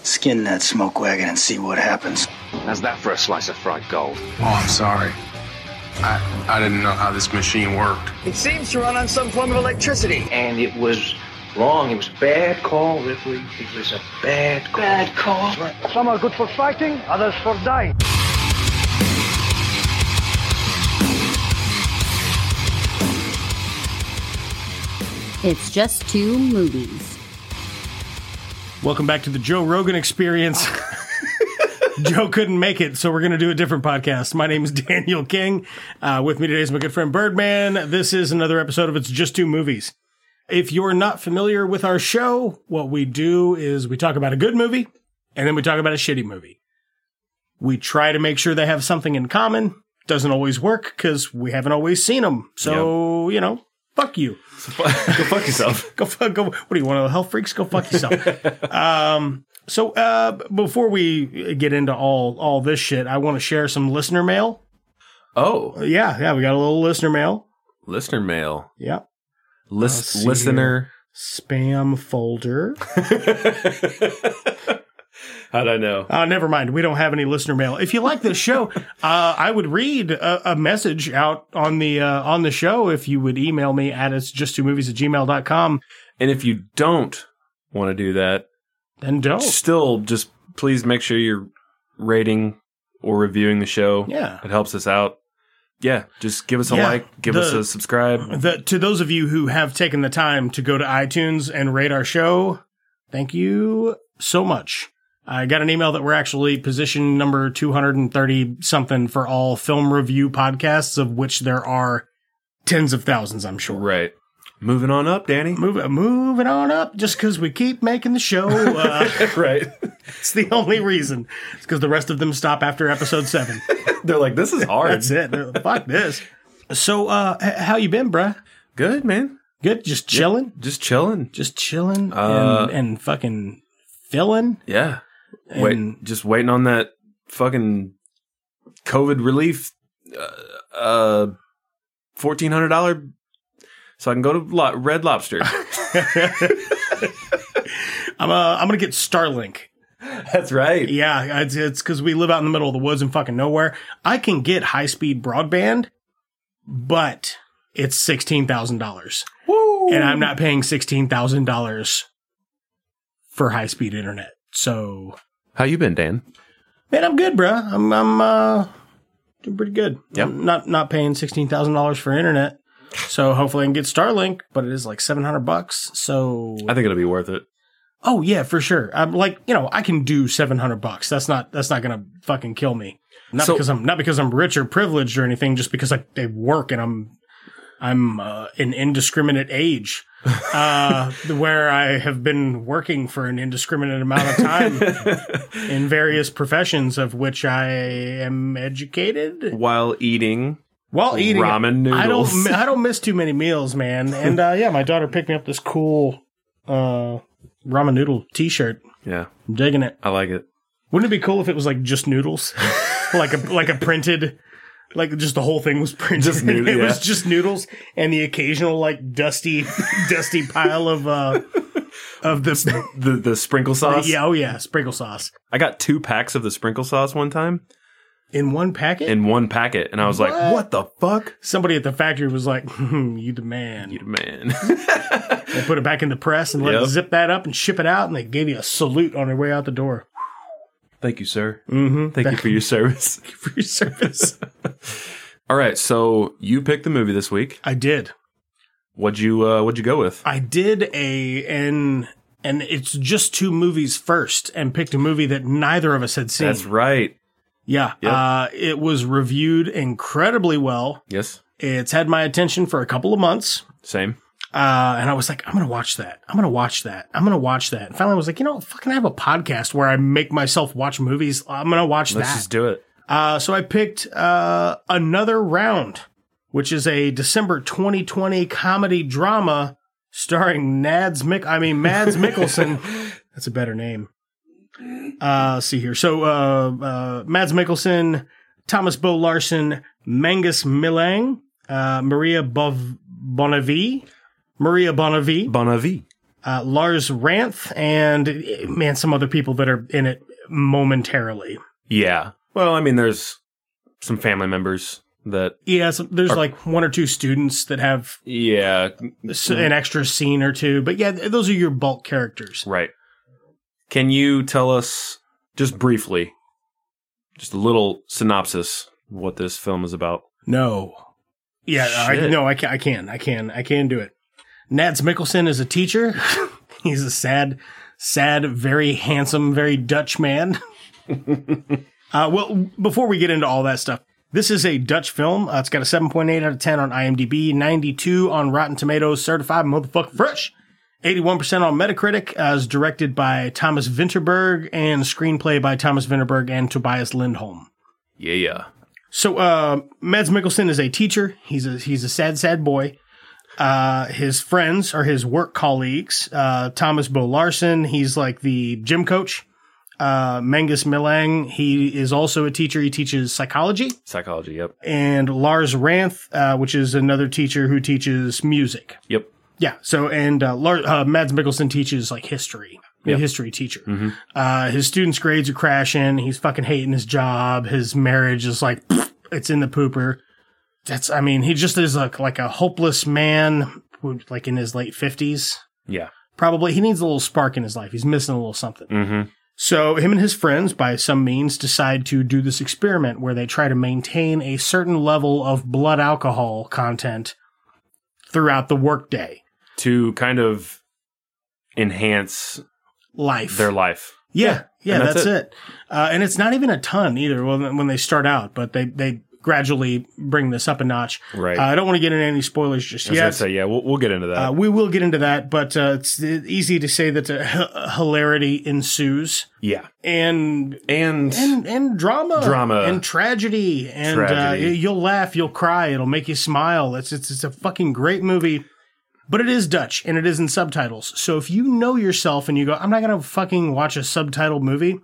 Skin that smoke wagon and see what happens. How's that for a slice of fried gold? Oh, I'm sorry. I, I didn't know how this machine worked. It seems to run on some form of electricity. And it was wrong. It was a bad call, Ripley. It was a bad call. Bad call. Some are good for fighting, others for dying. It's just two movies. Welcome back to the Joe Rogan Experience. Joe couldn't make it, so we're going to do a different podcast. My name is Daniel King. Uh, with me today is my good friend Birdman. This is another episode of It's Just Two Movies. If you're not familiar with our show, what we do is we talk about a good movie and then we talk about a shitty movie. We try to make sure they have something in common. Doesn't always work because we haven't always seen them. So, you know, fuck you. Go fuck yourself. go fuck. Go. What are you, one of the health freaks? Go fuck yourself. um, so uh, b- before we get into all all this shit, I want to share some listener mail. Oh, Yeah, yeah, we got a little listener mail. listener mail. Yeah, Lis- I'll see listener. spam folder. How'd I know? Uh, never mind. We don't have any listener mail. If you like this show, uh, I would read a, a message out on the uh, on the show if you would email me at it's just two movies at gmail.com. And if you don't want to do that, Then don't. still just please make sure you're rating or reviewing the show. Yeah. It helps us out. Yeah. Just give us a Yeah. like, give us The- a subscribe. The, to those of you who have taken the time to go to iTunes and rate our show, thank you so much. I got an email that we're actually position number 230 something for all film review podcasts, of which there are tens of thousands, I'm sure. Right. Moving on up, Danny. Move, moving on up just because we keep making the show. Uh, right. it's the only reason. It's because the rest of them stop after episode seven. They're like, this is hard. That's it. They're like, Fuck this. So, uh, h- how you been, bruh? Good, man. Good? Just chilling? Just chilling. just chilling Uh, and, and fucking filling. Yeah. And Wait, just waiting on that fucking COVID relief, uh, uh fourteen hundred dollar, so I can go to lo- Red Lobster. I'm uh, I'm gonna get Starlink. That's right. Yeah, it's it's because we live out in the middle of the woods and fucking nowhere. I can get high speed broadband, but it's sixteen thousand dollars, Woo! and I'm not paying sixteen thousand dollars for high speed internet. So, How you been, Dan? man, I'm good, bruh. I'm I'm uh doing pretty good. Yep. I'm not not paying sixteen thousand dollars for internet. So hopefully I can get Starlink, but it is like seven hundred bucks. So I think it'll be worth it. Oh yeah, for sure. I'm like, you know, I can do 700 bucks. That's not, that's not going to fucking kill me. Not So- because I'm, not because I'm rich or privileged or anything, just because I, I work and I'm, I'm, uh, an indiscriminate age, uh, where I have been working for an indiscriminate amount of time in various professions of which I am educated While eating, while eating. Ramen noodles. I don't, I don't miss too many meals, man. And, uh, yeah, my daughter picked me up this cool, uh, ramen noodle t-shirt. yeah, I'm digging it. I like it. Wouldn't it be cool if it was like just noodles, like a like a printed, like just the whole thing was printed. Just noodle- it was yeah. just noodles and the occasional like dusty, dusty pile of uh of the The the sprinkle sauce. yeah oh yeah sprinkle sauce I got two packs of the sprinkle sauce one time in one packet. in one packet, and I was like, "What the fuck, Somebody at the factory was like, hmm, "You the man." You man?" They put it back in the press and let Yep. it zip that up and ship it out, and they gave you a salute on their way out the door. Thank you, sir. Mm-hmm. Thank you for your service. for your service. All right, so you picked the movie this week. I did. What'd you uh, What'd you go with? I did a an and it's just two movies first and picked a movie that neither of us had seen. That's right. Yeah. Yep. Uh it was reviewed incredibly well. Yes. It's had my attention for a couple of months. Same. Uh, and I was like, I'm gonna watch that. I'm gonna watch that. I'm gonna watch that. And finally, I was like, you know, fucking, I have a podcast where I make myself watch movies. I'm gonna watch Let's that. just do it. Uh, so I picked uh, Another Round, which is a December 2020 comedy drama starring Nads Mick. I mean Mads Mikkelsen. That's a better name. Uh, let's see here. So uh, uh, Mads Mikkelsen, Thomas Bo Larson, Mangus Millang, uh, Maria Bov- Bonavie, Maria Bonavie, Bon Appetit. uh, Lars Ranth, and eh, man, some other people that are in it momentarily. Yeah. Well, I mean, there's some family members that. Yeah, so there's like one or two students that have Yeah. s- an extra scene or two, but yeah, th- those are your bulk characters. Right. Can you tell us just briefly, just a little synopsis, of what this film is about? No. Yeah, I, Shit. no, I can, I can, I can, I can do it. Nads Mickelson is a teacher. He's a sad, sad, very handsome, very Dutch man. uh, well, before we get into all that stuff, this is a Dutch film. Uh, it's got a 7.8 out of 10 on IMDb, 92 on Rotten Tomatoes, certified motherfucking fresh, 81% on Metacritic, uh, is directed by Thomas Vinterberg and screenplay by Thomas Vinterberg and Tobias Lindholm. Yeah, yeah. So uh, Mads Mikkelsen is a teacher. He's a he's a sad sad boy. Uh, his friends are his work colleagues. Uh, Thomas Bo Larsen. He's like the gym coach. Uh, Mangus Milang. He is also a teacher. He teaches psychology. Psychology. Yep. And Lars Ranth, uh, which is another teacher who teaches music. Yep. Yeah. So and uh, Lar- uh, Mads Mikkelsen teaches like history. A history teacher. Uh, his students' grades are crashing. He's fucking hating his job. His marriage is like it's in the pooper. That's I mean he just is like like a hopeless man, who- like in his late fifties. Yeah. Probably he needs a little spark in his life. He's missing a little something. Mm-hmm. So him and his friends, by some means, decide to do this experiment where they try to maintain a certain level of blood alcohol content throughout the workday To kind of enhance life. their life. Yeah, yeah, and that's, that's it. Uh, and it's not even a ton either when, when they start out, but they they gradually bring this up a notch. Right. Uh, I don't want to get into any spoilers just I was gonna yet. say, yeah, we'll, we'll get into that. uh, we will get into that, but uh, it's uh, easy to say that uh, h- hilarity ensues yeah. and And, and and drama, Drama. and tragedy, and Tragedy. Uh, you'll laugh, you'll cry, it'll make you smile. It's it's it's a fucking great movie, but it is Dutch and it is in subtitles. So if you know yourself and you go, I'm not gonna fucking watch a subtitled movie.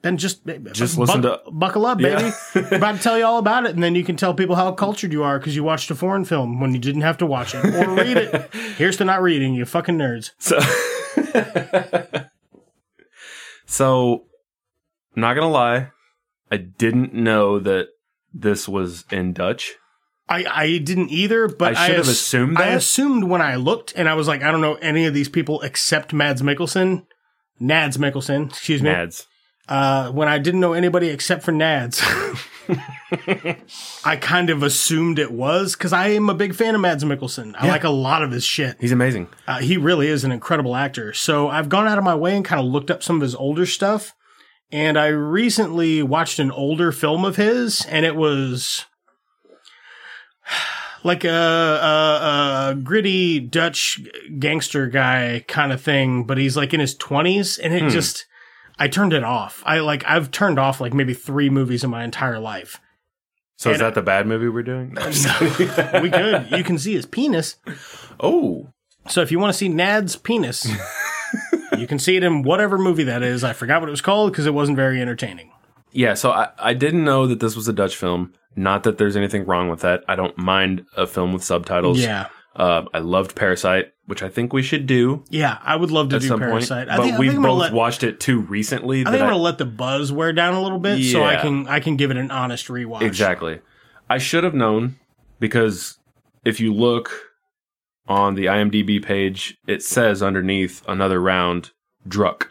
Then just eh, Just listen to- buckle up, baby. Yeah. We're about to tell you all about it, and then you can tell people how cultured you are because you watched a foreign film when you didn't have to watch it or read it. Here's to not reading, you fucking nerds. so, so, not gonna lie, I didn't know that this was in Dutch. I, I didn't either, but I should have ass- assumed I that. assumed when I looked, and I was like, I don't know any of these people except Mads Mikkelsen, Nads Mikkelsen, excuse me. Nads. Uh, when I didn't know anybody except for Nads, I kind of assumed it was because I am a big fan of Mads Mikkelsen. I like a lot of his shit. He's amazing. Uh, he really is an incredible actor. So I've gone out of my way and kind of looked up some of his older stuff. And I recently watched an older film of his, and it was like a, a, a gritty Dutch gangster guy kind of thing, but he's like in his 20s, and it just. I turned it off. I like I've turned off like maybe 3 movies in my entire life. So is And- that the bad movie we're doing? No, I'm just kidding. We could you can see his penis. oh, So if you want to see Nad's penis, you can see it in whatever movie that is. I forgot what it was called because it wasn't very entertaining. yeah. So I, I didn't know that this was a Dutch film. Not that there's anything wrong with that. I don't mind a film with subtitles. Yeah. Uh, I loved Parasite, which I think we should do Yeah, I would love to at do some Parasite. point. I but think, I we think I'm gonna both let, watched it too recently. I that think I'm gonna let the buzz wear down a little bit so I Yeah. can I can give it an honest rewatch. Exactly. I should have known because if you look on the IMDb page, it says underneath another round druck,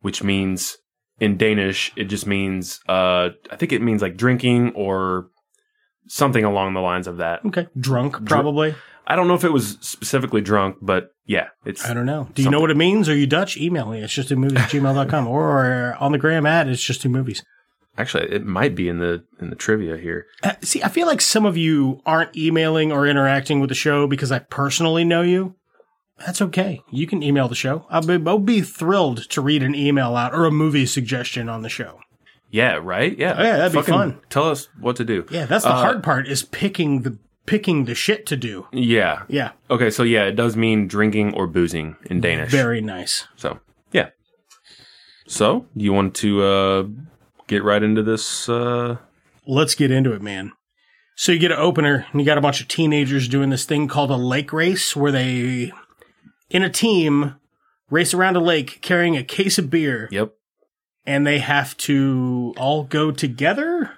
which means in Danish it just means uh I think it means like drinking or something along the lines of that. Okay. Drunk, probably. I don't know if it was specifically drunk, but yeah, it's I don't know. Do you know what it means? Are you Dutch? Email me. It's just two movies at gmail.com or on the gram ad, it's just two movies. actually it might be in the in the trivia here. Uh, see, I feel like some of you aren't emailing or interacting with the show because I personally know you. That's okay. You can email the show. I'll be, I'll be thrilled to read an email out or a movie suggestion on the show. Yeah, right? Yeah. Yeah, that'd be fun. Tell us what to do. Yeah, that's the Uh, hard part is picking the picking the shit to do. Yeah. Yeah, Okay, so yeah, it does mean drinking or boozing in Danish. very nice. So, yeah. So, you want to uh, get right into this? Uh... Let's get into it, man. So you get an opener and you got a bunch of teenagers doing this thing called a lake race where they in a team race around a lake carrying a case of beer, Yep. and they have to all go together.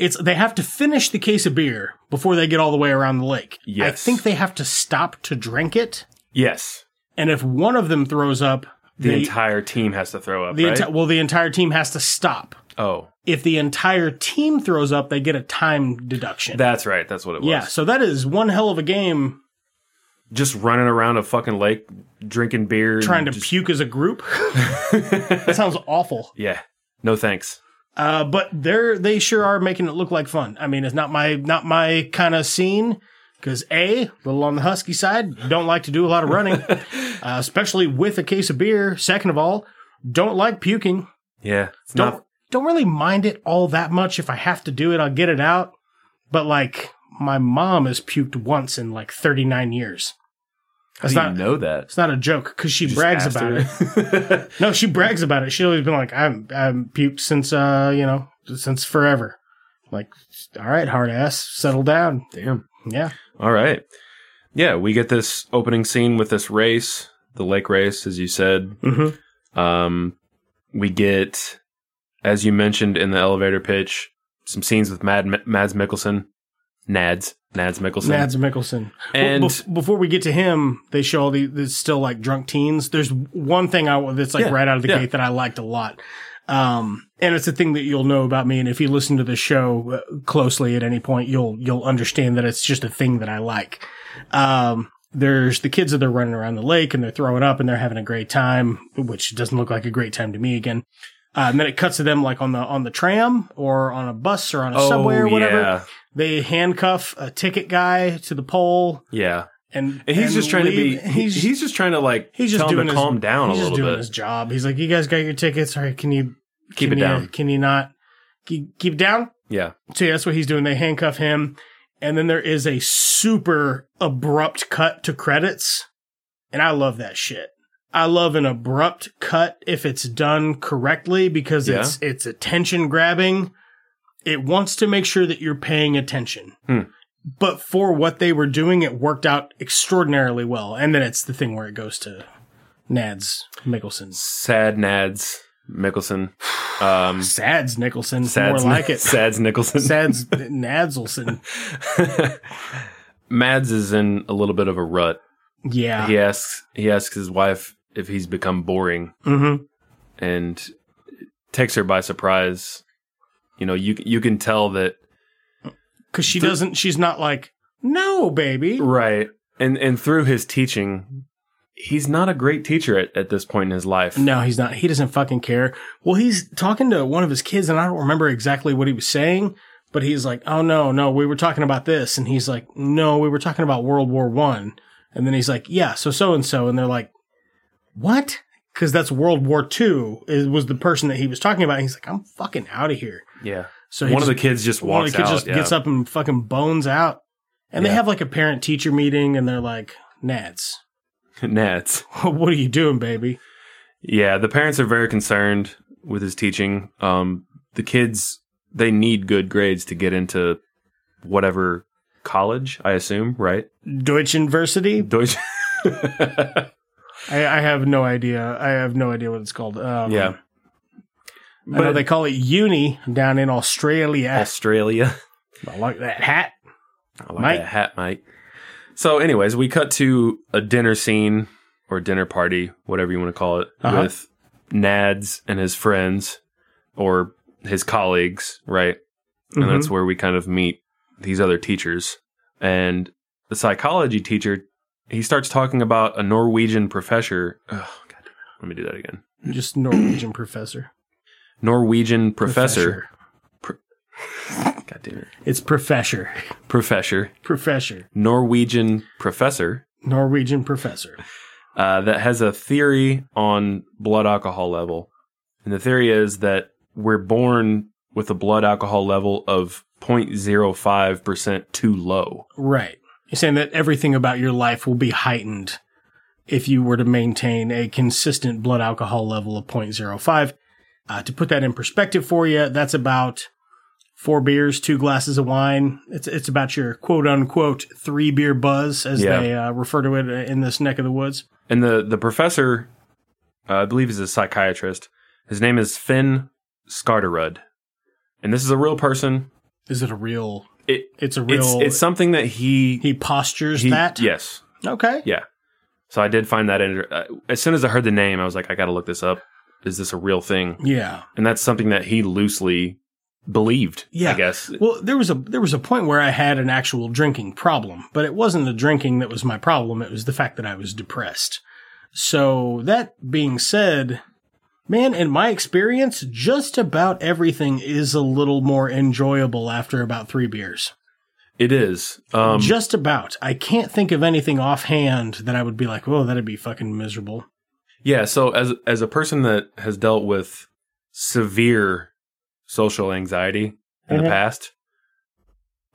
It's they have to finish the case of beer before they get all the way around the lake. I Yes. think they have to stop to drink it, Yes. and if one of them throws up, The they- entire team has to throw up, the right? enti- well, the entire team has to stop. oh, If the entire team throws up, they get a time deduction. that's right. That's what it was. yeah, so that is one hell of a game Just running around a fucking lake, drinking beer, and trying to just- puke as a group. that sounds awful. Yeah. No thanks. Uh, but they're they sure are making it look like fun. I mean, it's not my not my kind of scene because a little on the husky side. Don't like to do a lot of running, uh, especially with a case of beer. Second of all, don't like puking. Yeah. It's Don't not. don't really mind it all that much. If I have to do it, I'll get it out. But like my mom has puked once in like thirty nine years. How do It's you not know that? it's not a joke because she brags Asked about it. her. No, she brags about it. She's always been like, I'm I'm puked since uh, you know, since forever. Like, all right, hard ass, settle down. Damn. Yeah. All right. Yeah, we get this opening scene with this race, the lake race, as you said. Mm-hmm. Um, we get, as you mentioned in the elevator pitch, some scenes with Mad, Mads Mikkelsen. Nads. Nads Mikkelsen. Mads Mikkelsen. And- Well, bef- before we get to him, they show all the there's still like drunk teens. There's one thing I that's like Yeah, right out of the yeah. gate that I liked a lot. Um, and it's a thing that you'll know about me. And if you listen to the show uh, closely at any point, you'll you'll understand that it's just a thing that I like. Um, there's the kids that they're running around the lake and they're throwing up and they're having a great time, which doesn't look like a great time to me again. Uh, and then it cuts to them like on the on the tram or on a bus or on a Oh, subway or whatever. yeah. They handcuff a ticket guy to the pole Yeah. and, And he's and just trying leave- to be, he's, he's just trying to like, he's just tell doing him to his, calm down a he's just little doing bit. his job. He's like, you guys got your tickets. All right, can you Keep can it you- down. Can you not keep, keep it down? Yeah. So yeah, that's what he's doing. They handcuff him, and then there is a super abrupt cut to credits, and I love that shit. I love an abrupt cut if it's done correctly because it's it's attention grabbing. It wants to make sure that you're paying attention. Hmm. But for what they were doing, it worked out extraordinarily well. And then it's the thing where it goes to Nads Mickelson. Sad Nads Mikkelsen. Um, Sads Nicholson. Sads, more like it. Sads Nicholson. Sads Nadselson. Mads is in a little bit of a rut. Yeah. He asks he asks his wife if he's become boring hmm and takes her by surprise. You know, you you can tell that because she doesn't. She's not like no, baby. right. And and through his teaching, he's not a great teacher at, at this point in his life. No, he's not. He doesn't fucking care. Well, he's talking to one of his kids, and I don't remember exactly what he was saying, but he's like, "Oh no, no, we were talking about this," and he's like, "No, we were talking about World War One," and then he's like, "Yeah, so so and so," and they're like, "What?" Because that's World War Two is was the person that he was talking about. And he's like, "I'm fucking out of here." Yeah. So he One of just- the kids just One walks of the kids out. just yeah. gets up and fucking bones out, and they Yeah. have like a parent teacher meeting, and they're like, "Nads." Nads. what are you doing, baby? Yeah, the parents are very concerned with his teaching. Um, the kids they need good grades to get into whatever college, I assume, right? Deutsch University? Deutsch. I, I have no idea. I have no idea what it's called. Um, yeah, but they call it uni down in Australia. Australia. I like that hat. I like Mike. that hat, Mike. So, anyways, we cut to a dinner scene or dinner party, whatever you want to call it, Uh-huh. with Nads and his friends or his colleagues, right? And Mm-hmm. that's where we kind of meet these other teachers. And the psychology teacher, he starts talking about a Norwegian professor. Oh, God. damn it. Let me do that again. Just Norwegian professor. Norwegian professor. God damn it. It's professor. Professor. Professor. Norwegian professor. Norwegian professor. uh, that has a theory on blood alcohol level. And the theory is that we're born with a blood alcohol level of 0.05% too low. Right. You're saying that everything about your life will be heightened if you were to maintain a consistent blood alcohol level of 0.05. Uh, to put that in perspective for you, that's about four beers, two glasses of wine. It's it's about your quote unquote three beer buzz, as Yeah. they uh, refer to it in this neck of the woods. And the the professor, uh, I believe, he's a psychiatrist. His name is Finn Scarterud, and this is a real person. Is it a real? It It's a real. it's it's something that he he postures he- that. yes. Okay. Yeah. So I did find that inter- uh, as soon as I heard the name, I was like, I got to look this up. Is this a real thing? Yeah. And that's something that he loosely believed. Yeah. I guess. Well, there was a there was a point where I had an actual drinking problem, but it wasn't the drinking that was my problem. It was the fact that I was depressed. So that being said, man, in my experience, just about everything is a little more enjoyable after about three beers. It is. Um, just about. I can't think of anything offhand that I would be like, oh, that'd be fucking miserable. Yeah, so as as a person that has dealt with severe social anxiety in the Mhm. past,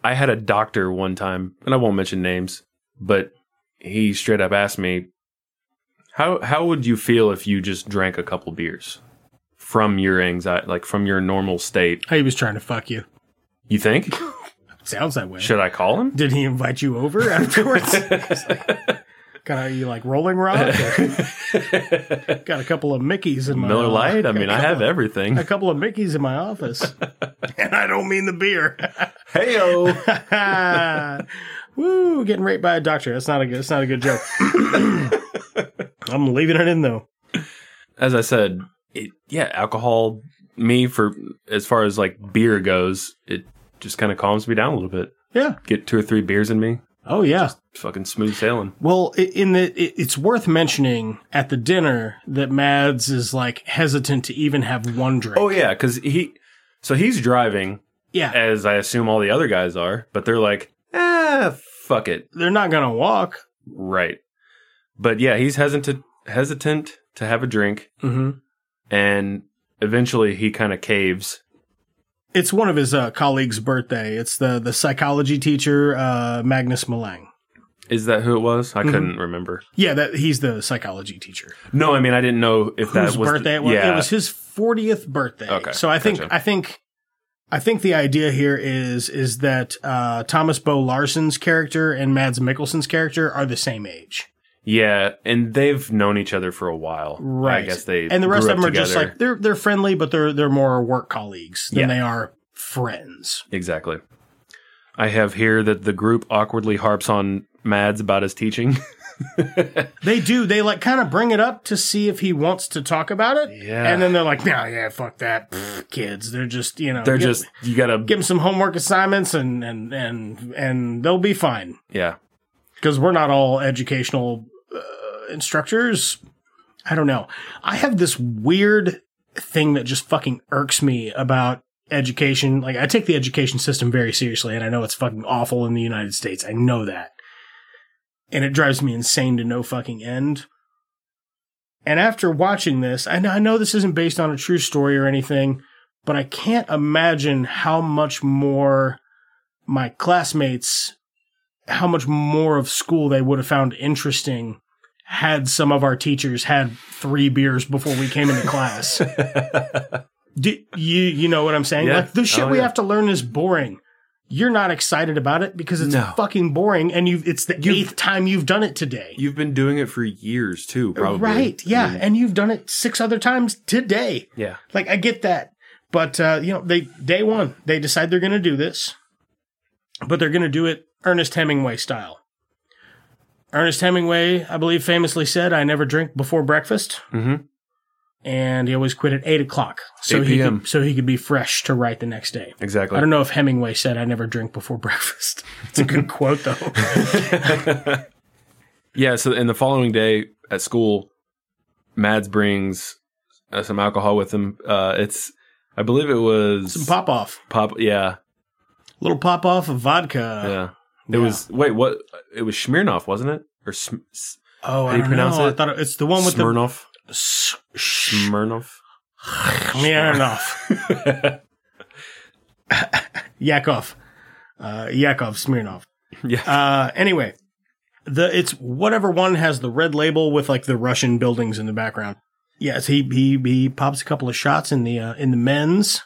I had a doctor one time, and I won't mention names, but he straight up asked me, "How how would you feel if you just drank a couple beers from your anxiety, like from your normal state?" He was trying to fuck you. You think? Sounds that way. Should I call him? Did he invite you over afterwards? Got you like Rolling Rock? Got a couple of Mickeys in my Miller Lite. I mean, I have everything. a couple of Mickeys in my office, and I don't mean the beer. Heyo. Woo! Getting raped by a doctor. That's not a good. That's not a good joke. I'm leaving it in though. as I said, it yeah, alcohol me for as far as like beer goes, it just kind of calms me down a little bit. Yeah. Get two or three beers in me, Oh yeah. fucking smooth sailing. Well, i- in the i- it's worth mentioning at the dinner that Mads is like hesitant to even have one drink. Oh yeah, because he so he's driving yeah. as I assume all the other guys are, but they're like, ah, fuck it, They're not gonna walk. right. But yeah, he's hesitant hesitant to have a drink, Mm-hmm. and eventually he kind of caves. It's one of his uh, colleagues' birthday. It's the the psychology teacher uh, Magnus Malang. Is that who it was? I Mm-hmm. couldn't remember. Yeah, that he's the psychology teacher No, I mean I didn't know if whose that was birthday it was. Yeah, It was his fortieth birthday. Okay, so I think gotcha. I think I think the idea here is is that uh, Thomas Bo Larson's character and Mads Mikkelsen's character are the same age. Yeah, and they've known each other for a while. Right. I guess they and the rest grew of them up are just together. like they're they're friendly, but they're they're more work colleagues than Yeah. they are friends. exactly. I have here that the group awkwardly harps on Mads about his teaching. They do they like kind of bring it up to see if he wants to talk about it. Yeah. and then they're like, no, yeah, fuck that, Pfft, kids. They're just you know They're Uh, give- just you gotta give them some homework assignments and and and and they'll be fine yeah. because we're not all educational uh, instructors. I don't know. I have this weird thing that just fucking irks me about education. Like, I take the education system very seriously, and I know it's fucking awful in the United States. I know that. And it drives me insane to no fucking end. And after watching this, I know, I know this isn't based on a true story or anything, but I can't imagine how much more my classmates how much more of school they would have found interesting had some of our teachers had three beers before we came into class. Do, you you know what I'm saying? Yeah. Like the shit Oh, we yeah. have to learn is boring. You're not excited about it because it's No. fucking boring, and you it's the You've- eighth time you've done it today. You've been doing it for years too, probably. Mm. Right? Yeah, I mean, and you've done it six other times today. yeah. Like I get that, but uh, you know, they day one they decide they're going to do this, but they're going to do it Ernest Hemingway style. Ernest Hemingway, I believe, famously said, "I never drink before breakfast," Mhm. and he always quit at eight o'clock so 8 he p.m.. could, so he could be fresh to write the next day. Exactly. I don't know if Hemingway said, "I never drink before breakfast." It's a good quote, though. Yeah, so and the following day at school, Mads brings uh, some alcohol with him. Uh it's I believe it was Some pop off, pop yeah. little pop off of vodka. Yeah. It yeah. was wait, what it was Smirnoff, wasn't it? Or Sm- Oh, How I do you don't pronounce know. I it? thought it, it's the one with Smirnoff. the. S- sh- Smirnoff. Smirnoff. Yakov. Uh, Yakov Smirnoff. Yeah. Uh, anyway, the it's whatever one has the red label with like the Russian buildings in the background. Yes, he he he pops a couple of shots in the uh, in the men's,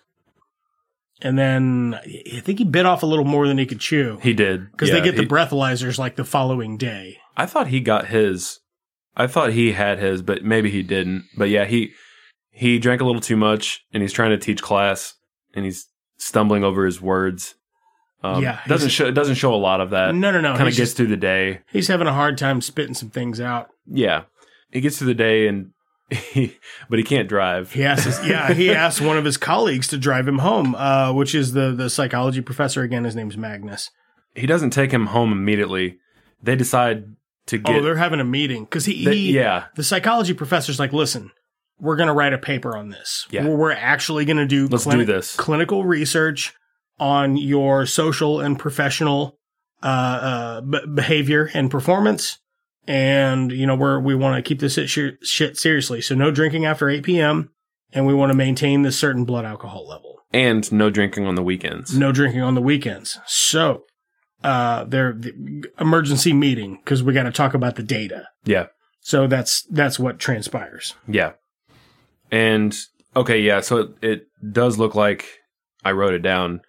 and then I think he bit off a little more than he could chew he did because Yeah, they get he- the breathalyzers like the following day. I thought he got his. I thought he had his, but maybe he didn't. But yeah, he he drank a little too much, and he's trying to teach class, and he's stumbling over his words. Um, Yeah, doesn't he's- show doesn't show a lot of that. No, no, no, Kind of he's gets just- through the day. He's having a hard time spitting some things out. Yeah, he gets through the day, and he but he can't drive. He asks, his- yeah, he asked one of his colleagues to drive him home, uh, which is the the psychology professor again. His name's Magnus. He doesn't take him home immediately. They decide to get oh, they're having a meeting because he, They- he- yeah. the psychology professor's like, listen, we're gonna write a paper on this. Yeah. we're, we're actually gonna do Let's do this." clinical research on your social and professional uh, uh, b- behavior and performance. And you know we're we want to keep this shit, ser- shit seriously. So no drinking after eight p.m. And we want to maintain this certain blood alcohol level. and no drinking on the weekends. no drinking on the weekends. So, uh, their the emergency meeting because we got to talk about the data. Yeah. So that's that's what transpires. Yeah. And okay, yeah, so it, it does look like I wrote it down.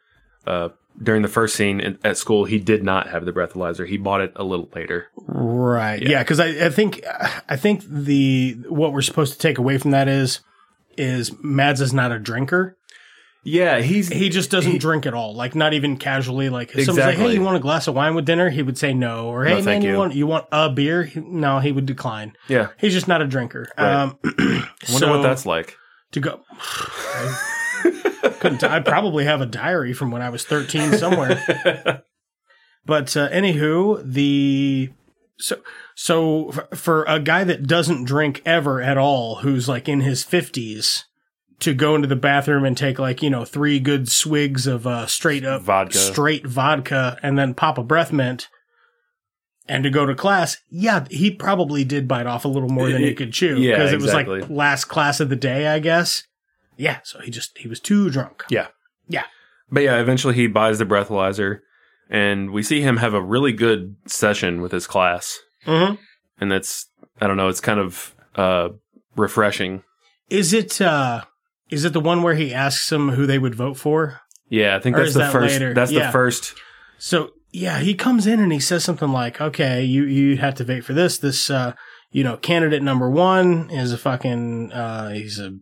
Uh, during the first scene in, at school, he did not have the breathalyzer. He bought it a little later. Right. Yeah. Because I, I think I think the what we're supposed to take away from that is is Mads is not a drinker. Yeah, he's He just doesn't drink at all. Like not even casually. Like if someone's like, Exactly. "Hey, you want a glass of wine with dinner?" He would say no. Or "Hey, man, thank you. you." want you want a beer?" He- no, he would decline. yeah. He's just not a drinker. Right. Um, Wonder so- what that's like. to go. I couldn't. I probably have a diary from when I was thirteen somewhere. but uh, anywho, the so so f- for a guy that doesn't drink ever at all, who's like in his fifties, to go into the bathroom and take like you know three good swigs of uh, straight up Vodka. straight vodka, and then pop a breath mint. And to go to class, yeah, he probably did bite off a little more than he could chew Yeah, because it was like exactly. last class of the day, I guess. Yeah, so he just he was too drunk. Yeah. Yeah. But yeah, eventually he buys the breathalyzer and we see him have a really good session with his class. Mm-hmm. And that's I don't know, it's kind of uh refreshing. Is it uh is it the one where he asks them who they would vote for? Yeah, I think Or that's is the that first later? that's Yeah. the first So yeah, he comes in and he says something like, "Okay, you you have to vote for this. This uh, you know, candidate number one is a fucking uh, he's a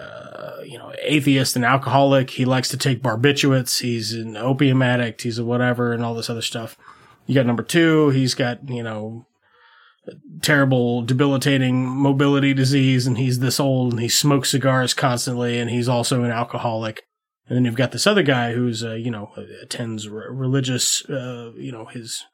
uh, you know atheist and alcoholic. He likes to take barbiturates. He's an opium addict. He's a whatever and all this other stuff. You got number two. He's got you know." Terrible, debilitating mobility disease, and he's this old, and he smokes cigars constantly, and he's also an alcoholic. And then you've got this other guy who's, uh, you know, attends re- religious, uh, you know, his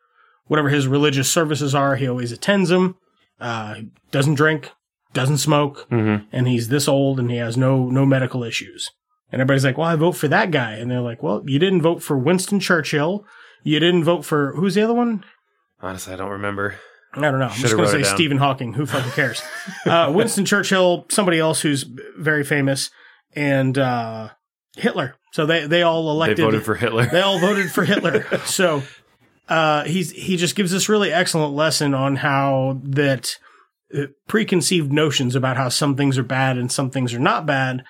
whatever his religious services are, he always attends them. Uh, doesn't drink, doesn't smoke, Mhm. and he's this old and he has no no medical issues. And everybody's like, "Well, I vote for that guy," and they're like, "Well, you didn't vote for Winston Churchill. You didn't vote for who's the other one? Honestly, I don't remember. I don't know. I'm just Should've going to say wrote it down. Stephen Hawking. Who fucking cares? uh, Winston Churchill, somebody else who's very famous, and uh, Hitler. So they they all elected. They voted for Hitler. They all voted for Hitler. so uh, he's he just gives this really excellent lesson on how that uh, preconceived notions about how some things are bad and some things are not bad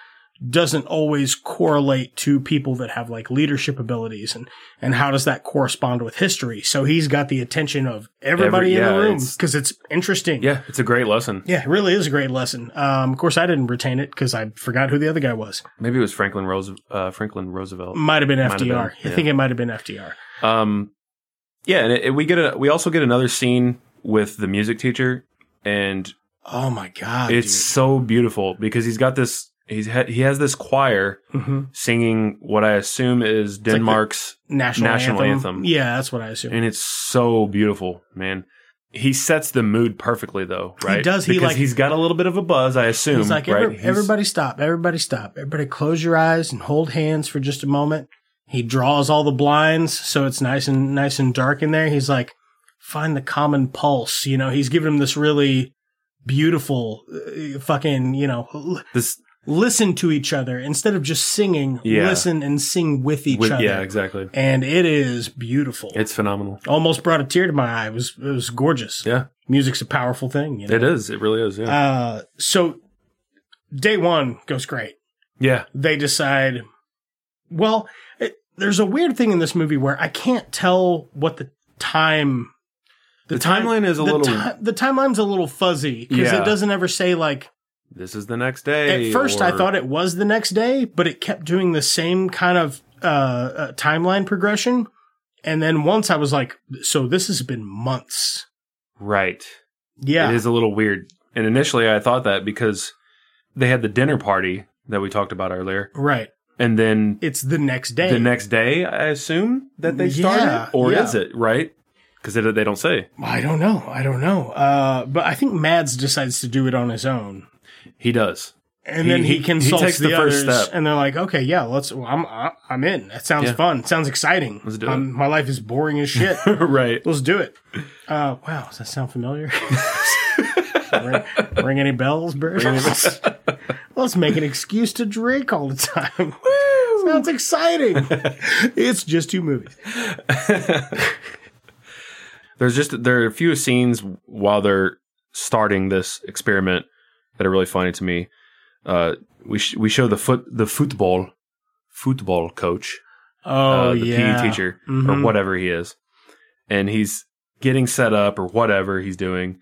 doesn't always correlate to people that have like leadership abilities and and how does that correspond with history so he's got the attention of everybody in yeah, the room it's- because it's interesting yeah, it's a great lesson. yeah it really is a great lesson um of course i didn't retain it because i forgot who the other guy was Maybe it was Franklin Rose, uh, Franklin Roosevelt. might have been Might have fdr been, i yeah. think it might have been fdr Um, yeah, and it, it- we get a we also get another scene with the music teacher, and oh my god it's so beautiful because he's got this he's ha- he has this choir dude. Mhm. singing what I assume is the- Denmark's, national, National anthem. anthem. Yeah, that's what I assume. and it's so beautiful, man. He sets the mood perfectly, though, right? does. He, because like- he's got a little bit of a buzz, I assume. He's like, right? "Every- He's- everybody stop, everybody stop, everybody close your eyes and hold hands for just a moment. He draws all the blinds so it's nice and nice and dark in there. He's like, find the common pulse. You know, he's giving him this really beautiful uh, fucking, you know, l- this. listen to each other instead of just singing, Yeah. listen and sing with each with- other. yeah, exactly. And it is beautiful. It's phenomenal. almost brought a tear to my eye. It was, it was gorgeous. Yeah, Music's a powerful thing. You know? it is. It really is. Yeah, Uh, so day one goes great. yeah. They decide, well, it, there's a weird thing in this movie where I can't tell what the time The timeline is the a little- ti- the timeline's a little fuzzy because Yeah. it doesn't ever say like. This is the next day. At first, I or- thought it was the next day, but it kept doing the same kind of uh, uh, timeline progression. And then once I was like, so this has been months. Right. Yeah. It is a little weird. And initially, I thought that because they had the dinner party that we talked about earlier, Right. and then It's the next day. the next day, I assume that they started, Yeah, or yeah. is it right? Because they, they don't say. I don't know. I don't know. Uh, but I think Mads decides to do it on his own. He does. And He- then he, he- he consults takes the, the first others, step. and they're like, "Okay, yeah, let's. Well, I'm I- I'm in. That sounds Yeah. fun. Sounds exciting. Let's do Um, it. My life is boring as shit. right. let's do it. Uh, wow, does that sound familiar? ring, ring any bells, bro? let's make an excuse to drink all the time. sounds exciting. it's just two movies. There's just there are a few scenes while they're starting this experiment that are really funny to me. Uh, we sh- we show the foot the football football coach Oh uh, the yeah, PE teacher Mhm. or whatever he is, and he's getting set up or whatever he's doing,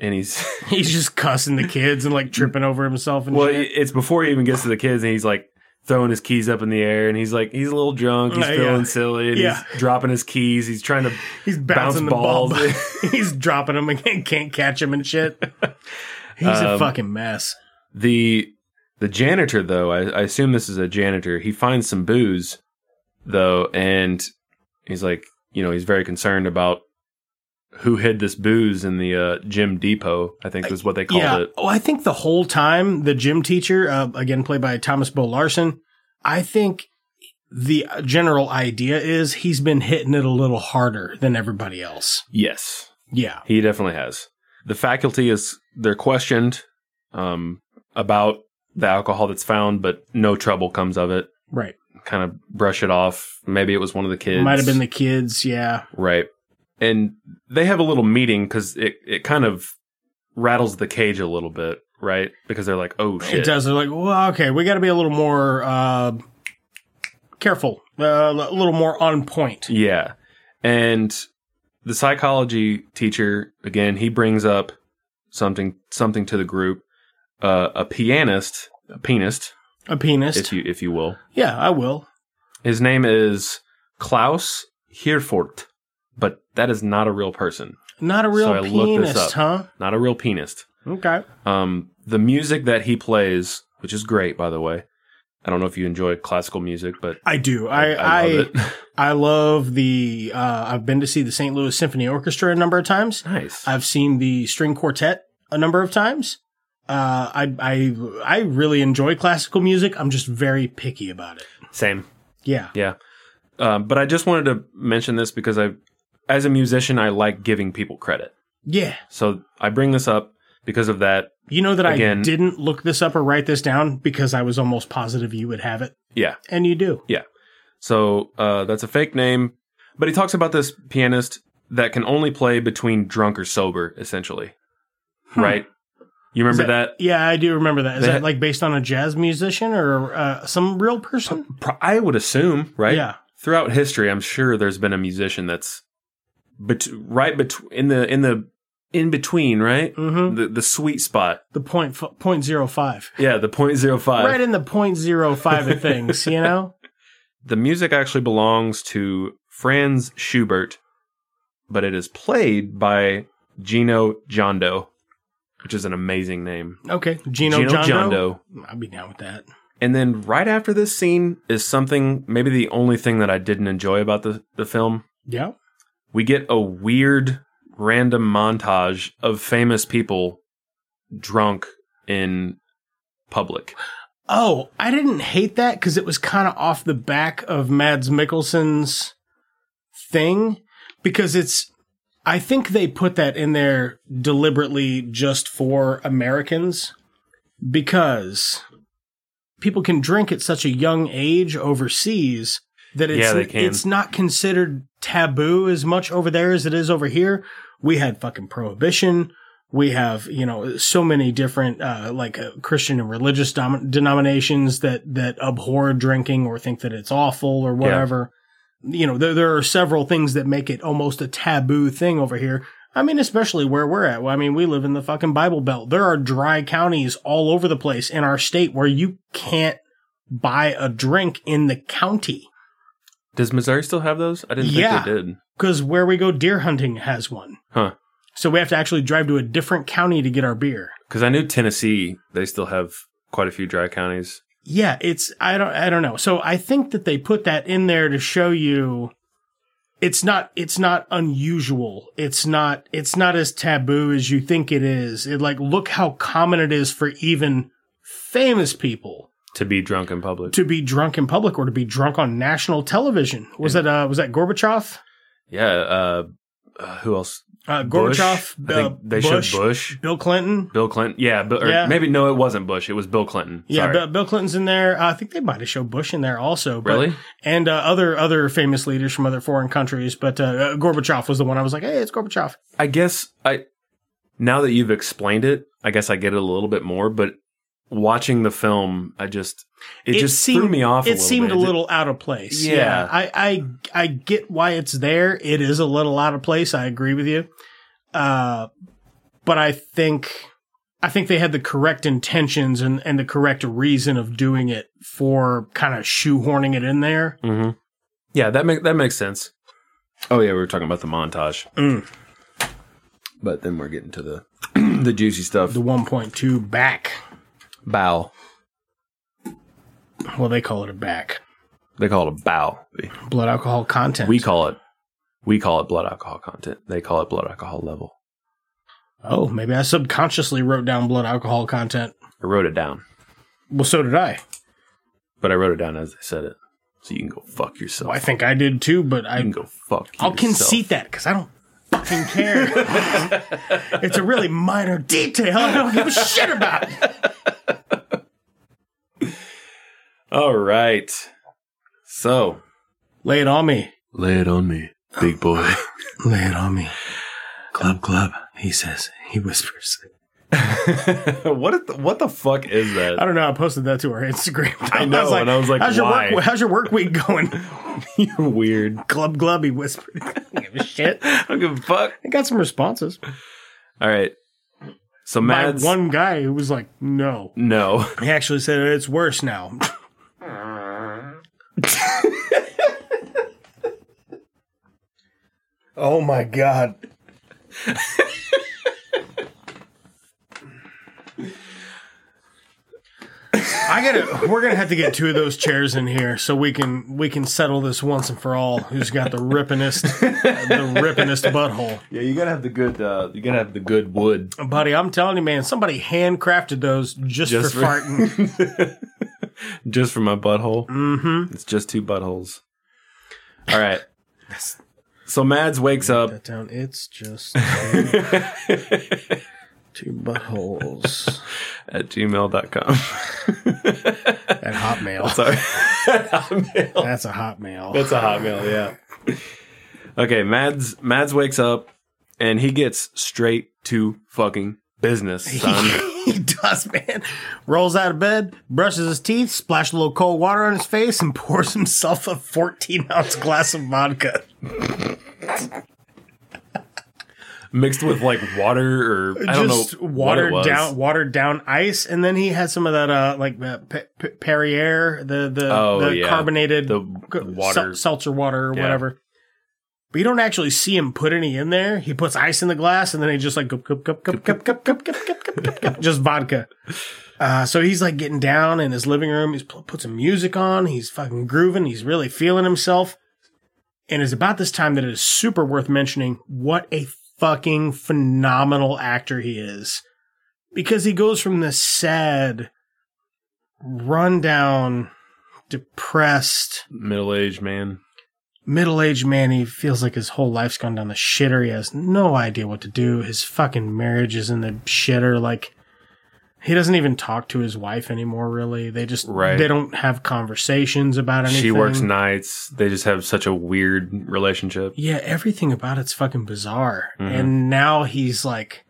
and he's He's just cussing the kids and like tripping over himself and well, shit. it- it's before he even gets to the kids, and he's like throwing his keys up in the air, and he's like he's a little drunk, he's Uh, Yeah, yeah. feeling silly, and Yeah. he's dropping his keys, he's trying to He's bouncing the bounce ball. balls. He's dropping them and can't- can't catch them and shit. He's a Um, fucking mess. the the janitor though. I, I assume this is a janitor. He finds some booze though, and he's like you know he's very concerned about. Who hid this booze in the uh, gym depot? I think is what they called Yeah. it. Oh, I think the whole time the gym teacher, uh, again played by Thomas Bo Larson, I think the general idea is he's been hitting it a little harder than everybody else. Yes, Yeah. he definitely has. The faculty is they're questioned um, about the alcohol that's found, but no trouble comes of it. Right. Kind of brush it off. Maybe it was one of the kids. Might have been the kids. Yeah. right. And they have a little meeting because it it kind of rattles the cage a little bit, right? Because they're like, oh shit, It does. They're like, well, okay, we got to be a little more uh, careful, uh, a little more on point. Yeah. And the psychology teacher, again, he brings up something something to the group. Uh, a pianist, a pianist, A penis. if you if you will. yeah, I will. His name is Klaus Herford, but that is not a real person. Not a real So I looked this penis, up. huh? Not a real pianist. Okay. Um, the music that he plays, which is great by the way. I don't know if you enjoy classical music, but I do. I I, I, I love love the. Uh, I've been to see the St. Louis Symphony Orchestra a number of times. nice. I've seen the string quartet a number of times. Uh, I I I really enjoy classical music. I'm just very picky about it. Same. Yeah. Yeah. Um, but I just wanted to mention this because I, as a musician, I like giving people credit. Yeah. So I bring this up because of that. You know that I Again- didn't look this up or write this down because I was almost positive you would have it, Yeah. and you do. So uh, that's a fake name. But he talks about this pianist that can only play between drunk or sober, essentially. Right? You Hmm. Is remember that? Yeah, I do remember that. Is They that had- like based on a jazz musician or uh, some real person? Pro- I would assume, right? Yeah. Throughout history, I'm sure there's been a musician that's bet- right between in the in the in between, right? Mhm. The the sweet spot. The point f- point zero five. Yeah, the point zero five. right in the point zero five of things, you know? The music actually belongs to Franz Schubert, but it is played by Gino Jondo, which is an amazing name. Okay. Gino, Gino Jondo. Jondo. I'll be down with that. And then right after this scene is something, maybe the only thing that I didn't enjoy about the, the film. Yeah. We get a weird, random montage of famous people drunk in public. Oh, I didn't hate that because it was kind of off the back of Mads Mikkelsen's thing because it's. I think they put that in there deliberately just for Americans because people can drink at such a young age overseas that it's Yeah, they can. it's not considered taboo as much over there as it is over here. We had fucking prohibition. we have you know so many different uh, like uh, Christian and religious dom- denominations that that abhor drinking or think that it's awful or whatever. You know, there there are several things that make it almost a taboo thing over here. I mean, especially where we're at. I mean, we live in the fucking Bible Belt. There are dry counties all over the place in our state where you can't buy a drink in the county. Does Missouri still have those? I didn't Yeah. think they did. Because where we go deer hunting has one. Huh. So we have to actually drive to a different county to get our beer. Because I knew Tennessee, they still have quite a few dry counties. Yeah, it's I don't I don't know. So I think that they put that in there to show you it's not it's not unusual. It's not it's not as taboo as you think it is. It like look how common it is for even famous people to be drunk in public. to be drunk in public or to be drunk on national television. Was that uh was that Gorbachev? yeah. Uh, uh, who else? Uh Bush? Gorbachev, I think uh, they Bush, showed Bush. Bill Clinton. Bill Clinton. Yeah, Bill, or Yeah. maybe no, it wasn't Bush. It was Bill Clinton. Yeah, Sorry. Bill, Bill Clinton's in there. Uh, I think they might have showed Bush in there also. But, Really? And uh, other other famous leaders from other foreign countries, but uh, uh, Gorbachev was the one I was like, hey, it's Gorbachev. I guess I. Now that you've explained it, I guess I get it a little bit more. But watching the film, I just it, just threw me off. It a little seemed bit. a little out of place. Yeah. I, I I get why it's there. It is a little out of place. I agree with you. Uh, but I think I think they had the correct intentions and and the correct reason of doing it for kind of shoehorning it in there. hmm Yeah, that make, that makes sense. Oh yeah, we were talking about the montage, Mm. but then we're getting to the the juicy stuff. The 1.2 back. bow. Well, they call it a back. They call it a bow. Blood alcohol content. We call it we call it blood alcohol content. They call it blood alcohol level. oh, maybe I subconsciously wrote down blood alcohol content. I wrote it down, Well, so did I. but I wrote it down as I said it, so you can go fuck yourself. Well, I think I did too, but you can I, go fuck. I'll yourself. concede that because I don't fucking care. it's a really minor detail I don't give a shit about. All right. So Lay it on me. lay it on me, big boy. Lay it on me. Club, club, he says. He whispers. what the, what the fuck is that? I don't know. I posted that to our Instagram. I know, and I was like, how's why? Your work, how's your work week going? You're weird. club, club, he whispered. I don't give a shit. I don't give a fuck. I got some responses. All right. So by Mads, one guy who was like, no. no, He actually said it's worse now. oh my god. I gotta we're gonna have to get two of those chairs in here so we can we can settle this once and for all who's got the rippinest the rippinest butthole. yeah, you gotta have the good. Uh, you gotta have the good wood. Buddy, I'm telling you, man, somebody handcrafted those just, Just for, for- farting. just for my butthole. Mm-hmm. It's just two buttholes. All right. so Mads wakes up. that down. It's just two buttholes at gmail.com. at Hotmail. Sorry. That's a Hotmail. Oh. That's a hotmail, yeah. Okay, Mads Mads wakes up and he gets straight to fucking business, son. he does, man. Rolls out of bed, brushes his teeth, splashes a little cold water on his face, and pours himself a 14 ounce glass of vodka. Mixed with like water or I don't Just know what it watered was. down, watered down ice, and then he had some of that, uh, like uh, P- P- Perrier, the the, Oh, the yeah. carbonated The Go- sel- water. seltzer water or Yeah. whatever. But you don't actually see him put any in there. He puts ice in the glass and then he just like gup, gup, gup, gup, gup, gup, gup, gup, gup, gup, gup, gup, just vodka. Uh, so he's like getting down in his living room. He's pl- put some music on. He's fucking grooving. He's really feeling himself. And it's about this time that it is super worth mentioning what a fucking phenomenal actor he is. Because he goes from this sad, rundown, depressed, Middle aged man. middle aged man, he feels like his whole life's gone down the shitter. He has no idea what to do. His fucking marriage is in the shitter. Like, he doesn't even talk to his wife anymore, really. They just, Right. they don't have conversations about anything. She works nights. They just have such a weird relationship. Yeah, everything about it's fucking bizarre. Mm-hmm. And now he's like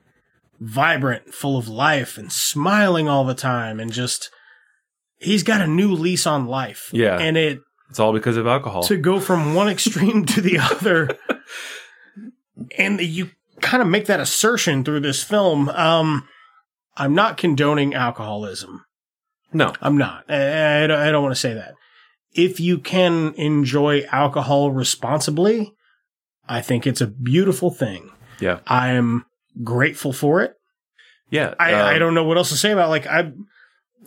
vibrant, full of life, and smiling all the time, and just, he's got a new lease on life. Yeah. And it, It's all because of alcohol. to go from one extreme to the other and you kind of make that assertion through this film. Um, I'm not condoning alcoholism. No. I'm not. I, I don't, I don't want to say that. If you can enjoy alcohol responsibly, I think it's a beautiful thing. Yeah. I am grateful for it. Yeah. I, uh, I don't know what else to say about it. like I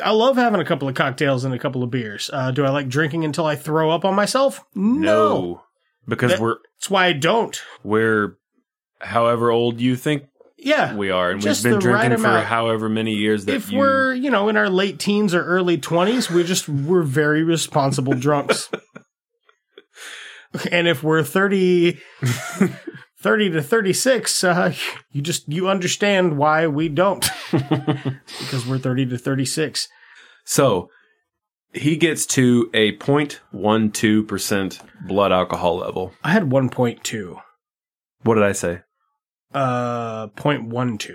I love having a couple of cocktails and a couple of beers. Uh, do I like drinking until I throw up on myself? No. know. Because That- we're That's why I don't. we're however old you think Yeah. we are, and Just we've been the right drinking for amount. however many years that if you we're, you know, in our late teens or early 20s, we're just we're very responsible drunks. and if we're 30 30 to 36, uh, you just you understand why we don't because we're 30 to 36. So he gets to a 0.12% blood alcohol level. I had 1.2 What did I say? uh 0.12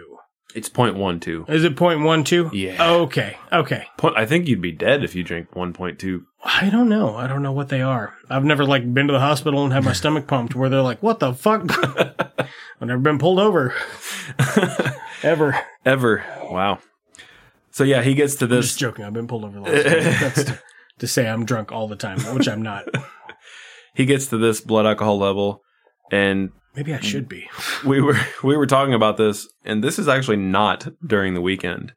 It's 0.12. is it 0.12 Yeah. okay okay Point, I think you'd be dead if you drink 1.2. i don't know i don't know what they are i've never like been to the hospital and had my stomach pumped where they're like what the fuck i've never been pulled over ever Ever. Wow. So yeah, he gets to I'm just this. joking i've been pulled over lots of times. that's to, to say i'm drunk all the time which i'm not He gets to this blood alcohol level, and maybe i should be we were we were talking about this, and this is actually not during the weekend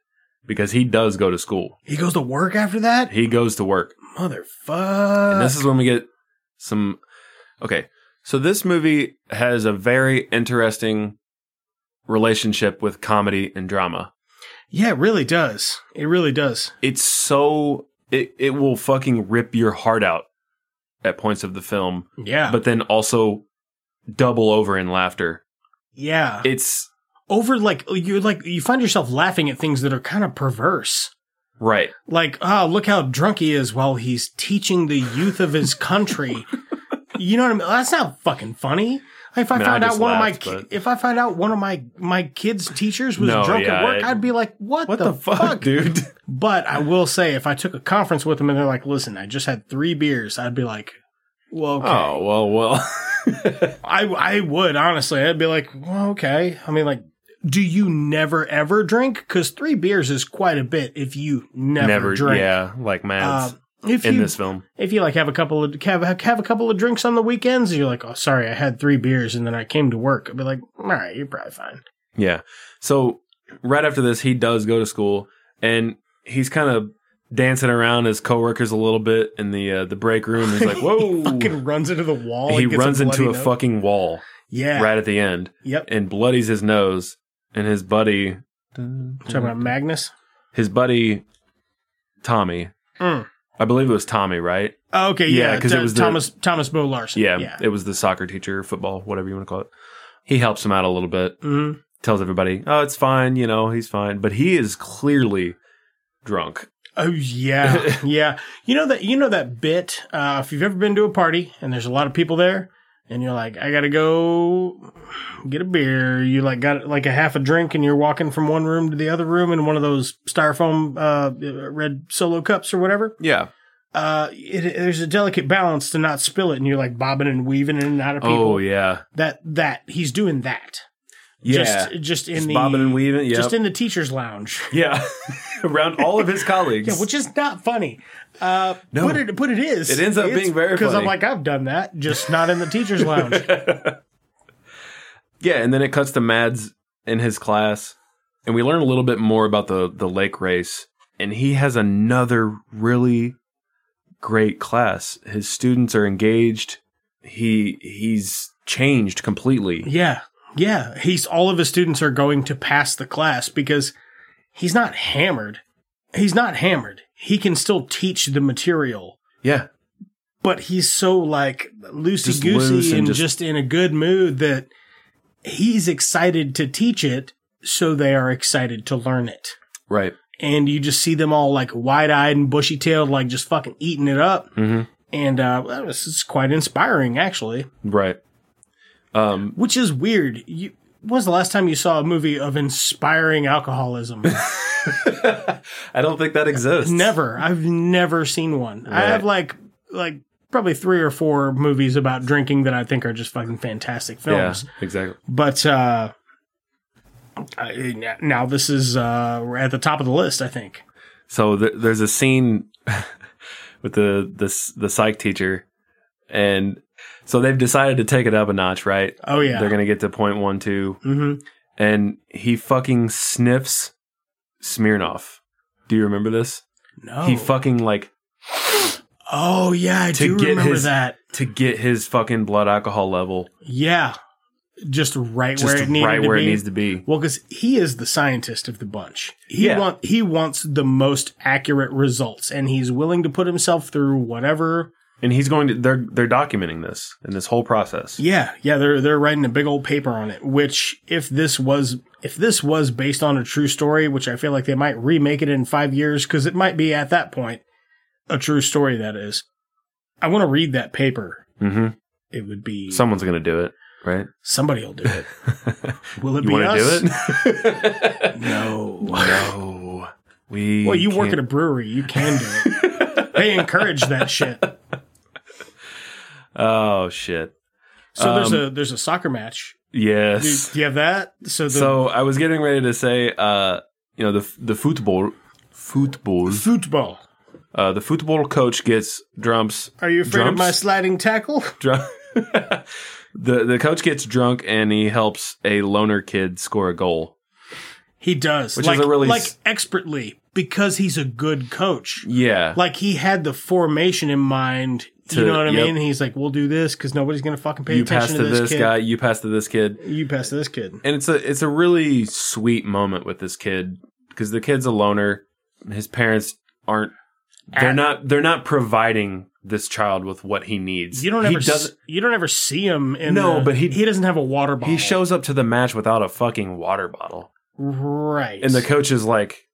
because he does go to school. he goes to work after that He goes to work. motherfucker And this is when we get some. Okay, so this movie has a very interesting relationship with comedy and drama. yeah it really does it really does It's so it it will fucking rip your heart out at points of the film, yeah but then also double over in laughter. yeah It's over like you're like you find yourself laughing at things that are kind of perverse right. like oh look how drunk he is while he's teaching the youth of his country you know what i mean that's not fucking funny if i, mean, I found out just one laughed, of my ki- but- if i found out one of my my kids teachers was No, drunk yeah, at work it- i'd be like what, What the, fuck, dude? but i will say if i took a conference with them and they're like listen i just had three beers i'd be like well okay. Oh well, well. I I would honestly. I'd be like, well, okay. I mean, like, do you never ever drink? Because three beers is quite a bit if you never, Never, drink. yeah, like Uh, Mads if in you this film. if you like have a couple of have, have a couple of drinks on the weekends, you're like, oh, sorry, I had three beers and then I came to work. I'd be like, all right, you're probably fine. Yeah. So right after this, he does go to school, and he's kind of dancing around his coworkers a little bit in the uh, the break room. He's like, he "Whoa!" fucking runs into the wall. he and gets runs into bloody a nose. fucking wall yeah. right at the end Yep. and bloodies his nose. And his buddy, Talking about Magnus. his buddy Tommy, Mm. I believe it was Tommy, right? Oh, okay. Yeah, Yeah. 'cause it was the- Thomas Thomas Bo Larson. Yeah, Yeah. it was the soccer teacher, football, whatever you want to call it. He helps him out a little bit. hmm Tells everybody, "Oh, it's fine, you know, he's fine," but he is clearly drunk. Oh yeah, yeah. You know that you know that bit. Uh, if you've ever been to a party and there's a lot of people there, and you're like, I gotta go get a beer. You like got like a half a drink, and you're walking from one room to the other room in one of those styrofoam uh, red solo cups or whatever. Yeah. Uh, it, it- there's a delicate balance to not spill it, and you're like bobbing and weaving in and out of people. Oh yeah. That that he's doing that. Just just in Just the bobbing and weaving. Yeah. Just in the teacher's lounge. yeah. Around all of his colleagues. Yeah, which is not funny. Uh, No. but it but it is. It ends up being very because I'm funny. like I've done that, just not in the teachers' lounge. yeah, and then it cuts to Mads in his class, and we learn a little bit more about the the lake race, and he has another really great class. His students are engaged. He he's changed completely. yeah, yeah. He's all of his students are going to pass the class because he's not hammered. He's not hammered. He can still teach the material, Yeah. but he's so like loosey loose goosey and and, just- just in a good mood that he's excited to teach it, so they are excited to learn it. Right. and you just see them all like wide eyed and bushy tailed, like just fucking eating it up. Mhm. And uh, well, this is quite inspiring, actually. Right. Um Which is weird. You, when was the last time you saw a movie of inspiring alcoholism? I don't think that exists. never. I've never seen one. I Right. have like like probably three or four movies about drinking that I think are just fucking fantastic Yeah, films. exactly. But uh, Uh, now this is uh, we're at the top of the list, I think. So th- there's a scene with the this the psych teacher, and so they've decided to take it up a notch, right? Oh yeah. They're gonna get to point one two, Mhm. and he fucking sniffs Smirnoff. Do you remember this? No. He fucking like oh yeah, I to do get remember his- that. to get his fucking blood alcohol level Yeah, just right just where it needed right to where be. it needs to be. Well, because he is the scientist of the bunch. He Yeah. want he wants the most accurate results, and he's willing to put himself through whatever. And he's going to they're they're documenting this in this whole process. Yeah, yeah. They're they're writing a big old paper on it. Which, if this was if this was based on a true story, which I feel like they might remake it in five years because it might be at that point a true story. That is, I want to read that paper. hmm It would be Someone's gonna do it, right? somebody will do it. Will it You be want us? to do it? No. no, we. Well, you work can't- at a brewery. You can do it. they encourage that shit. Oh shit! So there's Um, a there's a soccer match. Do, Yes. do you have that? So the so I was getting ready to say, uh, you know, the f- the football, football, football. uh, the football coach gets drums. Are you afraid of drums? my sliding tackle? Dr- the the coach gets drunk and he helps a loner kid score a goal. He does. Which is like, a really like s- expertly because he's a good coach. Yeah, Like he had the formation in mind. To- you know what I yep. mean? He's like, we'll do this because nobody's gonna fucking pay you pass attention to this, kid. guy, you pass to this kid, You pass to this kid. and it's a it's a really sweet moment with this kid because the kid's a loner. His parents aren't. They're At- not. They're not providing this child with what he needs. You don't He ever s doesn't- you don't ever see him in No, the- but he- he doesn't have a water bottle. He shows up to the match without a fucking water bottle, right and the coach is like,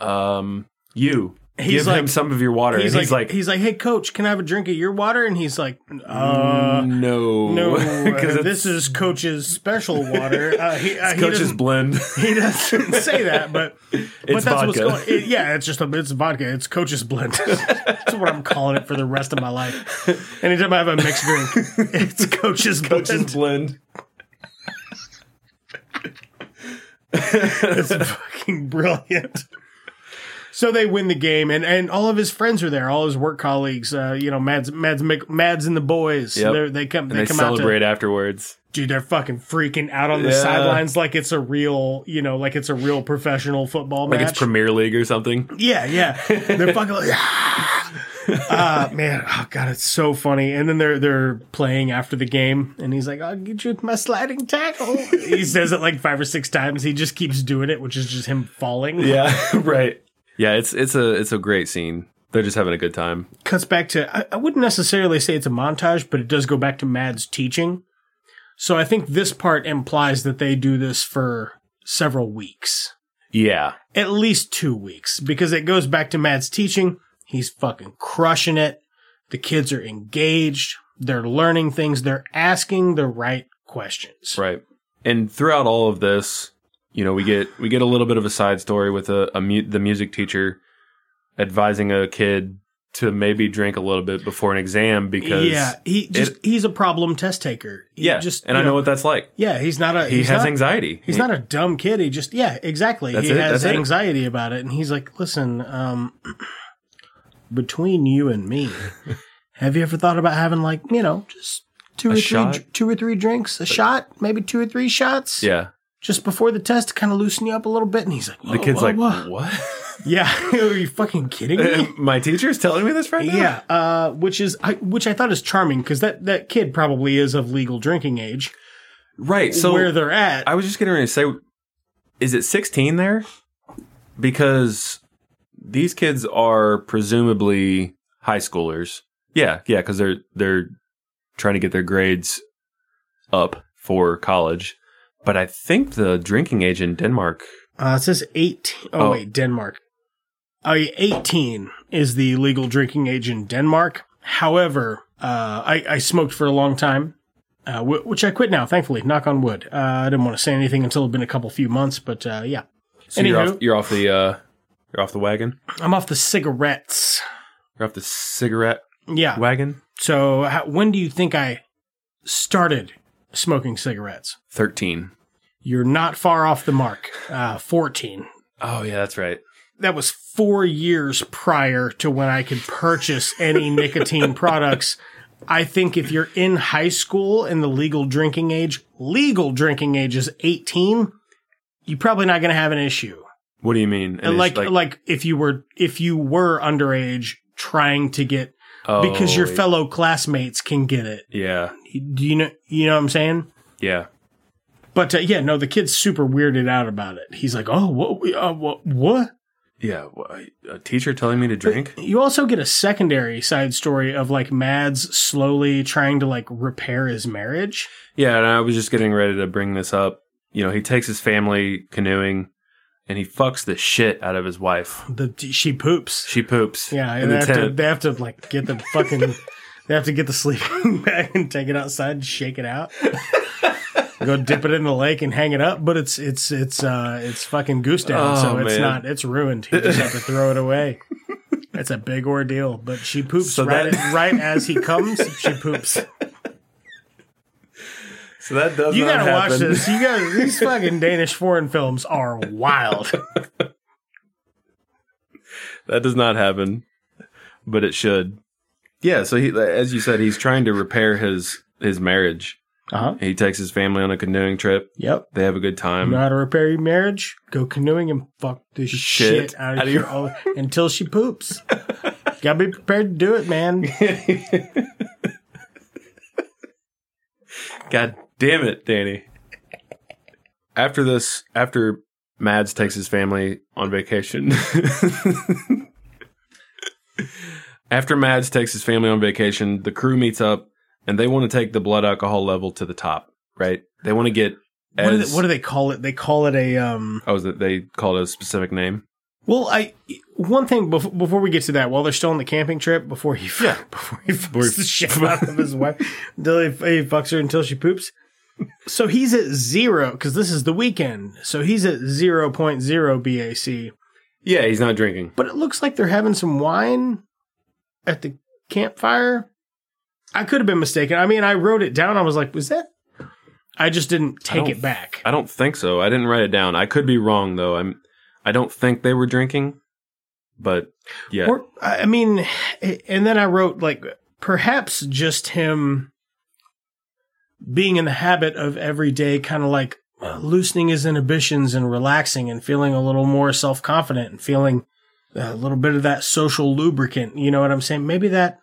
"Um, you He's give him like- some of your water." He's and like, he's like, he's like, hey coach, can I have a drink of your water? And he's like, uh, "No, no, because uh, this is coach's special water. Uh, he, uh, he coach's doesn't- blend." He doesn't say that, but but It's that's what's vodka. going. it- yeah, it's just a it's vodka. It's coach's blend. that's what I'm calling it for the rest of my life. Anytime I have a mixed drink, it's coach's, blend. coach's blend. It's fucking brilliant. So they win the game, and, and all of his friends are there, all his work colleagues. Uh, you know, Mads, Mads, Mc- Mads, and the boys. Yep. They're- They come, And they, they come out to celebrate afterwards. dude, they're fucking freaking out on the Yeah. sidelines like it's a real, you know, like it's a real professional football Like match. it's Premier League or something. yeah, yeah, they're fucking like, ah, uh, man, oh god, it's so funny. And then they're they're playing after the game, and he's like, "I'll get you with my sliding tackle." he says it like five or six times. He just keeps doing it, which is just him falling. Yeah, right. Yeah, it's it's a it's a great scene. They're just having a good time. cuts back to I, I wouldn't necessarily say it's a montage, but it does go back to Mad's teaching. So I think this part implies that they do this for several weeks. Yeah, at least two weeks because it goes back to Matt's teaching. He's fucking crushing it. The kids are engaged. They're learning things. They're asking the right questions. right. And throughout all of this, you know, we get we get a little bit of a side story with a, a mu- the music teacher advising a kid to maybe drink a little bit before an exam because Yeah, he just he's a problem test taker. He yeah, just and you I know, what that's like. Yeah, he's not a He he's has not, anxiety. He's not a dumb kid. He just yeah, exactly. That's he it, has that's it. anxiety about it, and he's like, "Listen, um, between you and me, have you ever thought about having like you know just two A or shot? three two or three drinks, a shot, maybe two or three shots, yeah. just before the test to kind of loosen you up a little bit?" And he's like, The "Whoa, kid's whoa, like, whoa." "Yeah, are you fucking kidding me?" what? My teacher's telling me this right now. Yeah, uh, which is I, which I thought is charming because that, that kid probably is of legal drinking age. right. So where they're at, I was just getting ready to say, is it 16 there? Because these kids are presumably high schoolers. Yeah, yeah, because they're they're trying to get their grades up for college. But I think the drinking age in Denmark. Uh, it says 18. Oh, Oh. wait, Denmark. Uh, 18 is the legal drinking age in Denmark. However, uh, I, I smoked for a long time, uh, w- which I quit now, thankfully, knock on wood. Uh, I didn't want to say anything until it'd been a couple few months, but uh, yeah. So you're Anywho. off, you're off the uh, you're off the wagon. I'm off the cigarettes. You're off the cigarette Yeah. wagon. So how, when do you think I started smoking cigarettes? Thirteen. You're not far off the mark. Uh, 14. Oh yeah, that's right. That was four years prior to when I could purchase any nicotine products. I think if you're in high school and the legal drinking age, legal drinking age is 18, you're probably not going to have an issue. What do you mean? An like, issue- like if you were if you were underage trying to get oh, because your fellow classmates can get it. yeah, Do you know you know what I'm saying? yeah. But uh, yeah, no, the kid's super weirded out about it. He's like, "Oh, what uh, what what?" Yeah, wh- a teacher telling me to drink? You also get a secondary side story of like Mads slowly trying to like repair his marriage. Yeah, and I was just getting ready to bring this up. You know, he takes his family canoeing and he fucks the shit out of his wife. The she poops. She poops. Yeah, in and they have, the to, tent. they have to like get the fucking they have to get the sleeping bag and take it outside and shake it out. Go dip it in the lake and hang it up, but it's it's it's uh it's fucking goose down, Oh, so it's man. not it's ruined. You just have to throw it away. It's a big ordeal, but she poops So right that- right as he comes. She poops. So that does You not gotta watch happen. this. You guys, these fucking Danish foreign films are wild. That does not happen, but it should. Yeah, so he, as you said, he's trying to repair his his marriage. Uh huh. He takes his family on a canoeing trip. Yep. They have a good You time. know how to repair your marriage? Go canoeing and fuck the shit, Shit out of, your until she poops. Gotta be prepared to do it, man. God damn it, Danny. After this, after Mads takes his family on vacation. after Mads takes his family on vacation, the crew meets up and they want to take the blood alcohol level to the top, right? They want to get What do, as they, what do they call it? They call it a um. Oh, is it they called a specific name? Well, I one thing before, before we get to that, while they're still on the camping trip, before he yeah. before he fucks the shit out of his wife, until he, he fucks her until she poops. So he's at zero because this is the weekend. So he's at zero point zero BAC. Yeah, he's not drinking. but it looks like they're having some wine at the campfire. I could have been mistaken. I mean, I wrote it down. I was like, was that? I just didn't take don't- it back. I don't think so. I didn't write it down. I could be wrong though. I'm I don't think they were drinking. But yeah. Or I I mean, and then I wrote like perhaps just him being in the habit of every day kind of like uh, loosening his inhibitions and relaxing and feeling a little more self confident and feeling a little bit of that social lubricant. You know what I'm saying? Maybe that.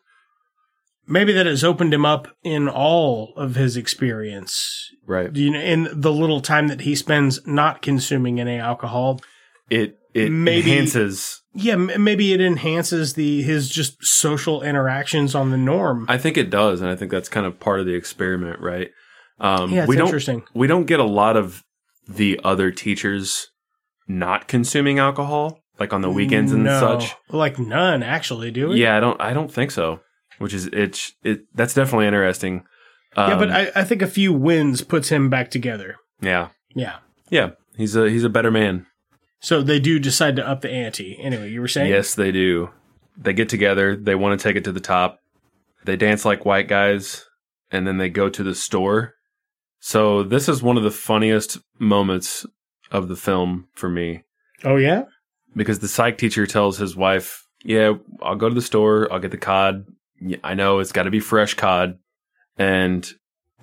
Maybe that has opened him up in all of his experience, right. you know, in the little time that he spends not consuming any alcohol It it Maybe- enhances yeah, m- maybe it enhances the his just social interactions on the norm. I think it does, and I think that's kind of part of the experiment, right? Um Yeah, it's we don't interesting. we don't get a lot of the other teachers not consuming alcohol, like on the weekends and No. such. Like none actually, do we? Yeah, I don't I don't think so. Which is it's it that's definitely interesting. Um, yeah, but I, I think a few wins puts him back together. yeah. Yeah. Yeah. He's a he's a better man. So they do decide to up the ante. Anyway, you were saying Yes, they do. They get together. They want to take it to the top. They dance like white guys, and then they go to the store. So this is one of the funniest moments of the film for me Oh yeah. because the psych teacher tells his wife, "Yeah, I'll go to the store. I'll get the cod. Yeah, I know it's got to be fresh cod." And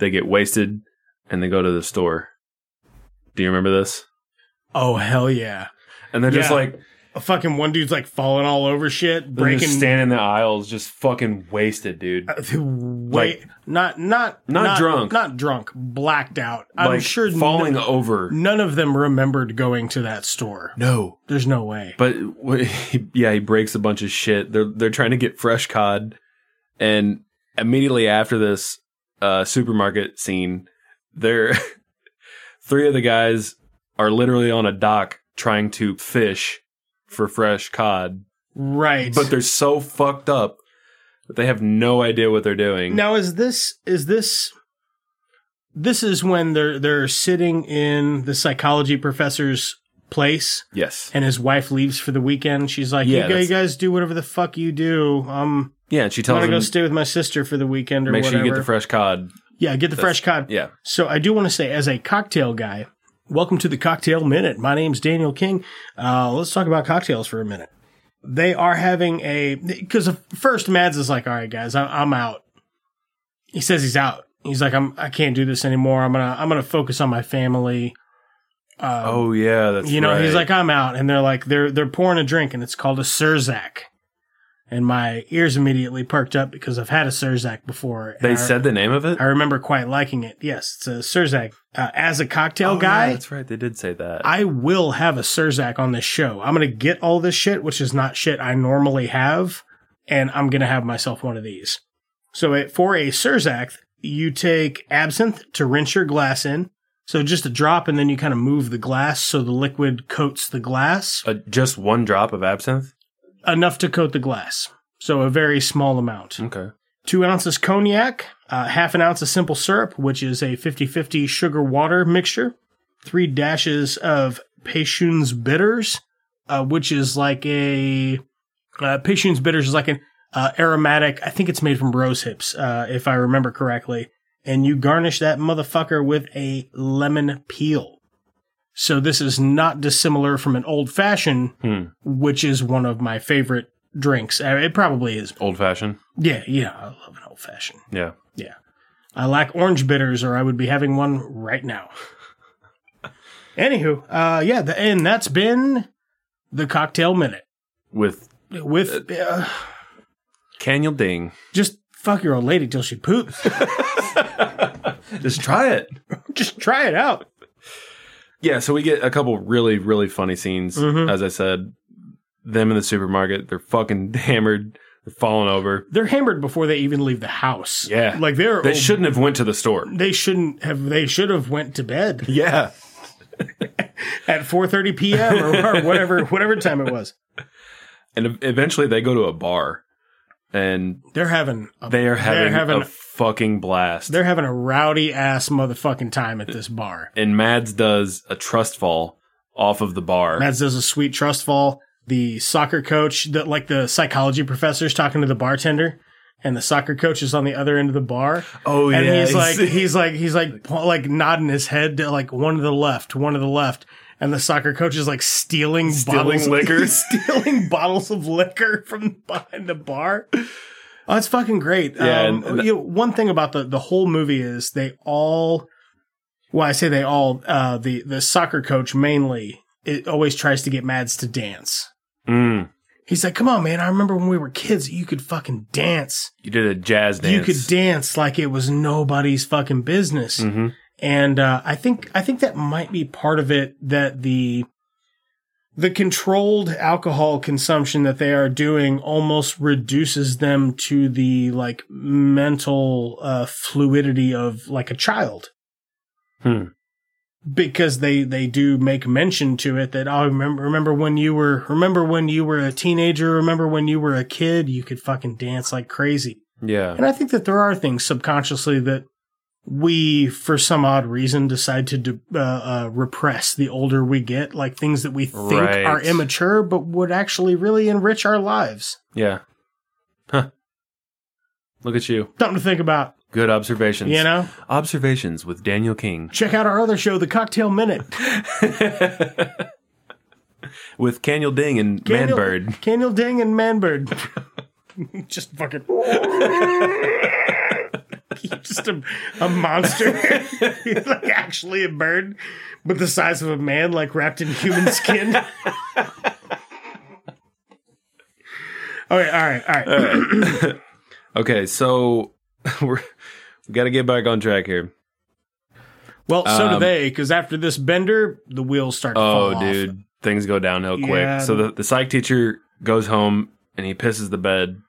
they get wasted, and they go to the store. Do you remember this? Oh hell yeah. And they're just Yeah. like A fucking one dude's like falling all over shit, they're just breaking. standing in the aisles, just fucking wasted, dude. Wait, not, not Not drunk. not drunk, blacked out. I'm like sure falling no- over. none of them remembered going to that store. No, There's no way. but wh- he- yeah, he breaks a bunch of shit. They're they're trying to get fresh cod, and immediately after this uh, supermarket scene, there three of the guys are literally on a dock trying to fish for fresh cod, Right. but they're so fucked up that they have no idea what they're doing. Now is this is this this is when they're they're sitting in the psychology professor's place yes, and his wife leaves for the weekend. She's like, Yeah, you, guys, that's- you guys do whatever the fuck you do. Um yeah, and she I'm tells gonna them go stay with my sister for the weekend or make whatever. sure you get the fresh cod. yeah, get the fresh cod. Yeah, So I do want to say as a cocktail guy, Welcome to the Cocktail Minute. My name's Daniel King. Uh, let's talk about cocktails for a minute. They are having a because first Mads is like, "All right, guys, I, I'm out." He says he's out. He's like, "I'm I can't do this anymore. I'm gonna I'm gonna focus on my family." Uh, oh yeah, that's you know, he's right. like, I'm out, and they're like, they're they're pouring a drink, and it's called a Surzac, and my ears immediately perked up because I've had a Surzac before. and they I- said the name of it. I remember quite liking it. Yes, it's a Surzac. Uh, as a cocktail Oh, yeah, guy, that's right. They did say that. I will have a Surzac on this show. I'm going to get all this shit, which is not shit I normally have, and I'm going to have myself one of these. So it, for a Surzac, you take absinthe to rinse your glass in. So just a drop, and then you kind of move the glass so the liquid coats the glass Uh, just one drop of absinthe. enough to coat the glass. So a very small amount. Okay. Two ounces cognac, uh, half an ounce of simple syrup, which is a 50 50 sugar water mixture, three dashes of Peychaun's bitters, uh, which is like a. Uh, Peychaun's bitters is like an uh, aromatic, I think it's made from rose hips, uh, if I remember correctly. And you garnish that motherfucker with a lemon peel. So this is not dissimilar from an old fashioned, Hmm. which is one of my favorite drinks. Uh, It probably is. Old fashioned. Yeah, yeah, I love an old fashioned. Yeah. I lack orange bitters, or I would be having one right now. Anywho, uh, yeah, the, and that's been the cocktail minute With with uh, Canyon Ding. just fuck your old lady till she poops. Just try it. just try it out. Yeah, so we get a couple really, really funny scenes. Mhm. As I said, them in the supermarket, they're fucking hammered, they're falling over. They're hammered before they even leave the house. Yeah. like they're They shouldn't have went to the store. They shouldn't have. They should have went to bed Yeah. at four thirty p.m. Or, or whatever, whatever time it was. And ev- eventually they go to a bar and They're having a, they are having, they're having a fucking blast. they're having a rowdy ass motherfucking time at this bar. And Mads does a trust fall off of the bar. Mads does a sweet trust fall. The soccer coach, the, like the psychology professor's talking to the bartender, and the soccer coach is on the other end of the bar. oh, and he's like, he's like, he's like, po- like nodding his head to like one to the left, one to the left, and the soccer coach is like stealing, Stealing bottles liquor. He's stealing bottles of liquor from behind the bar. Oh, that's fucking great. Yeah, um, and- you know, one thing about the the whole movie is they all, well, I say they all, uh, the the soccer coach mainly, it always tries to get Mads to dance. Mm, He's like, come on, man! I remember when we were kids, you could fucking dance. you did a jazz dance. You could dance like it was nobody's fucking business. Mhm. And uh, I think I think that might be part of it that the the controlled alcohol consumption that they are doing almost reduces them to the like mental uh, fluidity of like a child. Hmm. Because they they do make mention to it that oh remember remember when you were remember when you were a teenager remember when you were a kid you could fucking dance like crazy. Yeah. And I think that there are things subconsciously that we, for some odd reason, decide to de- uh, uh, repress the older we get, like things that we think Right. are immature but would actually really enrich our lives. Yeah. Huh. Look at you. Something to think about, Good observations. you know? Observations with Daniel King. Check out our other show, The Cocktail Minute. with Canyel Ding and Candle- Manbird. Candle Ding and Manbird. Just fucking. He's Just a, a monster. He's like actually a bird, but the size of a man, like wrapped in human skin. all right, all right, all right. Okay, so we're, we got to get back on track here. well, so do Um, they, because after this bender, the wheels start to fall Oh, off. dude. Things go downhill quick. Yeah. So the, the psych teacher goes home and he pisses the bed.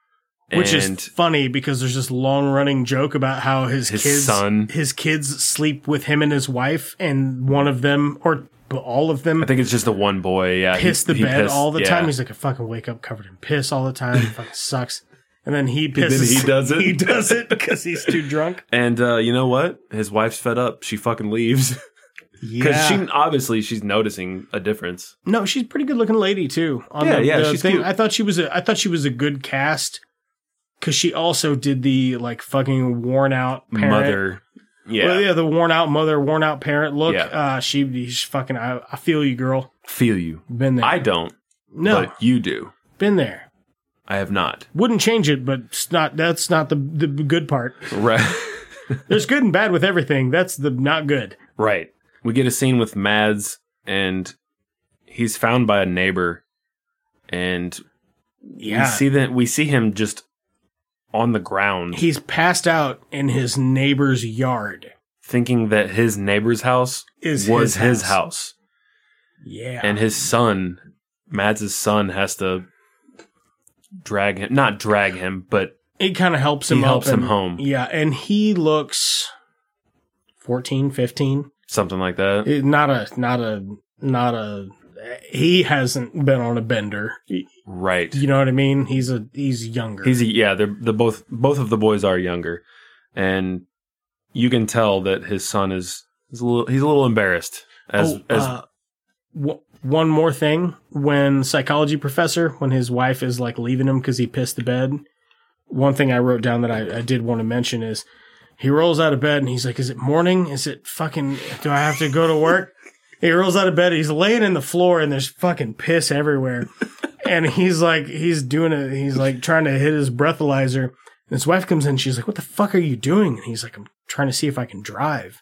Which and is funny because there's this long running joke about how his, His kids, son. his kids sleep with him and his wife, and one of them or all of them I think it's just the one boy. Yeah. he- piss the he bed pissed- all the yeah. time. He's like, I fucking wake up covered in piss all the time. It fucking sucks. And then he then pisses. he does it. He does it because he's too drunk. and uh, you know what? His wife's fed up. She fucking leaves. Because Yeah. she obviously she's noticing a difference. no, she's a pretty good looking lady too. On Yeah, the, yeah, the she's thing. cute. I thought she was a. I thought she was a good cast because she also did the like fucking worn out parent. Mother. Yeah. Well, yeah, the worn out mother, worn out parent look. Yeah. Uh, she, he's fucking. I, I feel you, girl. Feel you. Been there. I don't, no, but you do. been there. I have not. Wouldn't change it, but it's not. That's not the the good part. Right. There's good and bad with everything. That's the not good. Right. We get a scene with Mads, and he's found by a neighbor, and Yeah. we see that we see him just on the ground, he's passed out in his neighbor's yard. thinking that his neighbor's house Is was his his, house. house, Yeah. and his son, Mads' son, has to drag him, not drag him, but it kind of helps him He up helps him and- home. Yeah, and he looks 14, 15. something like that. It- Not a not a not a he hasn't been on a bender. right. You know what I mean? He's a he's younger. He's yeah, they're the both both of the boys are younger, and you can tell that his son is, is a little he's a little embarrassed as Oh, as uh, w- one more thing, when psychology professor, when his wife is like leaving him because he pissed the bed, one thing I wrote down that I, I did want to mention is he rolls out of bed and he's like, "Is it morning? Is it fucking? Do I have to go to work?" he rolls out of bed. He's laying in the floor and there's fucking piss everywhere, and he's like, he's doing it. He's like trying to hit his breathalyzer. And his wife comes in. She's like, "What the fuck are you doing?" And he's like, "I'm trying to see if I can drive."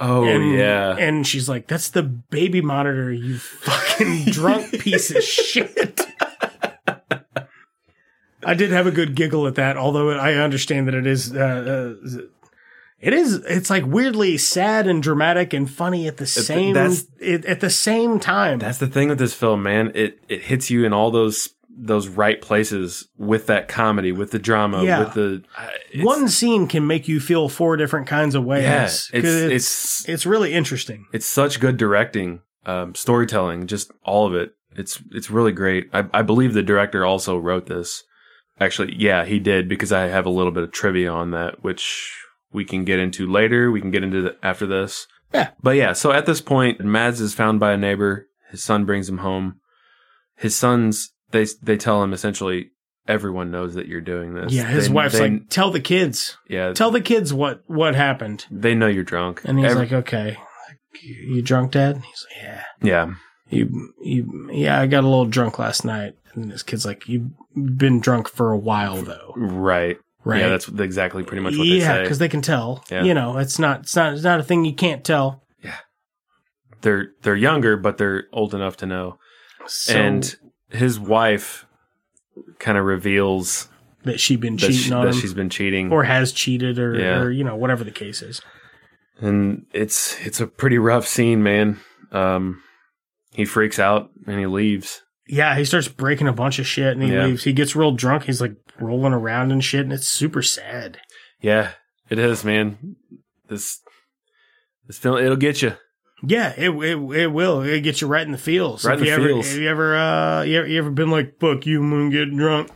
oh and, yeah, And she's like, that's the baby monitor, you fucking drunk piece of shit. I did have a good giggle at that, although I understand that it is, uh, uh, it is, it's like weirdly sad and dramatic and funny at the same, that's- it, at the same time. that's the thing with this film, man. It it hits you in all those those right places with that comedy, with the drama, Yeah. with the I- it's- One scene can make you feel four different kinds of ways. Yeah, 'cause it's- it's it's- it's really interesting. It's such good directing, um, storytelling, just all of it. It's it's really great. I, I believe the director also wrote this. Actually, yeah, he did because I have a little bit of trivia on that, which we can get into later. We can get into the, after this. Yeah. But yeah, so at this point, Mads is found by a neighbor. His son brings him home. His sons they they tell him essentially everyone knows that you're doing this. Yeah, his They- wife's they- like, tell the kids, yeah, tell the kids what what happened. they know you're drunk. And he's Every- like, okay, Like, you drunk, Dad? He's like, yeah. yeah, You, you, yeah, I got a little drunk last night. And this kid's like, you've been drunk for a while, though. right, Right. Yeah, that's exactly pretty much what yeah, they say. because they can tell. Yeah. You know, it's not, it's not, it's not a thing you can't tell. they're they're younger, but they're old enough to know. So and his wife kind of reveals that she'd been that, cheating she, on that him, she's been cheating, or has cheated, or, Yeah. or you know, whatever the case is. and it's it's a pretty rough scene, man. Um, he freaks out and he leaves. Yeah, he starts breaking a bunch of shit, and he Yeah. leaves. He gets real drunk. He's like rolling around and shit, and it's super sad. Yeah, it is, man. This this film it'll get you. Yeah, it, it it will. It gets you right in the feels. Right if in you the ever, feels. Have you ever uh you ever, you ever been like, "Fuck you, moon, getting drunk."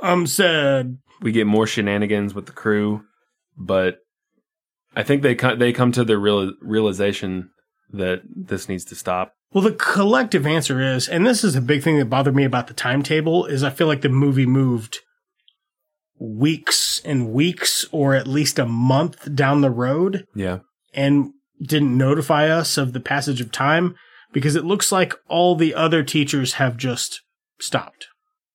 I'm sad. We get more shenanigans with the crew, but I think they co- they come to the real realization that this needs to stop. Well, the collective answer is, and this is a big thing that bothered me about the timetable is I feel like the movie moved weeks and weeks, or at least a month down the road, Yeah, and didn't notify us of the passage of time because it looks like all the other teachers have just stopped.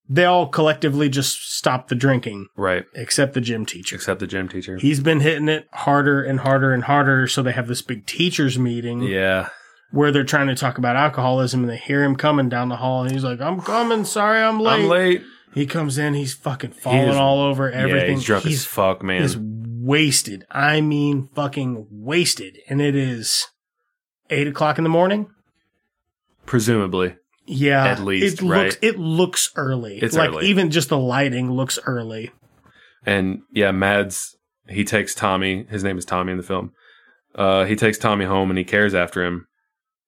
They all collectively just stopped the drinking. right. except the gym teacher. Except the gym teacher. He's been hitting it harder and harder and harder. So they have this big teachers meeting Yeah. where they're trying to talk about alcoholism and they hear him coming down the hall and he's like, I'm coming. Sorry, I'm late. I'm late. He comes in. He's fucking falling is- all over everything. Yeah, he's drunk as fuck, man. is wasted. I mean, fucking wasted. And it is eight o'clock in the morning. Presumably. Yeah. At least, it looks, right? it looks early. It's like early. even just the lighting looks early. And yeah, Mads, he takes Tommy, his name is Tommy in the film. Uh, he takes Tommy home and he cares after him.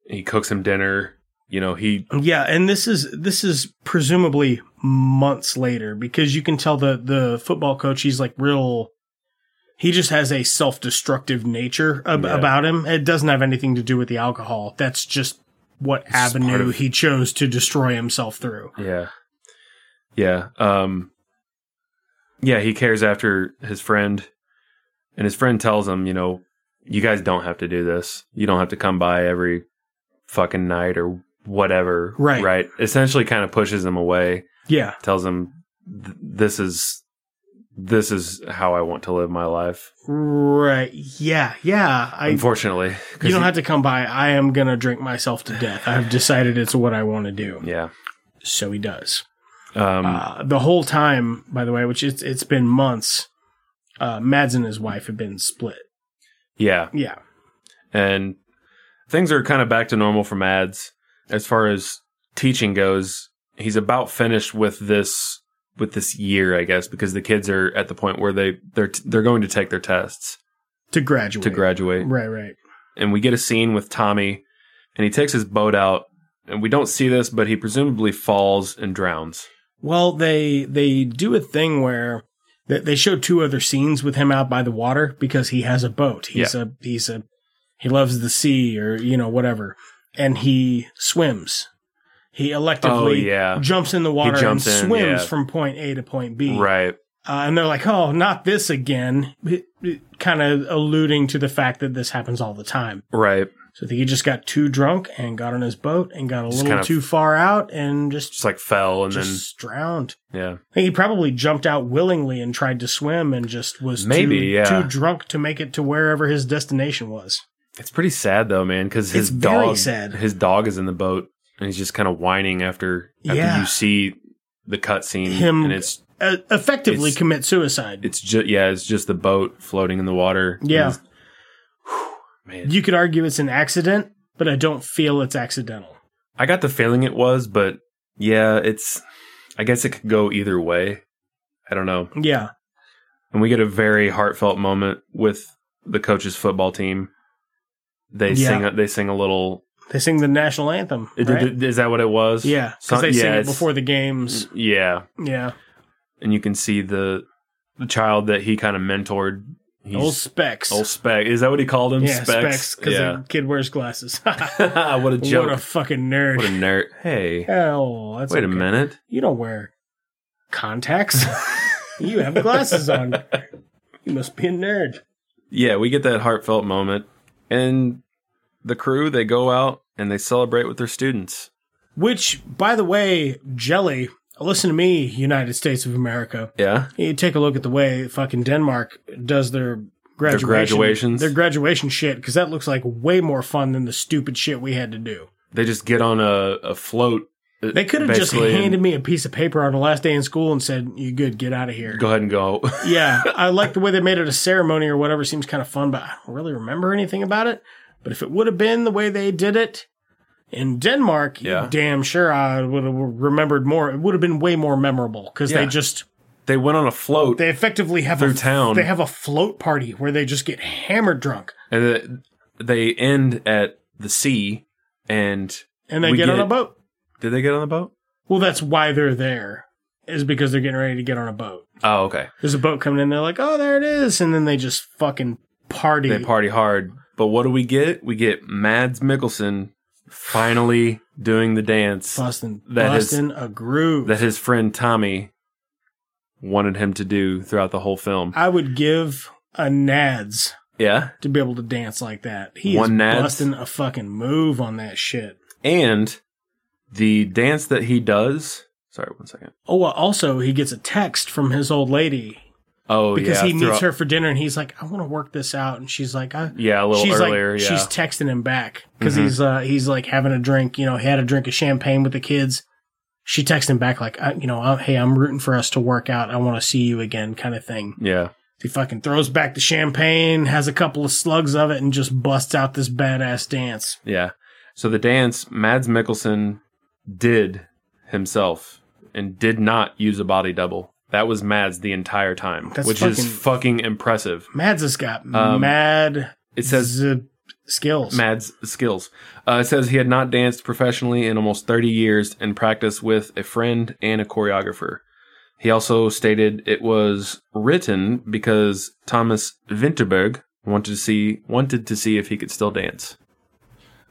He cooks him dinner. You know, he, Yeah, and this is this is presumably months later because you can tell the the football coach he's like real he just has a self-destructive nature ab- Yeah. about him. It doesn't have anything to do with the alcohol. That's just what just part avenue of- he chose to destroy himself through. yeah. Yeah. Um, yeah, he cares after his friend. And his friend tells him, you know, you guys don't have to do this. You don't have to come by every fucking night or whatever. Right. Right. Essentially kind of pushes him away, Yeah. tells him "Th- this is this is how I want to live my life. Right. Yeah. Yeah. I. Unfortunately, 'cause You don't he- have to come by. I am gonna drink myself to death. I've decided it's what I want to do. yeah. So he does. Um, Uh, the whole time, by the way, which it's it's been months. Uh, Mads and his wife have been split. yeah. Yeah. and things are kind of back to normal for Mads as far as teaching goes. He's about finished with this with this year, I guess, because the kids are at the point where they they're they're going to take their tests To graduate. to graduate. Right. Right. And we get a scene with Tommy, and he takes his boat out, and we don't see this, but he presumably falls and drowns. Well, they they do a thing where they, they show two other scenes with him out by the water because he has a boat. He's a he's a he loves the sea or you know whatever, and he swims. He electively Oh, yeah. jumps in the water and jumps in, swims yeah. from point A to point B. Right. Uh, and they're like, "Oh, not this again," kind of alluding to the fact that this happens all the time. Right. So I think he just got too drunk and got on his boat and got a little kind of- too far out and Just like fell and just drowned. then yeah. I think he probably jumped out willingly and tried to swim and just was Maybe, too, yeah. too drunk to make it to wherever his destination was. It's pretty sad though, man, because his It's very dog, sad. his dog is in the boat, and he's just kind of whining after after Yeah. you see the cutscene, Him- and it's Uh, effectively It's- commit suicide. it's just yeah, it's just the boat floating in the water. yeah. And man. You could argue it's an accident, but I don't feel it's accidental. I got the feeling it was, but yeah, it's. I guess it could go either way. I don't know. Yeah. And we get a very heartfelt moment with the coach's football team. They Yeah. sing. A, they sing a little. They sing the national anthem. Is right? that what it was? yeah. Because Some- they yeah, sing it it's- before the games. Yeah. Yeah. and you can see the the child that he kind of mentored. He's old Specs. old Spec. Is that what he called him? yeah, Specs. Because Yeah. the kid wears glasses. what a joke. What a fucking nerd. nerd. Hey, Hell, that's wait a okay. minute. You don't wear contacts. you have glasses on. You must be a nerd. Yeah, we get that heartfelt moment, and the crew they go out and they celebrate with their students. Which, by the way, Jelly, listen to me, United States of America. Yeah, You take a look at the way fucking Denmark does their graduation, graduations. their graduation shit, because that looks like way more fun than the stupid shit we had to do. they just get on a, a float. uh, They could have just basically, and handed me a piece of paper on the last day in school and said, "You good? Get out of here." Go ahead and go. yeah, I like the way they made it a ceremony or whatever. Seems kind of fun, but I don't really remember anything about it. But if it would have been the way they did it in Denmark, Yeah. damn sure I would have remembered more. It would have been way more memorable because Yeah. they just they went on a float, they effectively have Through a, town. They have a float party where they just get hammered drunk and they, they end at the sea. And and they We get, on get- a boat. did they get on the boat? Well, that's why they're there is because they're getting ready to get on a boat. Oh, okay. There's a boat coming in. They're like, oh, there it is, and then they just fucking party. They party hard. But what do we get? We get Mads Mikkelsen finally doing the dance Busting, That is- busting a groove. that his friend Tommy wanted him to do throughout the whole film. I would give a nads Yeah. to be able to dance like that. He One is nads? busting a fucking move on that shit. And the dance that he does. Sorry, one second. Oh, well, also he gets a text from his old lady Oh, because yeah. he meets throughout- her for dinner, and he's like, "I want to work this out," and she's like, "I." Yeah, a little she's earlier. like, yeah. Mm-hmm. she's texting him back because he's uh, he's like having a drink. You know, he had a drink of champagne with the kids. She texts him back like, I, you know, I, hey, I'm rooting for us to work out. I want to see you again, kind of thing. yeah. He fucking throws back the champagne, has a couple of slugs of it, and just busts out this badass dance. Yeah. So the dance Mads Mikkelsen did himself and did not use a body double. That was Mads the entire time, That's which is fucking impressive. Mads has got Um, mad It says z- skills. Mad's skills. Uh, it says he had not danced professionally in almost 30 years and practiced with a friend and a choreographer. He also stated it was written because Thomas Vinterberg wanted to see wanted to see if he could still dance.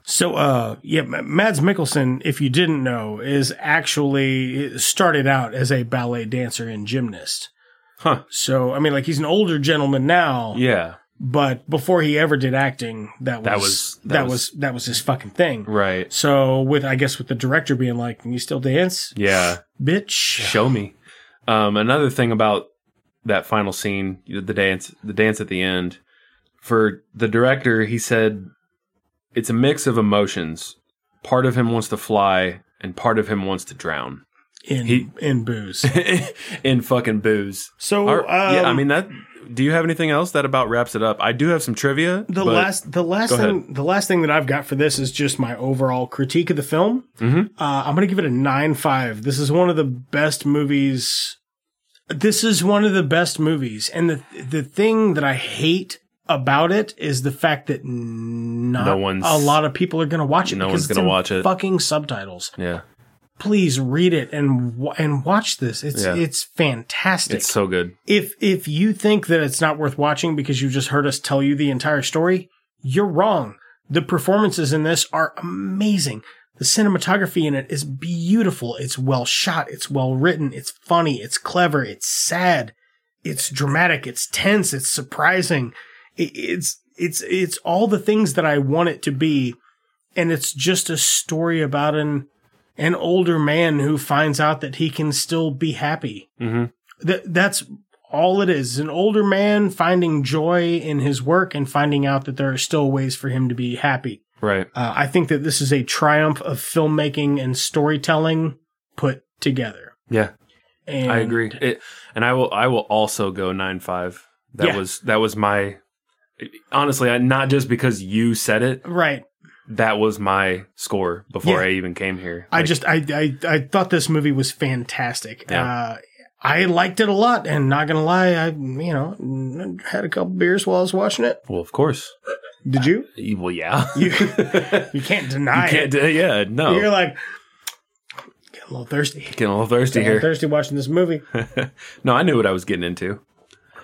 So, uh, yeah, M- Mads Mikkelsen, if you didn't know, is actually started out as a ballet dancer and gymnast. Huh. So I mean, like he's an older gentleman now, Yeah. but before he ever did acting, that was that was that, was, that was his fucking thing. Right. So with I guess with the director being like, "Can you still dance, Yeah. bitch?" Show me. Um, another thing about that final scene, the dance, the dance at the end. For the director, he said it's a mix of emotions. Part of him wants to fly, and part of him wants to drown In He- in booze. in fucking booze. So Or- yeah, I um, mean that. Do you have anything else that about wraps it up? I do have some trivia. the but- last the last go ahead. thing the last thing that I've got for this is just my overall critique of the film. Mhm. Uh, I'm gonna give it a nine five. This is one of the best movies. This is one of the best movies, and the the thing that I hate about it is the fact that not No one's- a lot of people are gonna watch it. No because one's it's gonna in watch it. Fucking subtitles. yeah, Please read it and wa- and watch this. It's Yeah. it's fantastic it's so good. if if you think that it's not worth watching because you just heard us tell you the entire story, you're wrong. The performances in this are amazing. The cinematography in it is beautiful. It's well shot. It's well written. It's funny. It's clever. It's sad. It's dramatic. It's tense. It's surprising. I- It's it's it's all the things that I want it to be, and it's just a story about an an older man who finds out that he can still be happy hmm that that's all it is an older man finding joy in his work and finding out that there are still ways for him to be happy Right. uh, i think that this is a triumph of filmmaking and storytelling put together Yeah, and I agree. It, and I will. I will also go nine five. That Yeah. was that was my. Honestly, I, not just because you said it. right That was my score before Yeah. I even came here. i Like, just I, I i thought this movie was fantastic Yeah. uh I liked it a lot, and not gonna lie, I you know had a couple beers while I was watching it. Well, of course. Did you? You- Well, yeah. You, you you can't deny can't. do- Yeah. No. it. You're like get a little thirsty. Getting a little thirsty Getting a little here. thirsty watching this movie. No, I knew what I was getting into.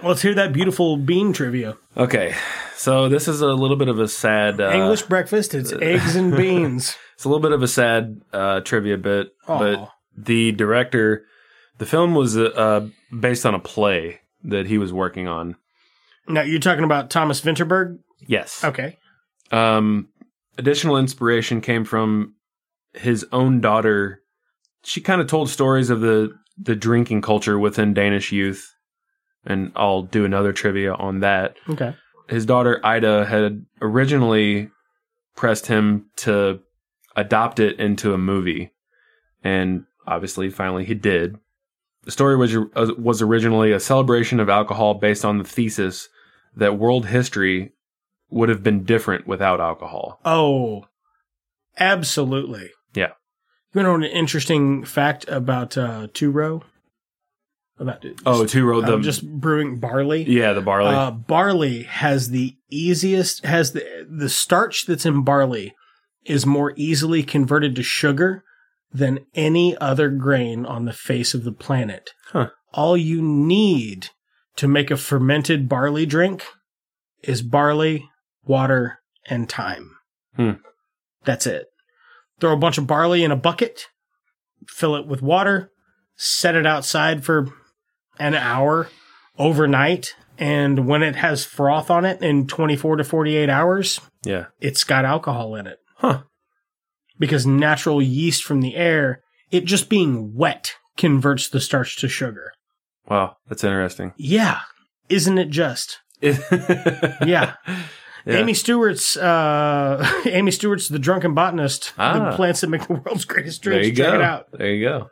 Well, Let's hear that beautiful bean trivia. Okay, so this is a little bit of a sad. Uh, English breakfast, it's eggs and beans. It's a little bit of a sad uh, trivia bit, Aw. but the director, the film was uh, uh, based on a play that he was working on. Now, you're talking about Thomas Vinterberg? Yes. Okay. Um, additional inspiration came from his own daughter. She kind of told stories of the the drinking culture within Danish youth, and I'll do another trivia on that. Okay. his daughter Ida had originally pressed him to adopt it into a movie, and obviously, finally, he did. The story was uh, was originally a celebration of alcohol based on the thesis that world history would have been different without alcohol. Oh, absolutely. Yeah. You know an interesting fact about uh, Two Row? About Oh, two road uh, the just brewing barley. yeah the barley. Uh, barley has the easiest has the the starch that's in barley is more easily converted to sugar than any other grain on the face of the planet. Huh. All you need to make a fermented barley drink is barley, water, and thyme. Hmm. That's it. Throw a bunch of barley in a bucket, fill it with water, set it outside for an hour overnight. And when it has froth on it in 24 to 48 hours, yeah, it's got alcohol in it. Huh. Because natural yeast from the air, it just being wet converts the starch to sugar. wow, that's interesting. Yeah. Isn't it just? yeah, Amy Stewart's uh, Amy Stewart's The Drunken Botanist, Ah. the plants that make the world's greatest There drinks. you go. Check it out. There you go.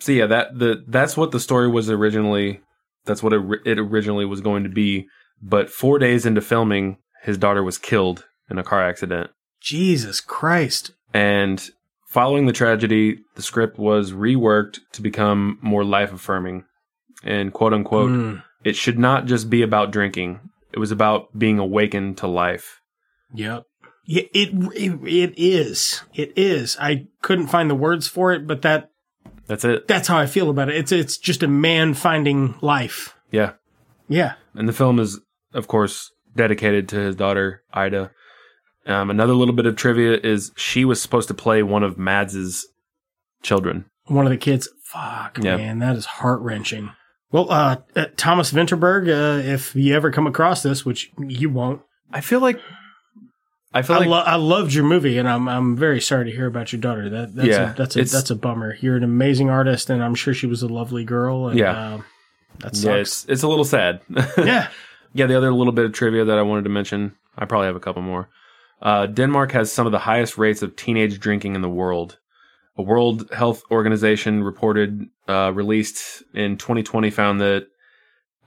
So yeah, that the that's what the story was originally. That's what it, ri- it originally was going to be. But four days into filming, his daughter was killed in a car accident. Jesus Christ. And following the tragedy, the script was reworked to become more life affirming. And quote unquote, Mm. it should not just be about drinking. It was about being awakened to life. Yep. Yeah, it, it it is. It is. I couldn't find the words for it, but that That's it. that's how I feel about it. It's it's just a man finding life. Yeah. Yeah. And the film is, of course, dedicated to his daughter, Ida. Um, another little bit of trivia is she was supposed to play one of Mads's children. One of the kids. Fuck, Yeah. man, that is heart wrenching. Well, uh, uh, Thomas Vinterberg, uh, if you ever come across this, which you won't, I feel like I feel I, like lo- I loved your movie, and I'm I'm very sorry to hear about your daughter. That that's Yeah, a, that's a it's- that's a bummer. You're an amazing artist, and I'm sure she was a lovely girl. And, Yeah. um, that yeah, sucks. it's, it's a little sad. Yeah, Yeah, the other little bit of trivia that I wanted to mention, I probably have a couple more. Uh, Denmark has some of the highest rates of teenage drinking in the world. A World Health Organization reported uh, released in 2020 found that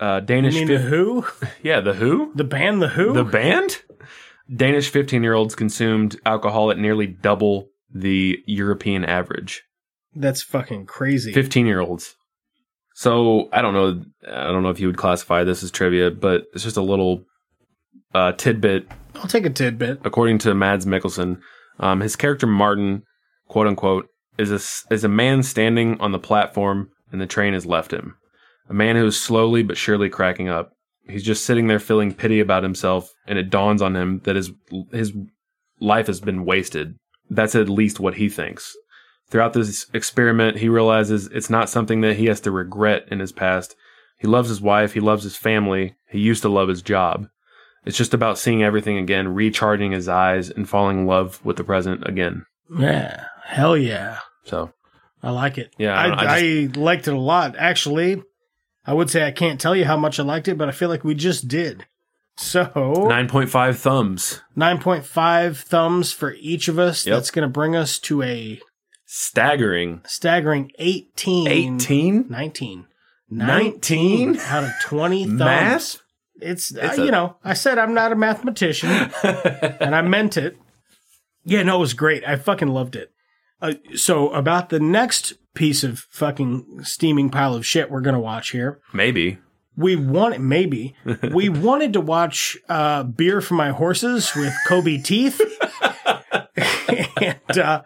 uh, you Danish mean the Who, yeah the Who the band, the Who, the band Danish 15 year olds consumed alcohol at nearly double the European average. that's fucking crazy. 15 year olds. So I don't know. I don't know if you would classify this as trivia, but it's just a little uh, tidbit I'll take a tidbit. according to Mads Mikkelsen, um, his character Martin, quote unquote, is a s- is a man standing on the platform and the train has left him. A man who is slowly but surely cracking up. He's just sitting there feeling pity about himself, and it dawns on him that his his life has been wasted. That's at least what he thinks. Throughout this experiment, he realizes it's not something that he has to regret in his past. He loves his wife, he loves his family, he used to love his job. It's just about seeing everything again, recharging his eyes, and falling in love with the present again. Yeah, hell yeah. So, I like it. Yeah, I I, don't- I, I liked it a lot. Actually, I would say I can't tell you how much I liked it, but I feel like we just did. So 9.5 thumbs. nine point five thumbs for each of us. Yep. That's going to bring us to a Staggering. staggering 18, 18? 19, 19? 19 out of twenty thumbs. Math? It's, It's uh, a- you know, I said I'm not a mathematician, and I meant it. Yeah, no, it was great. I fucking loved it. Uh, so about the next piece of fucking steaming pile of shit we're gonna watch here, Maybe. we wanted maybe we wanted to watch uh, Beer for My Horses with Kobe Teeth, and uh,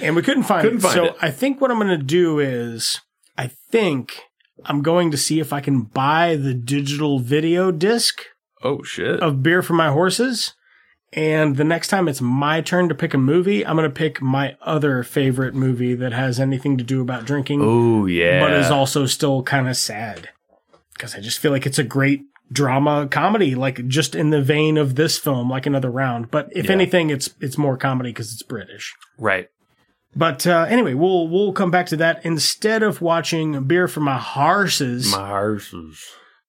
and we couldn't find Couldn't it. find so it. I think what I'm gonna do is I think I'm going to see if I can buy the digital video disc Oh, shit. of beer for my horses. And the next time it's my turn to pick a movie, I'm going to pick my other favorite movie that has anything to do about drinking, Oh, yeah. but is also still kind of sad. Because I just feel like it's a great drama comedy, like just in the vein of this film, like another round. But if Yeah. anything, it's it's more comedy because it's British. right. But uh, anyway, we'll we'll come back to that instead of watching Beer for My Horses. My horses.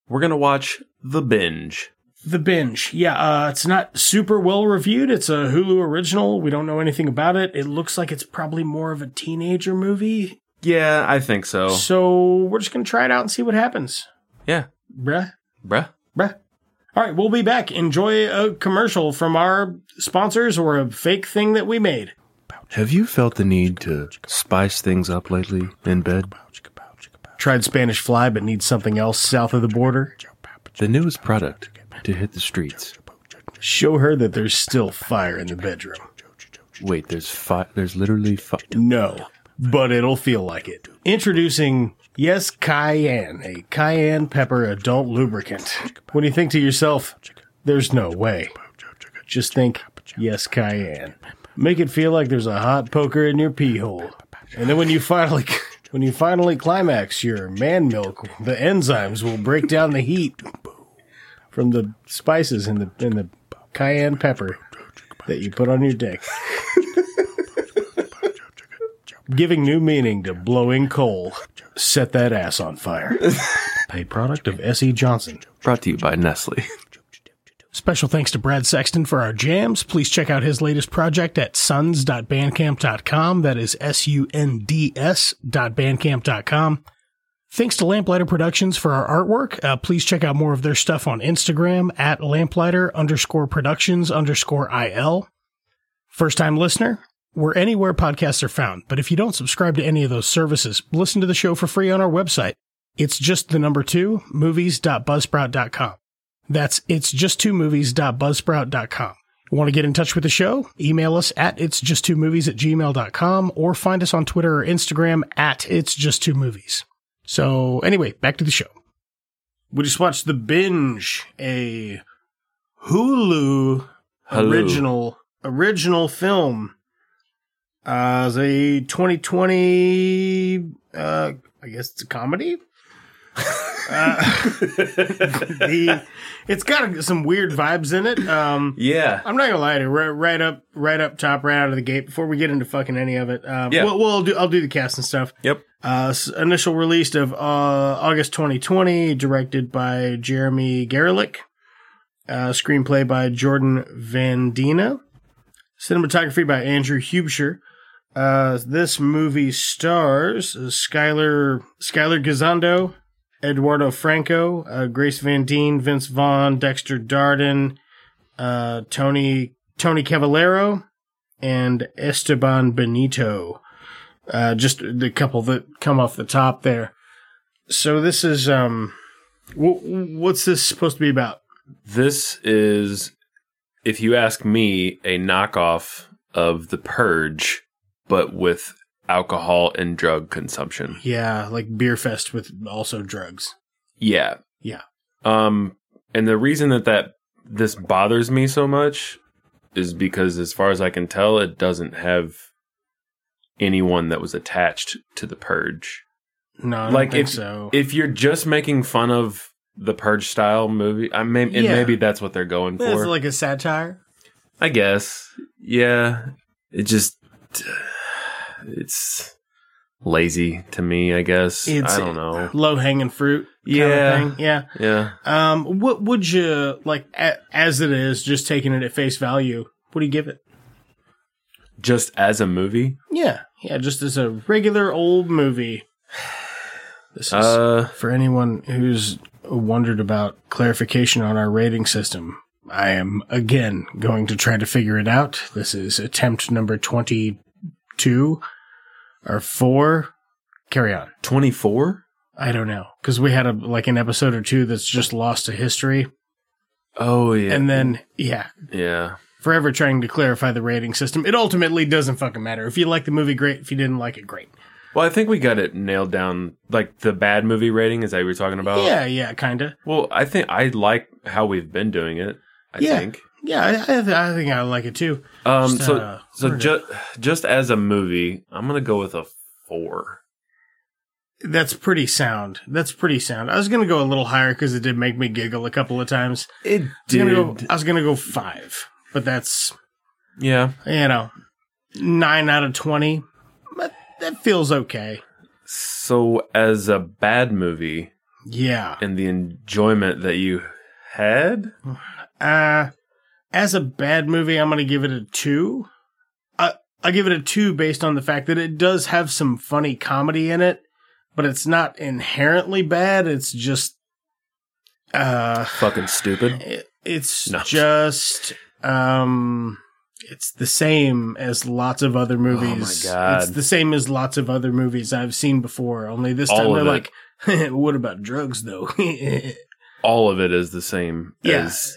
We're going to watch The Binge. The Binge. Yeah, uh, it's not super well reviewed. It's a Hulu original. We don't know anything about it. It looks like it's probably more of a teenager movie. Yeah, I think so. So we're just going to try it out and see what happens. Yeah. Bruh. Bruh. Bruh. All right, we'll be back. Enjoy a commercial from our sponsors or a fake thing that we made. Have you felt the need to spice things up lately in bed? Tried Spanish Fly, but needs something else south of the border. The newest product to hit the streets. Show her that there's still fire in the bedroom. Wait, there's fi- there's literally fi- No, but it'll feel like it. Introducing Yes Cayenne, a cayenne pepper adult lubricant. When you think to yourself, there's no way, just think Yes Cayenne. Make it feel like there's a hot poker in your pee hole. And then when you finally when you finally climax your man milk, the enzymes will break down the heat from the spices in the in the cayenne pepper that you put on your dick giving new meaning to blowing coal. Set that ass on fire. A product of S.E. Johnson. brought to you by Nestle. Special thanks to Brad Sexton for our jams. Please check out his latest project at suns.bandcamp.com. That is S U N D S dot bandcamp.com. Thanks to Lamplighter Productions for our artwork. Uh, please check out more of their stuff on Instagram at lamplighter underscore productions underscore IL. First time listener, we're anywhere podcasts are found, but if you don't subscribe to any of those services, listen to the show for free on our website. It's just the number two, movies.buzzsprout.com. That's it's just two movies.buzzsprout.com. Want to get in touch with the show? Email us at it's just two movies at gmail.com or find us on Twitter or Instagram at it's just two movies. So anyway, back to the show. We just watched The Binge, a Hulu Hello. original original film. Uh it's a 2020 uh I guess it's a comedy. the it's got some weird vibes in it. Um, Yeah. I'm not gonna lie to you, right, right up, right up top, right out of the gate. Before we get into fucking any of it, um, Yeah. we'll, we'll do. I'll do the cast and stuff. Yep. Uh, s- initial release of uh, August 2020, directed by Jeremy Gerlich. Uh, screenplay by Jordan Vandina. Cinematography by Andrew Hubsher. Uh, this movie stars Skylar Skylar Gazondo, Eduardo Franco, uh, Grace Van Deen, Vince Vaughn, Dexter Darden, uh, Tony Tony Cavallero, and Esteban Benito uh, just the couple that come off the top there. So this is um, wh- what's this supposed to be about? This is, if you ask me, a knockoff of The Purge, but with alcohol and drug consumption. Yeah, like beer fest with also drugs. Yeah. Yeah. Um, and the reason that that this bothers me so much is because, as far as I can tell, it doesn't have anyone that was attached to the purge. No, I don't Like, think if- so. If you're just making fun of the purge style movie, I may, and Yeah. maybe that's what they're going It's for. like a satire. I guess. Yeah. It just it's lazy to me, I guess. It's- I don't know. Low hanging fruit. kind of Yeah. thing. yeah. Yeah. Um, what would you like a, as it is, just taking it at face value? What do you give it? Just as a movie? Yeah, yeah, just as a regular old movie. This is Uh For anyone who's wondered about clarification on our rating system, I am again going to try to figure it out. This is attempt number 22 or 4. Carry on. 24? I don't know. Because we had a like an episode or two that's just lost to history. Oh yeah. And then, yeah, yeah. forever trying to clarify the rating system. It ultimately doesn't fucking matter. If you like the movie, great. If you didn't like it, great. Well, I think we got it nailed down. Like the bad movie rating is that what you're talking about? Yeah, yeah, kind of. Well, I think I like how we've been doing it. I Yeah. think. Yeah, I, I, th- I think I like it too. Um. Just, so uh, so word. just just as a movie, I'm gonna go with a four. That's pretty sound. That's pretty sound. I was gonna go a little higher because it did make me giggle a couple of times. It I was, gonna go, I was gonna go five, but that's Yeah. you know nine out of twenty. But that feels okay. So, as a bad movie Yeah. and the enjoyment that you had, Uh, as a bad movie, I'm gonna give it a two. I I give it a two based on the fact that it does have some funny comedy in it, but it's not inherently bad. It's just uh fucking stupid. It, it's No. just um it's the same as lots of other movies. Oh God. It's the same as lots of other movies I've seen before, only this time All they're of like, what about drugs though? as All of it is the same Yeah, as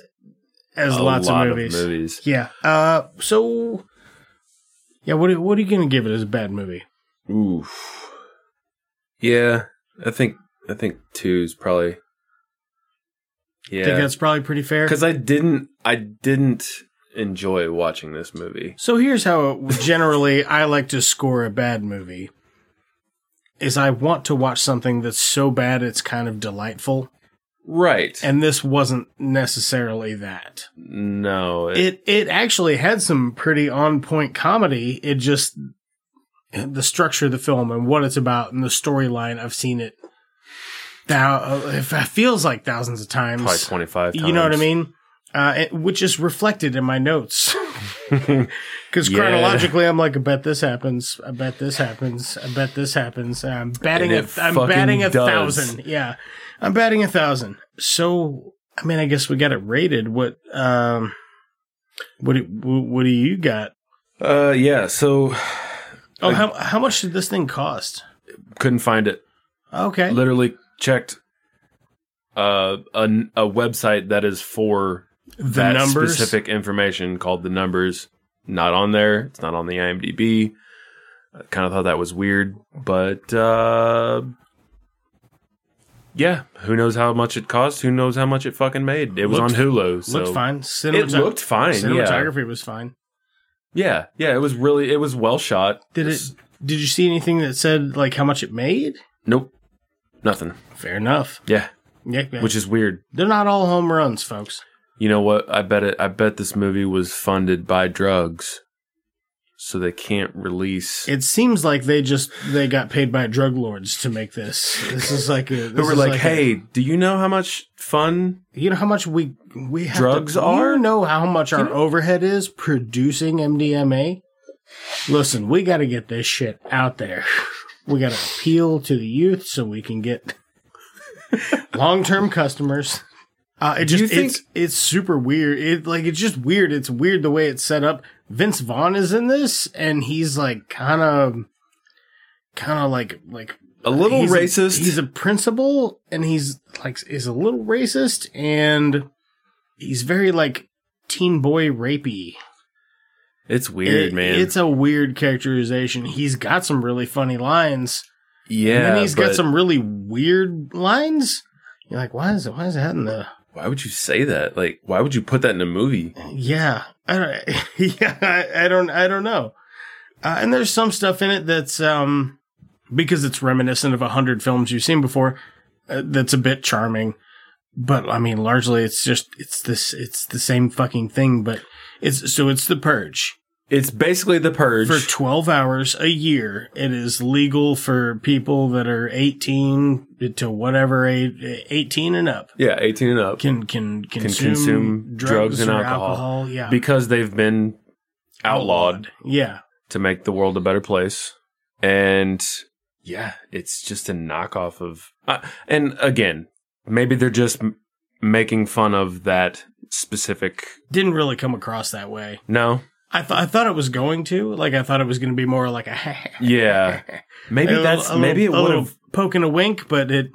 a lots lot of movies. of movies. Yeah. Uh so yeah, what are- what are you going to give it as a bad movie? Oof. Yeah, I think I think two is probably. I think Yeah, that's probably pretty fair. because I didn't I didn't enjoy watching this movie. So here's how generally I like to score a bad movie is I want to watch something that's so bad it's kind of delightful. Right? and this wasn't necessarily that. no, it, It it actually had some pretty on point comedy. It just the structure of the film and what it's about and the storyline. I've seen it. Thou, uh, it feels like thousands of times. probably twenty five. You know what I mean? Uh, it- which is reflected in my notes. Because Yeah. chronologically, I'm like, I bet this happens. I bet this happens. I bet this happens. And I'm batting. And A, it I'm fucking batting a does. thousand. Yeah, I'm batting a thousand. So, I mean, I guess we got it rated. What? Um, what? Do, what do you got? Uh, yeah. So Oh, how how much did this thing cost? couldn't find it. Okay, literally checked uh, a, a website that is for that specific information called the numbers. Not on there. It's not on the IMDb. I kind of thought that was weird, but uh, yeah, who knows how much it cost? Who knows how much it fucking made? It was Looked- on Hulu. So. looked fine. It Cinematogra- looked fine. Yeah, Cinematography was fine. yeah, yeah. It was really, it was well shot. Did it? Did you see anything that said like how much it made? Nope, nothing. Fair enough. Yeah, Yeah, yeah. which is weird. They're not all home runs, folks. You know what? I bet it. I bet this movie was funded by drugs, so they can't release. It seems like they just they got paid by drug lords to make this. This is like a, But this we're is like, a- hey, do you know how much fun? you know how much we we have Drugs to, are? You know how much our overhead is producing MDMA. Listen, we got to get this shit out there. We got to appeal to the youth so we can get long term customers. Uh, it you just think- it's it's super weird. It like it's just weird. It's weird the way it's set up. Vince Vaughn is in this, and he's like kind of, kind of like like A little he's racist. A, he's a principal, and he's like is a little racist, and he's very like teen boy rapey. it's It- weird, man. It's a weird characterization. He's got some really funny lines, yeah, and then he's got but some really weird lines. You're like, why is it? Why is that in the? Why would you say that? Like, why would you put that in a movie? Yeah, I don't. Yeah, I, I don't. I don't know. Uh, and there's some stuff in it that's um because it's reminiscent of a hundred films you've seen before. Uh, that's a bit charming, but I mean, largely it's just it's this it's the same fucking thing. But it's so it's the purge. It's basically the purge. For 12 hours a year, it is legal for people that are 18 to whatever age, 18 and up yeah, eighteen and up can, can, can consume, consume drugs, and or alcohol, Yeah. because they've been outlawed. Yeah. to make the world a better place. And yeah, it's just a knockoff of. Uh, and again, maybe they're just m- making fun of that specific. Didn't really come across that way. No, I thought, I thought it was going to, like, I thought it was going to be more like a, yeah, maybe a that's little- maybe it a little would have. poke and a wink, but it,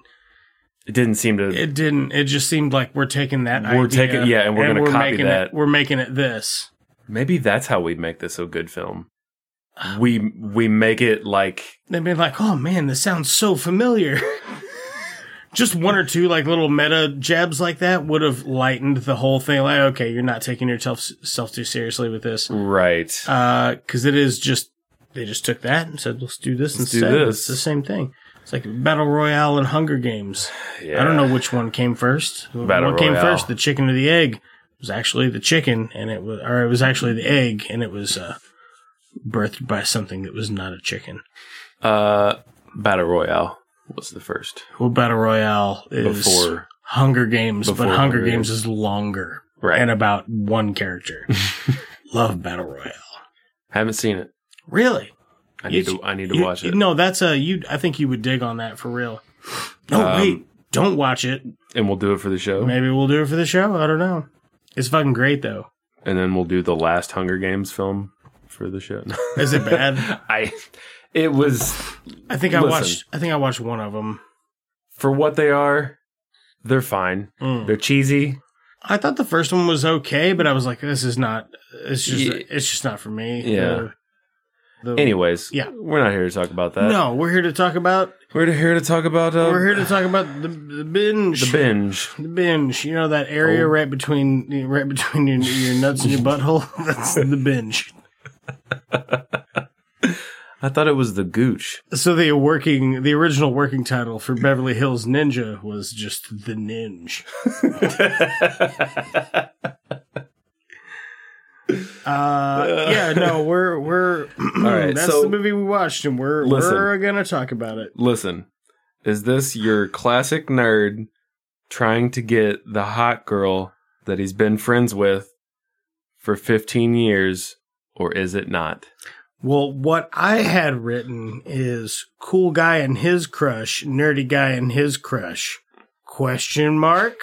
It didn't seem to. it didn't, it just seemed like we're taking that We're idea taking- yeah, and we're gonna copy making that. It, we're making it this. maybe that's how we make this a good film. Um, We we make it like they'd be like, "Oh man, this sounds so familiar." Just one or two like little meta jabs like that would have lightened the whole thing. Like, okay, you're not taking yourself self too seriously with this, right. because Uh, it is just they just took that and said, "Let's do this Let's do instead." this. It's the same thing. It's like battle royale and Hunger Games. yeah. I don't know which one came first. Battle one came Royale. first, the chicken or the egg? It was actually the chicken, and it was, or it was actually the egg, and it was uh, birthed by something that was not a chicken. Uh, Battle Royale was the first Well, Battle Royale is before. Hunger Games, before but Hunger Hunger Games Games. is longer Right. and about one character. Love Battle Royale. Haven't seen it. Really? I need to. I need to You- watch it. No, that's a you. I think you would dig on that for real. No, Um, Oh. wait, don't watch it. and we'll do it for the show. Maybe we'll do it for the show. I don't know. It's fucking great though. and then we'll do the last Hunger Games film for the show. Is it bad? I, it was I think I Listen. watched. I think I watched one of them. for what they are. They're fine. Mm. They're cheesy. I thought the first one was okay, but I was like, this is not. It's just. Ye- It's just not for me. Yeah. The- the- Anyways, Yeah. we're not here to talk about that. No, we're here to talk about we're here to talk about uh, We're here to talk about the, the binge. the binge. The binge. You know that area Oh. right between right between your, your nuts and your butthole. That's the binge. I thought it was the gooch. So the working the original working title for Beverly Hills Ninja was just the Ninja. Uh, yeah, no, we're we're right, that's so- the movie we watched, and we're Listen. we're gonna talk about it. Listen, is this your classic nerd trying to get the hot girl that he's been friends with for 15 years, or is it not? Well, what I had written is cool guy and his crush, nerdy guy and his crush. Question mark?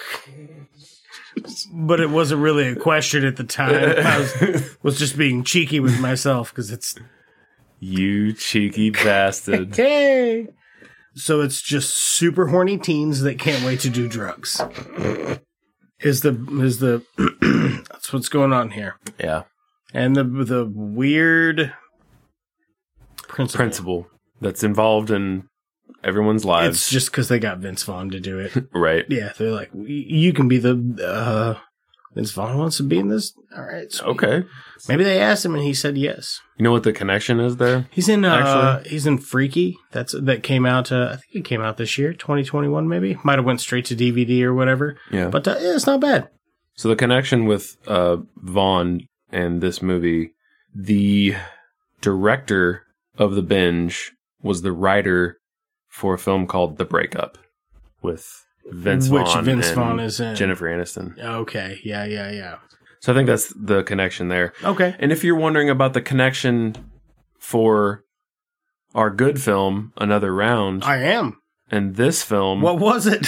But it wasn't really a question at the time. I was, was just being cheeky with myself because it's You cheeky bastard. hey. So it's just super horny teens that can't wait to do drugs. Is the is the that's what's going on here, Yeah. and the the weird principle. Principle that's involved in everyone's lives. It's just because they got Vince Vaughn to do it. right. yeah, they're like, "Y- you can be the uh, Vince Vaughn wants to be in this. All right. sweet. Okay. Maybe they asked him and he said yes. You know what the connection is there? He's in. Uh, he's in Freaky. That's that came out. Uh, I think it came out this year, 2021. Maybe might have went straight to DVD or whatever. Yeah. But uh, yeah, it's not bad. So the connection with uh, Vaughn and this movie, the director of the binge was the writer for a film called The Breakup with Vince Which Vaughn Vince and Vaughn is in. Jennifer Aniston. Okay. Yeah. Yeah. Yeah. So I think that's the connection there. Okay. And if you're wondering about the connection for our good film, Another Round, I am. and this film, What was it?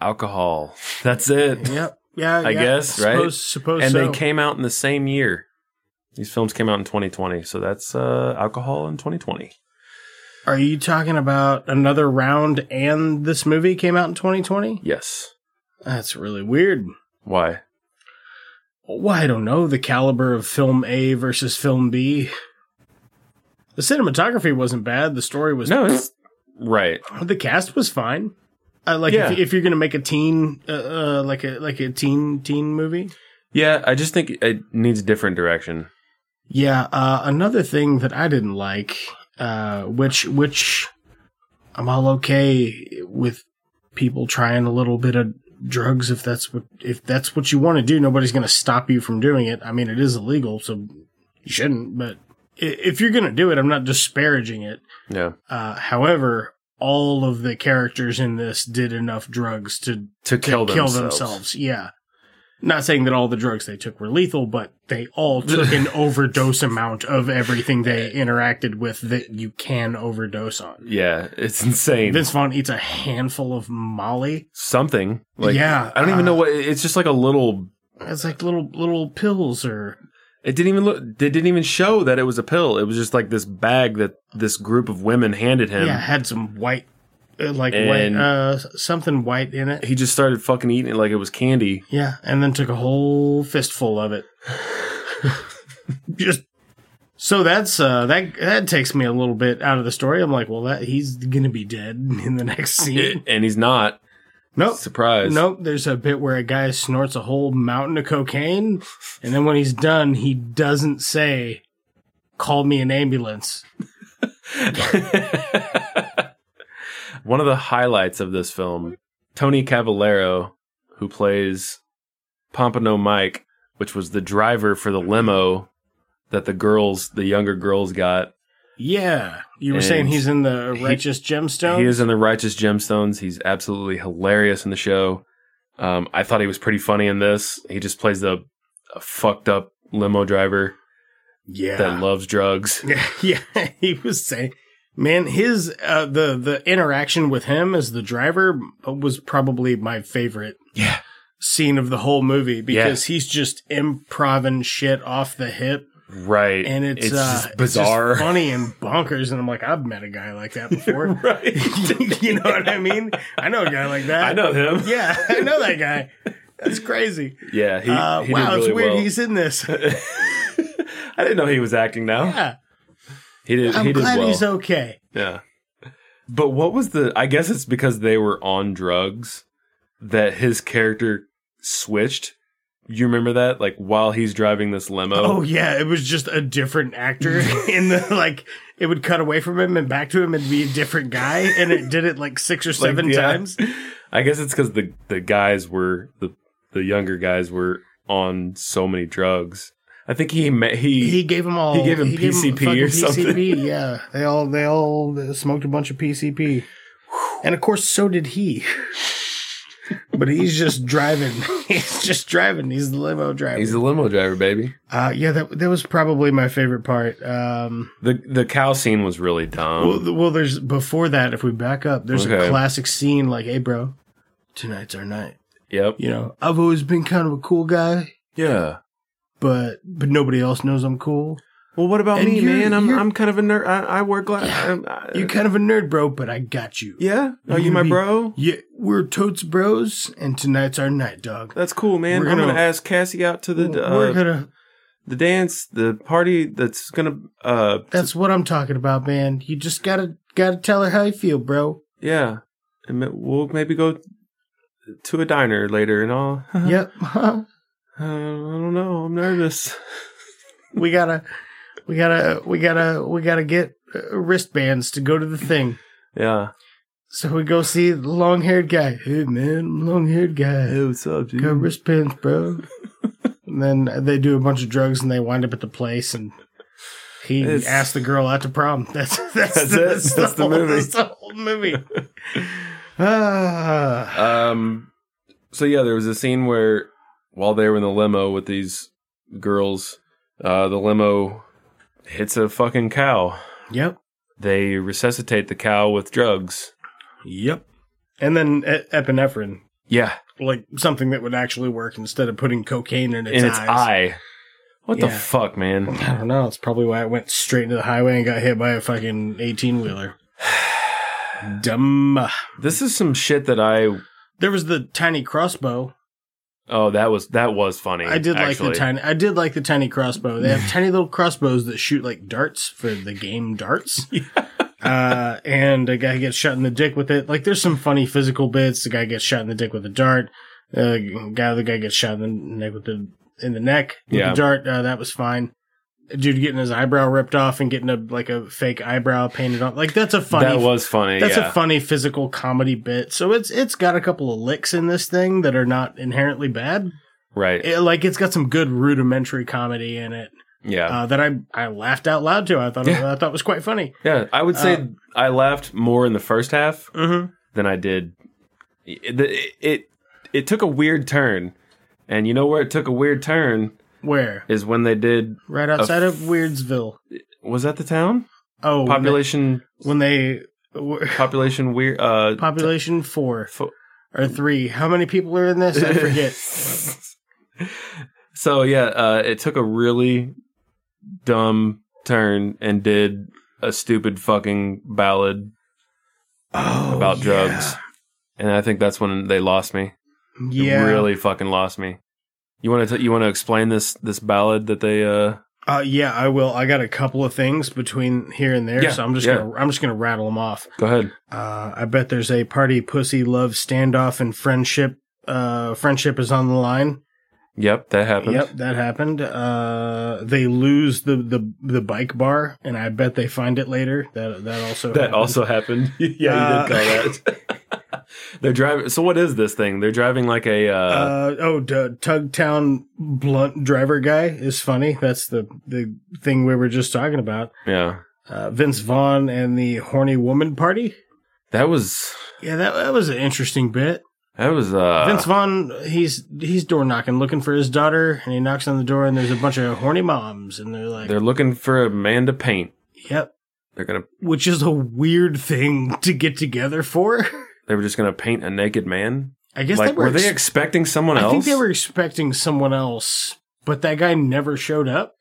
Alcohol. That's it. yep. Yeah. I yeah. guess, right? Suppose, suppose and so. they came out in the same year. These films came out in 2020, so that's uh, alcohol in 2020. Are you talking about another round and this movie came out in 2020? Yes. That's really weird. Why? Well, I don't know the caliber of film A versus film B. The cinematography wasn't bad. The story was No, it's right. The cast was fine. I like Yeah. if, if you're gonna make a teen, uh, uh, like a like a teen teen movie. Yeah, I just think it needs a different direction. Yeah. Uh, another thing that I didn't like, uh, which which I'm all okay with people trying a little bit of drugs if that's what if that's what you want to do. Nobody's gonna stop you from doing it. I mean, it is illegal, so you shouldn't. But i- if you're gonna do it, I'm not disparaging it. Yeah, Uh, however, all of the characters in this did enough drugs to to kill, kill themselves. themselves. Yeah. Not saying that all the drugs they took were lethal, but they all took an overdose amount of everything they interacted with that you can overdose on. Yeah, it's insane. Vince Vaughn eats a handful of Molly. Something like Yeah, I don't even uh, know what. It's just like a little. It's like little little pills or It didn't even look. It didn't even show that it was a pill. It was just like this bag that this group of women handed him. yeah, had some white uh, like white And- uh something white in it. He just started fucking eating it like it was candy. Yeah, and then took a whole fistful of it. Just so that's uh that that takes me a little bit out of the story. I'm like, well, that he's gonna be dead in the next scene. and he's not nope. surprised. Nope, there's a bit where a guy snorts a whole mountain of cocaine, and then when he's done, he doesn't say, "Call me an ambulance." One of the highlights of this film, Tony Cavallero, who plays Pompano Mike, which was the driver for the limo that the girls, the younger girls got. Yeah, you were And saying he's in the he- righteous gemstone. He is in the Righteous Gemstones. He's absolutely hilarious in the show. Um, I thought he was pretty funny in this. He just plays the a fucked up limo driver yeah, that loves drugs. Yeah, yeah, he was saying, man, his uh, the the interaction with him as the driver was probably my favorite. Yeah. Scene of the whole movie because he's just improving shit off the hip Right. and it's, uh, just it's just bizarre. funny and bonkers. And I'm like, I've met a guy like that before. right. you know what I mean? I know a guy like that. I know him. Yeah, I know that guy. That's crazy. Yeah, he, uh, he wow, did really it's weird. well. He's in this. I didn't know he was acting now. Yeah, He did I'm he did glad well. he's okay. yeah. But what was the I guess it's because they were on drugs that his character switched. You remember that? Like while he's driving this Oh limo. yeah, it was just a different actor in the like it would cut away from him and back to him and be a different guy and it did it like 6 or 7 yeah. times. I guess it's cuz the the guys were the the younger guys were on so many drugs. I think he met he, He gave them all He gave him them PCP or fucking PCP, yeah. They all they all smoked a bunch of PCP. And of course so did he. But he's just driving. He's just driving. He's the limo driver. he's a limo driver, baby. uh, yeah, that that was probably my favorite part. Um, The the cow scene was really dumb. Well, th- well, there's before that. If we back up, there's Um, Okay. a classic scene like, "Hey, bro, tonight's our night." yep. You know, I've always been kind of a cool guy, Yeah. but but nobody else knows I'm cool. Well, what about And me, you're- man? I'm you're- I'm kind of a nerd. I, I wear glass. You're kind of a nerd, bro, but I got you. yeah, are gonna you my be- bro? yeah, we're totes bros, and tonight's our night, dog. That's cool, Uh, man. We're I'm gonna- gonna ask Cassie out to the uh, we're gonna. the dance, the party. That's gonna. Uh, That's what I'm talking about, man. You just gotta gotta tell her how you feel, bro. yeah, and ma- we'll maybe go to a diner later and all. Uh, yep. I don't know. I'm nervous. we gotta, we gotta, we gotta, we gotta get uh, wristbands to go to the thing. Yeah. So we go see the long haired guy. Hey man, long haired guy. what's up, Got wristbands, bro. and then they do a bunch of drugs and they wind up at the place and he It's- asks the girl out to prom. That's that's, That's the, it. That's, That's the, the whole, movie. that's the whole movie. Ah. Um. So yeah, there was a scene where while they were in the limo with these girls, uh, the limo hits a fucking cow. Yep. They resuscitate the cow with drugs. Yep. And then e- epinephrine, Yeah, like something that would actually work instead of putting cocaine in its, in its eyes. eye. What the Yeah. fuck, man? I don't know. That's probably why I went straight into the highway and got hit by a fucking 18 wheeler. Dumb. This is some shit that I. There was the tiny crossbow. Oh, that was that was funny. I did like actually. the tiny. I did like the tiny crossbow. They have tiny little crossbows that shoot like darts for the game darts. Uh, and a guy gets shot in the dick with it. Like there's some funny physical bits. The guy gets shot in the dick with a dart. Uh, guy, the guy gets shot in the neck with the in the neck with Yeah. the dart. Uh, that was fine. Dude getting his eyebrow ripped off and getting a like a fake eyebrow painted on. Like that's a funny. That was funny. That's yeah. a funny physical comedy bit. So it's it's got a couple of licks in this thing that are not inherently bad. right. It, like it's got some good rudimentary comedy in it yeah. uh, that I I laughed out loud to. I thought it, I thought it was quite funny. yeah. I would say uh, I laughed more in the first half Mm-hmm. than I did. It, it it it took a weird turn, and you know where it took a weird turn Where is when they did. right outside of f- Weirdsville. Was that the town Oh, when they- population when they, were- population weird? Uh, population four fo- or three. How many people are in this? I forget. so yeah, uh, it took a really dumb turn and did a stupid fucking ballad oh, about drugs, and I think that's when they lost me. It Yeah, really fucking lost me. You want to you want to explain this this ballad that they uh Uh, yeah, I will. I got a couple of things between here and there, Yeah, so I'm just yeah. gonna I'm just gonna rattle them off. go ahead. Uh, I bet there's a party pussy love standoff and friendship. Uh, friendship is on the line. Yep, that happened. Yep, that happened. Uh, they lose the, the the bike bar, and I bet they find it later. That that also That happened. also happened. Yeah, you did call that. They're driving. So what is this thing? They're driving like a. Uh, Uh, oh, d- Tugtown blunt driver guy is funny. That's the the thing we were just talking about. yeah, Uh, Vince Vaughn and the horny woman party. that was Yeah, that, that was an interesting bit. that was uh Vince Vaughn, he's he's door knocking, looking for his daughter, and he knocks on the door, and there's a bunch of horny moms, and they're like, They're looking for a man to paint. "Yep," They're gonna. which is a weird thing to get together for. They were just gonna paint a naked man. I guess like they were. they ex- expecting someone I else? think they were expecting someone else, but that guy never showed up.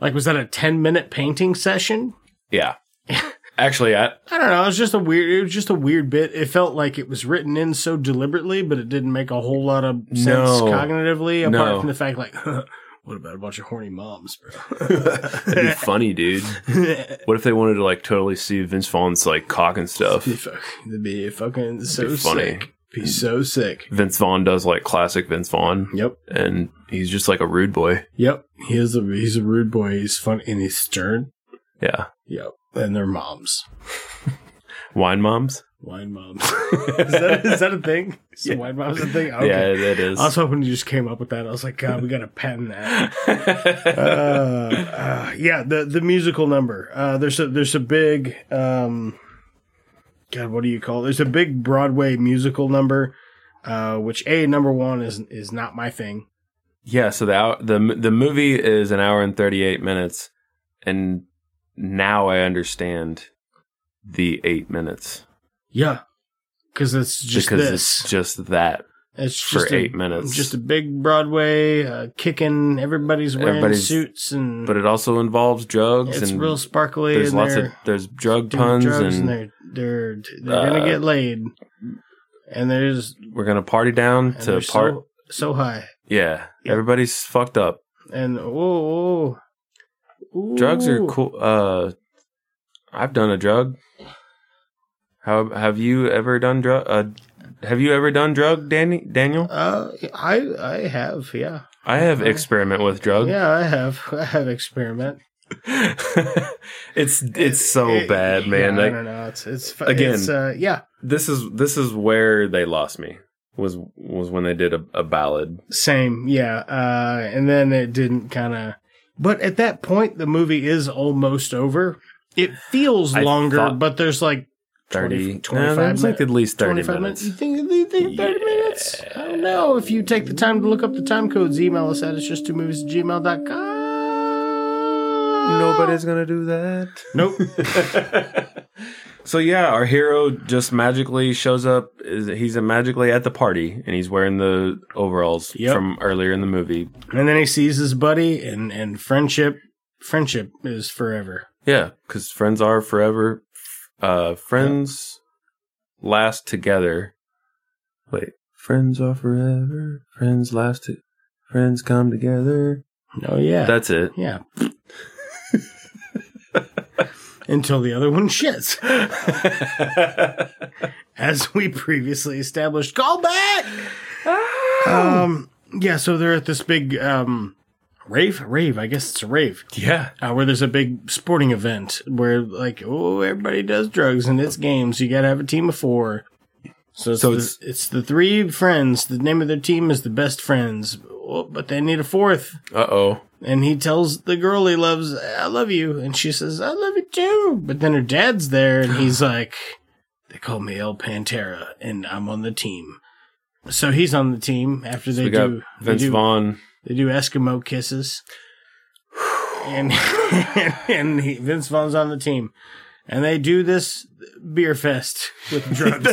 Like, was that a ten minute painting session? Yeah. Actually, I I don't know. It was just a weird. It was just a weird bit. It felt like it was written in so deliberately, but it didn't make a whole lot of sense No. cognitively, apart No. from the fact, like, what about a bunch of horny moms, bro? that'd be funny, dude. What if they wanted to like totally see Vince Vaughn's like cock and stuff? Be fuck, it'd be fucking so be funny. sick. Be so sick. Vince Vaughn does like classic Vince Vaughn, Yep. and he's just like a rude boy. Yep. He is a he's a rude boy. He's funny and he's stern. Yeah, Yep. And they're moms. wine moms. Wine moms. is, that, is that a thing? Is the wine moms a thing? Okay. Yeah, that is. I was hoping you just came up with that. I was like, God, we gotta patent that. uh, uh, yeah, the the musical number. Uh, there's a there's a big um, God, what do you call? It? There's a big Broadway musical number, uh, which a number one is is not my thing. yeah, so the hour, the the movie is an hour and thirty eight minutes, and now I understand the eight minutes Yeah, because it's just because this. it's just that It's for just a- eight minutes. Just a big Broadway uh, kicking. Everybody's wearing Everybody's- suits and but it also involves drugs it's and real sparkly. there's and lots they're- of there's drug doing puns drugs and, they're they're they're gonna uh, get laid, and there's we're gonna party down and to they're part so, so high, yeah, Yeah. everybody's fucked up and whoa, whoa. Ooh. drugs are cool uh i've done a drug how have you ever done drug uh, Have you ever done drug, Danny, Daniel? Uh, I I have, yeah, I have experiment with drug. Uh-huh. yeah, I have, I have experiment. it's it's so It- bad, man. No, Like, no, no, it's it's fu- Again. It's, uh, yeah, This is this is where they lost me. Was was when they did a, a ballad. same, yeah. Uh, and then it didn't kind of, but at that point, the movie is almost over. It feels I longer, thought- but there's like 30, 20 no, that was like minutes. at least thirty 25 minutes. You think, you think 30 minutes? I don't know. If you take the time to look up the time codes, email us at it's just two movies at gmail.com. Nobody's gonna do that. Nope. So yeah, our hero just magically shows up. Is he's magically at the party and he's wearing the overalls Yep. from earlier in the movie. and then he sees his buddy, and, and friendship friendship is forever. Yeah, because friends are forever. Uh, friends last together. Wait, friends are forever. Friends last. To- friends come together. Oh, yeah. That's it. yeah. Until the other one shits. As we previously established, call back! Oh! Um, yeah, so they're at this big um, rave? Rave, I guess it's a rave. Yeah, uh, where there's a big sporting event where like oh everybody does drugs and it's games you gotta have a team of four so it's So the, it's- it's, the three friends the name of their team is the best friends Oh, but they need a fourth Uh oh. and he tells the girl he loves i love you and she says i love you too but then her dad's there and he's like they call me el pantera and i'm on the team so he's on the team after they We got do they Vince do- Vaughn. they do Eskimo kisses. And and he, Vince Vaughn's on the team. And they do this beer fest with drugs.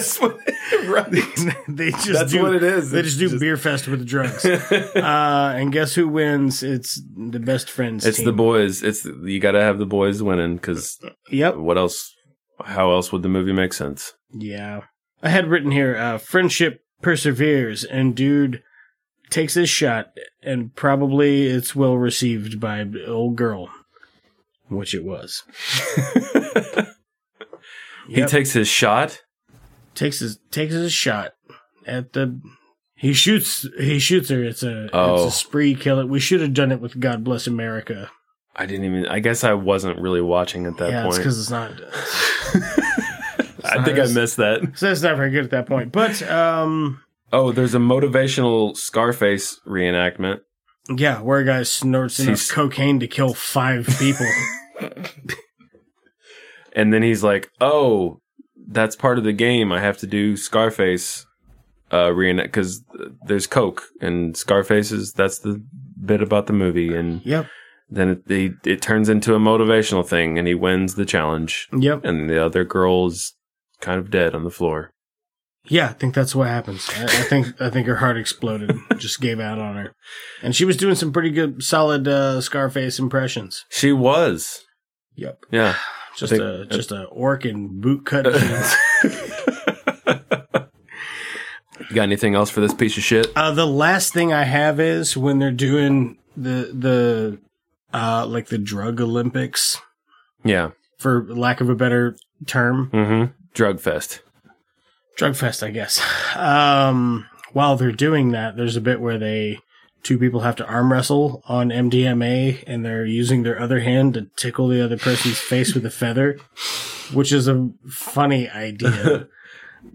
they just That's do, what it is. They It's just do just- beer fest with drugs. uh, and guess who wins? It's the best friends. It's team. the boys. It's you got to have the boys winning because Yep. what else? How else would the movie make sense? Yeah. I had written here, uh, friendship perseveres and dude takes his shot and probably it's well received by old girl, which it was. He Yep. takes his shot. takes his takes his shot at the he shoots he shoots her. It's a Oh. it's a spree kill. It we should have done it with God Bless America. I didn't even. I guess I wasn't really watching at that yeah, it's point. because it's not. I think I missed that. So that's not very good at that point. But um, Oh, there's a motivational Scarface reenactment. yeah, where a guy snorts enough He's- cocaine to kill five people. And then he's like, "Oh, that's part of the game. I have to do Scarface uh, reenact because there's coke and Scarface's. That's the bit about the movie. And yep, then it they, it turns into a motivational thing, and he wins the challenge. yep, And the other girl's kind of dead on the floor. yeah. I think that's what happens. I, I think I think her heart exploded, just gave out on her, and she was doing some pretty good, solid uh, Scarface impressions. She was. Yep. Yeah. Just think- a just a orc in boot cut jeans. You got anything else for this piece of shit? Uh, the last thing I have is when they're doing the the uh like the drug Olympics, Yeah. for lack of a better term, Mm-hmm. Drug fest. drug fest, I guess. Um, while they're doing that, there's a bit where they two people have to arm wrestle on MDMA, and they're using their other hand to tickle the other person's face with a feather, which is a funny idea.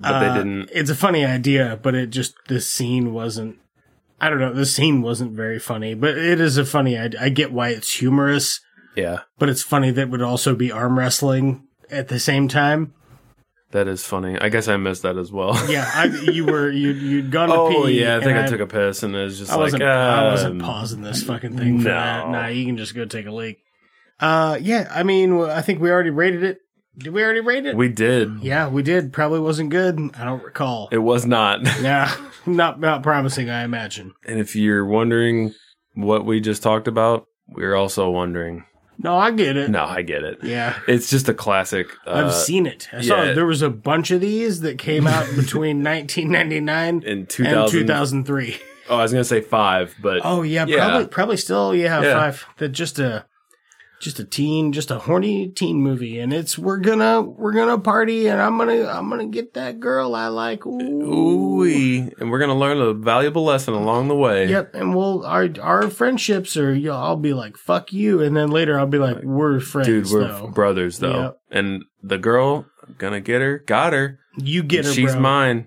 But Uh, they didn't. It's a funny idea, but it just the scene wasn't. I don't know. The scene wasn't very funny, but it is a funny. I, I get why it's humorous, Yeah. but it's funny that would also be arm wrestling at the same time. That is funny. I guess I missed that as well. Yeah, I, you were you you'd gone to pee. oh, yeah. I think and I, took a piss and it was just I like, wasn't. I wasn't um, pausing this fucking thing for no. that. Nah, you can just go take a leak. Uh, yeah. I mean, well, I think we already rated it. Did we already rate it? We did. yeah, we did. Probably wasn't good. I don't recall. It was not. yeah, not not promising. I imagine. and if you're wondering what we just talked about, we're also wondering. No, I get it. No, I get it. Yeah. It's just a classic. Uh, I've seen it. I saw yeah. there was a bunch of these that came out between 1999 in and 2000. 2003. Oh, I was going to say five, but Oh yeah, Yeah. probably probably still yeah, Yeah. five. That just a just a teen, just a horny teen movie, and it's we're gonna we're gonna party, and I'm gonna I'm gonna get that girl I like. Ooh. Ooh, and we're gonna learn a valuable lesson along the way. Yep, and we'll our our friendships are. You know, I'll be like fuck you, and then later I'll be like we're friends. Dude, we're though. brothers though. Yep. And the girl, gonna get her, got her. you get and her. she's bro. mine.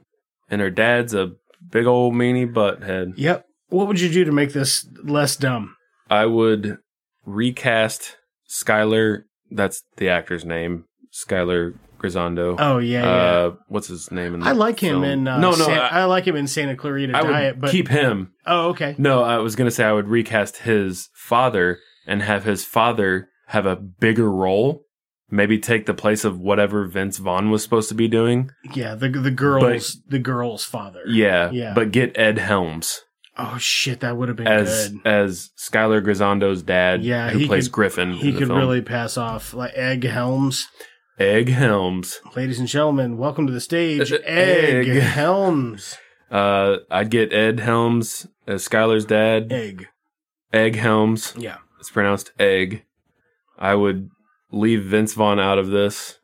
And her dad's a big old meanie butthead. Yep. What would you do to make this less dumb? I would recast Skylar. That's the actor's name, Skylar Grisondo. Oh yeah, yeah. Uh, what's his name? In the I like him film? in uh, no, no. San- I, I, like him in Santa Clarita I would Diet, but keep him. oh okay, No, I was gonna say I would recast his father and have his father have a bigger role. Maybe take the place of whatever Vince Vaughn was supposed to be doing. yeah the the girls the girls father. Yeah, Yeah. But get Ed Helms Oh shit, that would have been as good. as Skylar Grisondo's dad. Yeah, who he plays could- Griffin. He in the could film. really pass off like Egg Helms. Egg Helms. Ladies and gentlemen, welcome to the stage, Egg. Egg, Helms. Uh, I'd get Ed Helms as Skylar's dad. Egg. Egg Helms. Yeah. It's pronounced egg. I would leave Vince Vaughn out of this.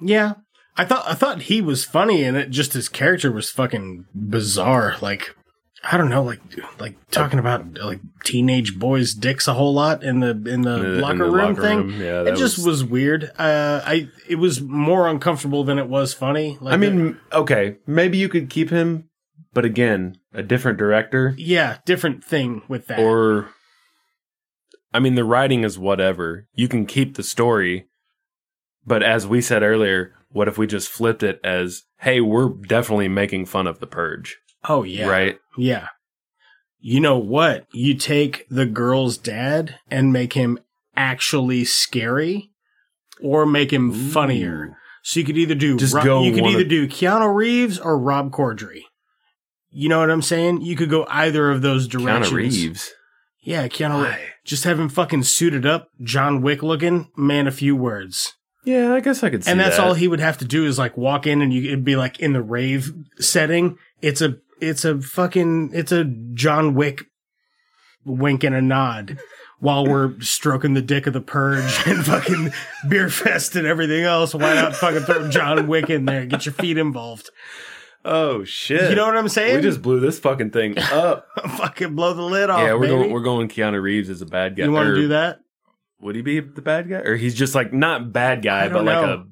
Yeah. I thought I thought he was funny in it, just his character was fucking bizarre. Like I don't know, like like talking about like teenage boys' dicks a whole lot in the in the, In the- in locker the room locker thing. room, yeah, it that just was- was, weird. Uh, I it was more uncomfortable than it was funny. Like I mean, okay, maybe you could keep him, but again, a different director yeah, different thing with that. or. I mean, the writing is whatever. You can keep the story, but as we said earlier, what if we just flipped it as, hey, we're definitely making fun of the purge, oh yeah, right? Yeah. You know what? You take the girl's dad and make him actually scary or make him funnier. So you could either do Just go you could one either of- do Keanu Reeves or Rob Corddry. You know what I'm saying? You could go either of those directions. Keanu Reeves. Yeah, Keanu Reeves. Just have him fucking suited up, John Wick looking, man a few words. Yeah, I guess I could see and that's that. all he would have to do is like walk in and you it'd be like in the rave setting. It's a it's a fucking it's a John Wick wink and a nod while we're stroking the dick of the purge and fucking beer fest and everything else. Why not fucking throw John Wick in there? Get your feet involved. Oh shit! You know what I'm saying? We just blew this fucking thing up. fucking blow the lid off. yeah, we're Oh, baby. going. We're going. Keanu Reeves as a bad guy. you want or to do that? Would he be the bad guy, or he's just like not bad guy, I but don't like know.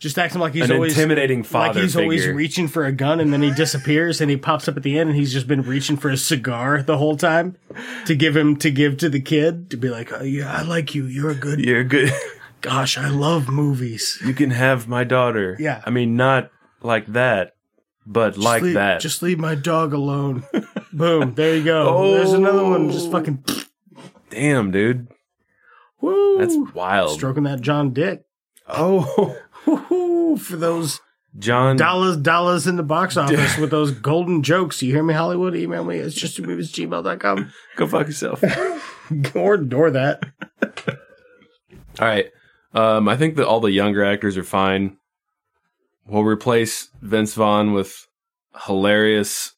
Just acting like a he's an always intimidating father like he's figure? always reaching for a gun and then he disappears and he pops up at the end and he's just been reaching for a cigar the whole time to give him to give to the kid to be like oh, yeah i like you you're a good You're good. gosh i love movies you can have my daughter. Yeah. I mean, not like that, but Just like leave- that. just leave my dog alone boom there you go there's another Oh. one just fucking damn, dude, woo that's wild. stroking that john dick Oh, Woo-hoo, for those John. dollars dollars in the box office with those golden jokes you hear me hollywood email me it's just movies gmail.com Go fuck yourself. or, or that All right. Um, I think that all the younger actors are fine. We'll replace Vince Vaughn with hilarious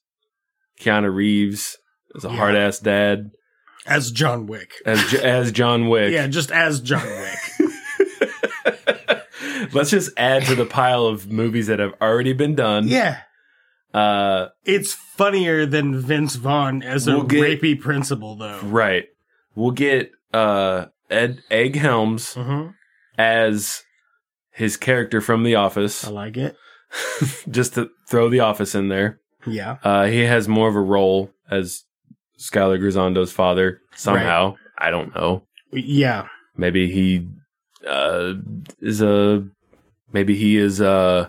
Keanu Reeves as a Yeah. hard ass dad as John Wick. as J- as John Wick. Yeah, just as John Wick. Let's just add to the pile of movies that have already been done. yeah. Uh, It's funnier than Vince Vaughn as a We'll get- rapey principal, though. right. We'll get uh, Ed Egg Helms Mhm. as his character from The I Office, like it. just to throw The Office in there. Yeah. Uh, he has more of a role as Skylar Grisondo's father somehow. I don't know. Yeah. Maybe he uh, is a. Maybe he is uh,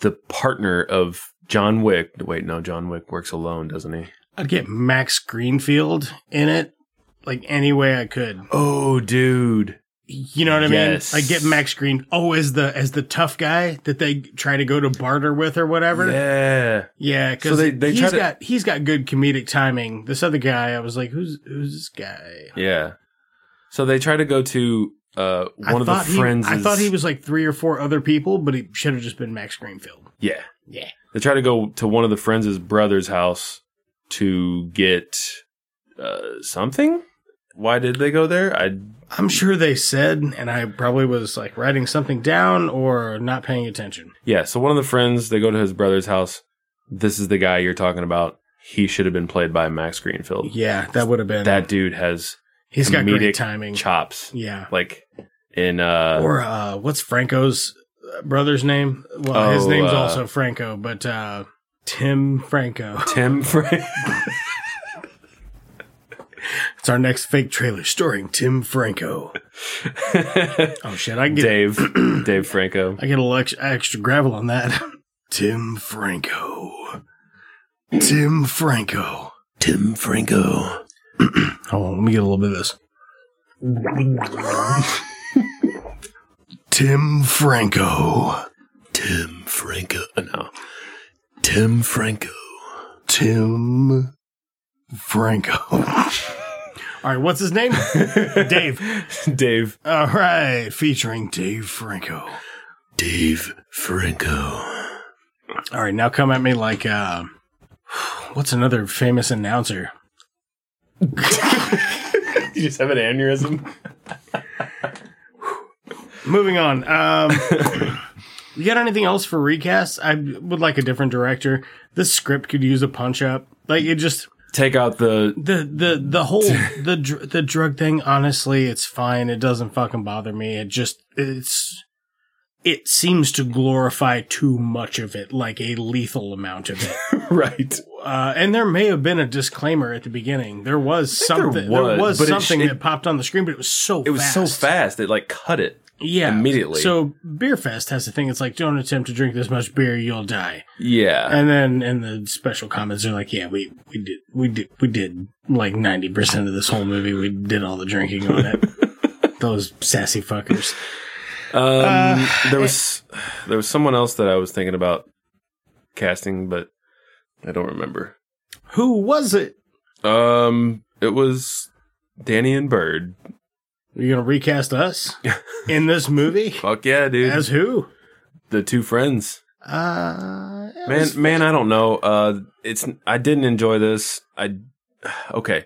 the partner of John Wick. Wait, no, John Wick works alone, doesn't he? I'd get Max Greenfield in it, like any way I could. Oh, dude. You know what I Yes. mean? Like get Max Green. Oh, as the as the tough guy that they try to go to barter with or whatever. Yeah. Yeah, So because they- they try he's to- got he's got good comedic timing. This other guy, I was like, who's who's this guy? Yeah. So they try to go to uh, I one of the thought he- friends. I thought he was like three or four other people, but it should have just been Max Greenfield. Yeah. Yeah. They try to go to one of the friends' brother's house to get uh, something. Why did they go there? I I'm sure they said, and I probably was like writing something down or not paying attention. yeah. So one of the friends they go to his brother's house. This is the guy you're talking about. He should have been played by Max Greenfield. Yeah, that would have been That dude has He's got comedic great timing. chops. Yeah, Like in uh or uh, what's Franco's uh, brother's name? Well, his Oh, name's uh, also Franco, but uh, Tim Franco. Tim Frank. It's our next fake trailer starring Tim Franco. oh shit! I get Dave Dave Franco. I get a little ex- extra gravel on that. Tim Franco. Tim Franco. Tim Franco. Hold on, let me get a little bit of this. Tim Franco. Tim Franco. Oh, No. Tim Franco. Tim Franco. All right, what's his name? Dave. Dave. All right, featuring Dave Franco. Dave Franco. All right, now come at me like uh, what's another famous announcer? You just have an aneurysm. Moving on. Um, you got anything else for recasts? I would like a different director. This script could use a punch up. Like it just Take out the the the the whole the dr- the drug thing. Honestly, it's fine. It doesn't fucking bother me. It just it's it seems to glorify too much of it, like a lethal amount of it. right. Uh, and there may have been a disclaimer at the beginning. There was think there something. There was, was, but it sh- something it- that popped on the screen, but it was so It was fast. so fast it like cut it. yeah, immediately. So Beer Fest has the thing. It's like don't attempt to drink this much beer, you'll die. Yeah. And then in the special comments, they're like, yeah, we we did we did we did like ninety percent of this whole movie. We did all the drinking on it. Those sassy fuckers. Um, Uh, there eh. was there was someone else that I was thinking about casting, but I don't remember. Who was it? Um, it was Danny and Bird. Are you gonna recast us in this movie Fuck yeah, dude! as who? the two friends. Uh, it Man, was- man, I don't know. Uh, it's I didn't enjoy this. I okay.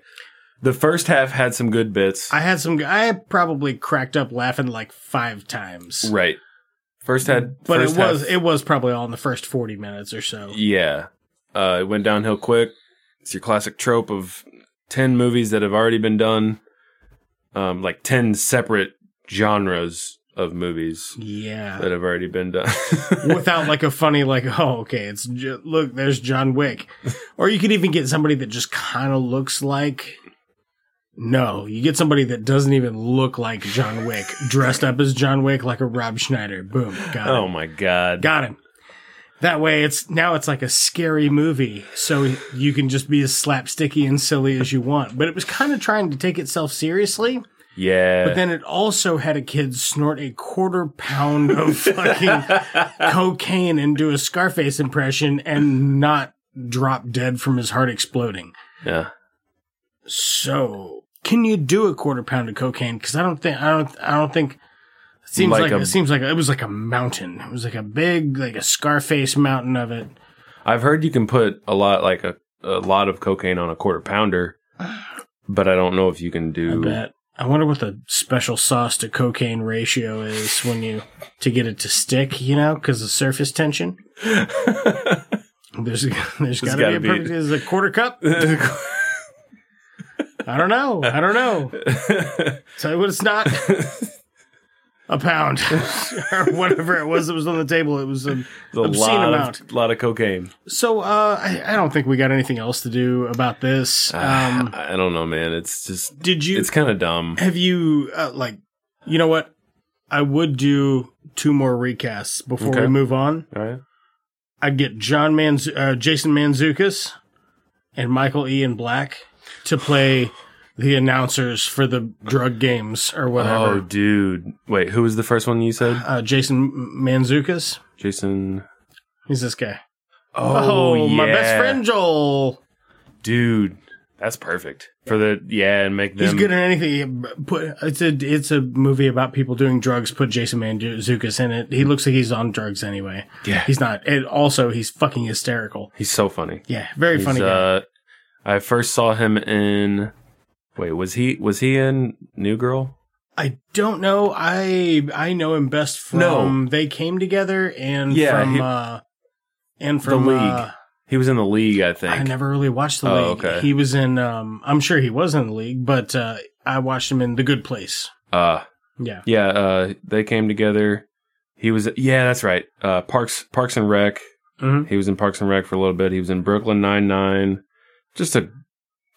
The first half had some good bits. I had some. I probably cracked up laughing like five times. right. First had, But first it was half- it was probably all in the first forty minutes or so. Yeah. Uh, it went downhill quick. It's your classic trope of 10 movies that have already been done, um, like 10 separate genres of movies Yeah, that have already been done. without like a funny like oh okay it's ju- look there's John Wick, or you could even get somebody that just kind of looks like. No, you get somebody that doesn't even look like John Wick, dressed up as John Wick like a Rob Schneider. Boom, got oh him. my God. Got him. That way, it's now it's like a scary movie, so you can just be as slapsticky and silly as you want. But it was kind of trying to take itself seriously, Yeah. but then it also had a kid snort a quarter pound of fucking cocaine and do a Scarface impression and not drop dead from his heart exploding. yeah. So, can you do a quarter pound of cocaine? Because I don't think I don't I don't think it seems Like like, a- it seems like it was like a mountain. It was like a big like a Scarface mountain of it. I've heard you can put a lot, like a, a lot of cocaine on a quarter pounder, but I don't know if you can I do. bet. I wonder what the special sauce to cocaine ratio is when you to get it to stick. You know, because of surface tension. There's there's got to gotta be a be- perfect. Is it a quarter cup? I don't know. I don't know. Tell you what, it's not a pound or whatever it was that was on the table. It was an a obscene lot amount. Of, lot of cocaine. So uh, I, I don't think we got anything else to do about this. Um, I don't know, man. It's just, did you it's kind of dumb. have you uh, like you know what? I would do two more recasts before Okay. we move on. All right. I'd get John Manz- uh, Jason Manzukis and Michael Ian Black to play the announcers for the drug games or Oh, whatever. dude. Wait, who was the first one you said? Uh, Jason Manzukis, Jason. he's this guy. Oh, my yeah. best friend Joel. Dude, that's perfect. For the, yeah, and make them. He's good at anything. Put it's a it's a movie about people doing drugs. Put Jason Manzukis in it. He looks like he's on drugs anyway. Yeah. he's not. And also, he's fucking hysterical. He's uh, so funny. Yeah, very He's, funny guy. uh, I first saw him in Wait, was he was he in New Girl? I don't know. I I know him best from No. they came together and Yeah, from he- uh and from the league. uh, he was in the league, I think. I never really watched the Oh, league. okay. He was in um I'm sure he was in the league, but uh I watched him in The Good Place. Uh, Yeah. yeah. Uh, they came together. He was yeah, that's right. Uh, Parks Parks and Rec. Mhm. He was in Parks and Rec for a little bit. He was in Brooklyn Nine Nine. Just a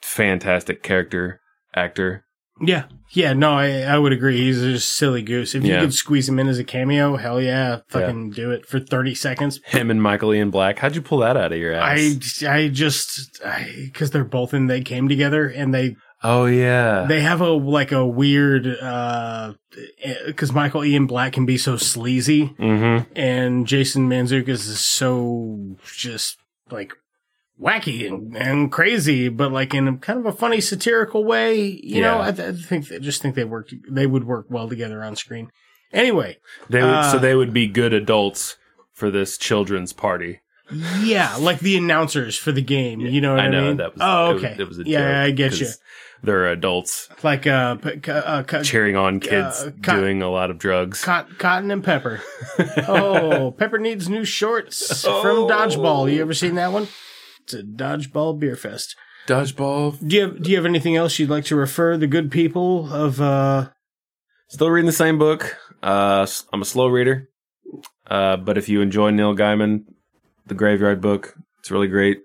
fantastic character actor. Yeah. Yeah, no, I, I would agree. He's just a silly goose. If Yeah. you could squeeze him in as a cameo, hell yeah, fucking do it for 30 seconds. Him and Michael Ian Black. How'd you pull that out of your ass? I I just I cuz they're both in they came together and they oh Uh. yeah. they have a like a weird uh cuz Michael Ian Black can be so sleazy mm-hmm. and Jason Manzukis is so just like wacky and, and crazy, but like in a kind of a funny satirical way. You know, Yeah. I, th- I think they just think they work. They would work well together on screen. Anyway, They would, Uh, so they would be good adults for this children's party. yeah, like the announcers for the game. You know what I, I know mean? that was. oh, It okay. was, it was a yeah, joke I get you. 'cause They're adults Like uh, p- c- uh c- cheering on kids Uh, co- doing a lot of drugs. Cot- Cotton and Pepper. Oh, Pepper needs new shorts Oh. from Dodgeball. You ever seen that one? It's a Dodgeball Beer Fest. Dodgeball. Do you have Do you have anything else you'd like to refer the good people of? uh Still reading the same book. Uh, s- I'm a slow reader, uh, but if you enjoy Neil Gaiman, the Graveyard Book, it's really great.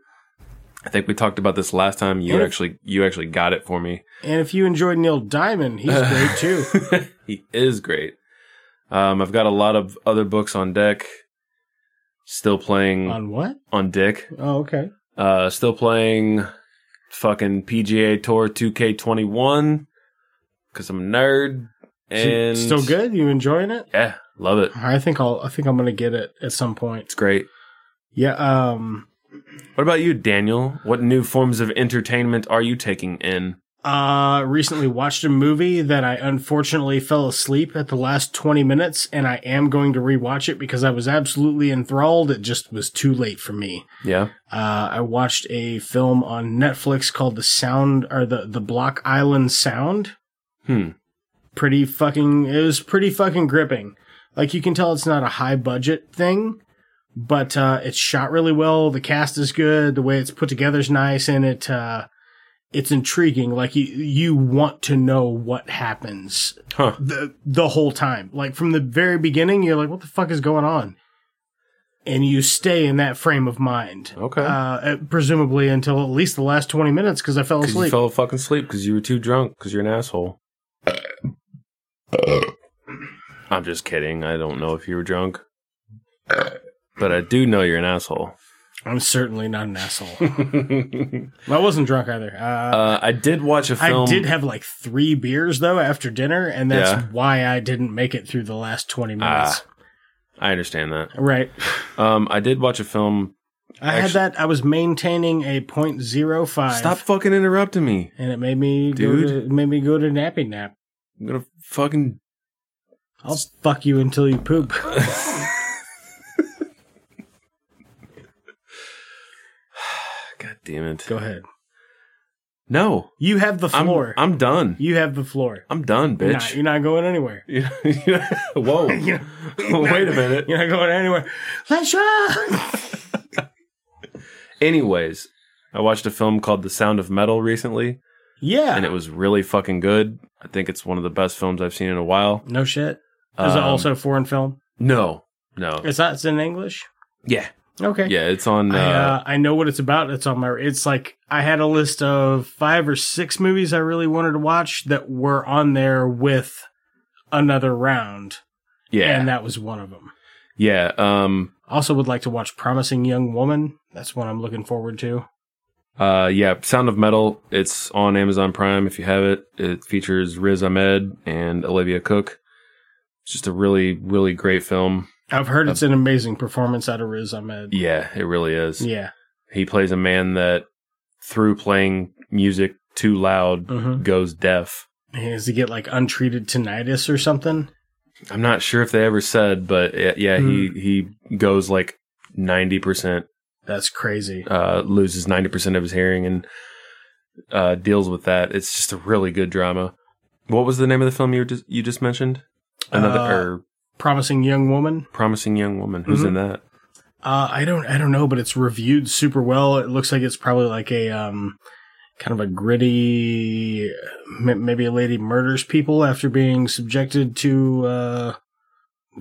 I think we talked about this last time. You And if- actually you actually got it for me. And if you enjoyed Neil Diamond, he's great too. he is great. Um, I've got a lot of other books on deck. Still playing On on, what? Dick. Oh, okay. Uh, still playing fucking PGA Tour 2K21 because I'm a nerd. And still good. You enjoying it? Yeah, love it. I think I'll. I think I'm gonna get it at some point. It's great. Yeah. Um. What about you, Daniel? What new forms of entertainment are you taking in? Uh. Recently watched a movie that I unfortunately fell asleep at the last 20 minutes, and I am going to rewatch it because I was absolutely enthralled. It just was too late for me. Yeah. Uh, I watched a film on Netflix called The Sound or the the Block Island Sound. Hmm. pretty fucking it was pretty fucking gripping like you can tell it's not a high budget thing but uh it's shot really well the cast is good the way it's put together is nice and it uh it's intriguing like you you want to know what happens Huh. the the whole time like from the very beginning you're like what the fuck is going on and you stay in that frame of mind Okay. uh presumably until at least the last 20 minutes because i fell Because you asleep fell fucking asleep because you were too drunk because you're an asshole. I'm just kidding. I don't know if you were drunk. But I do know you're an asshole. i'm certainly not an asshole uh, I wasn't drunk either. Uh, I did watch a film. I did have like three beers though after dinner, and that's Yeah. Ah. why I didn't make it through the last twenty minutes. I understand that. right. Um, I did watch a film. I Actu- had that. I was maintaining a point zero five. Stop fucking interrupting me. And it made me Dude. go to, it made me go to nappy nap. I'm gonna fucking. I'll fuck you until you poop. God damn it. go ahead. No, You have the I'm floor. I'm done. you have the floor. I'm done, You're not- bitch. you're not going anywhere. Whoa. Wait a minute. You're not going anywhere. Let's run. Anyways, I watched a film called The Sound of Metal recently, yeah. and it was really fucking good. I think it's one of the best films I've seen in a while. no shit. Is it Um, also a foreign film? No, no. It's not. It's in English. Yeah, Okay. yeah. It's on. Uh, I, uh, I know what it's about. It's on my. It's like I had a list of five or six movies I really wanted to watch that were on there with another round, yeah, and that was one of them. yeah. Um, Also, would like to watch Promising Young Woman. That's one I'm looking forward to. Uh, yeah, Sound of Metal. It's on Amazon Prime if you have it. It features Riz Ahmed and Olivia Cook. It's just a really, really great film. I've heard it's an amazing performance out of Riz Ahmed. Yeah, it really is. Yeah. He plays a man that, through playing music too loud, Mm-hmm. goes deaf. Is he get like untreated tinnitus or something? I'm not sure if they ever said, but yeah, yeah Mm. he he goes like ninety percent That's crazy. uh, loses ninety percent of his hearing, and uh, deals with that. It's just a really good drama. What was the name of the film you were just, you just mentioned? Another er. Uh, or Promising Young Woman. promising young woman. Who's mm-hmm. in that? Uh, I don't, I don't know, but it's reviewed super well. It looks like it's probably like a, um, kind of a gritty, uh, m- maybe a lady murders people after being subjected to, uh,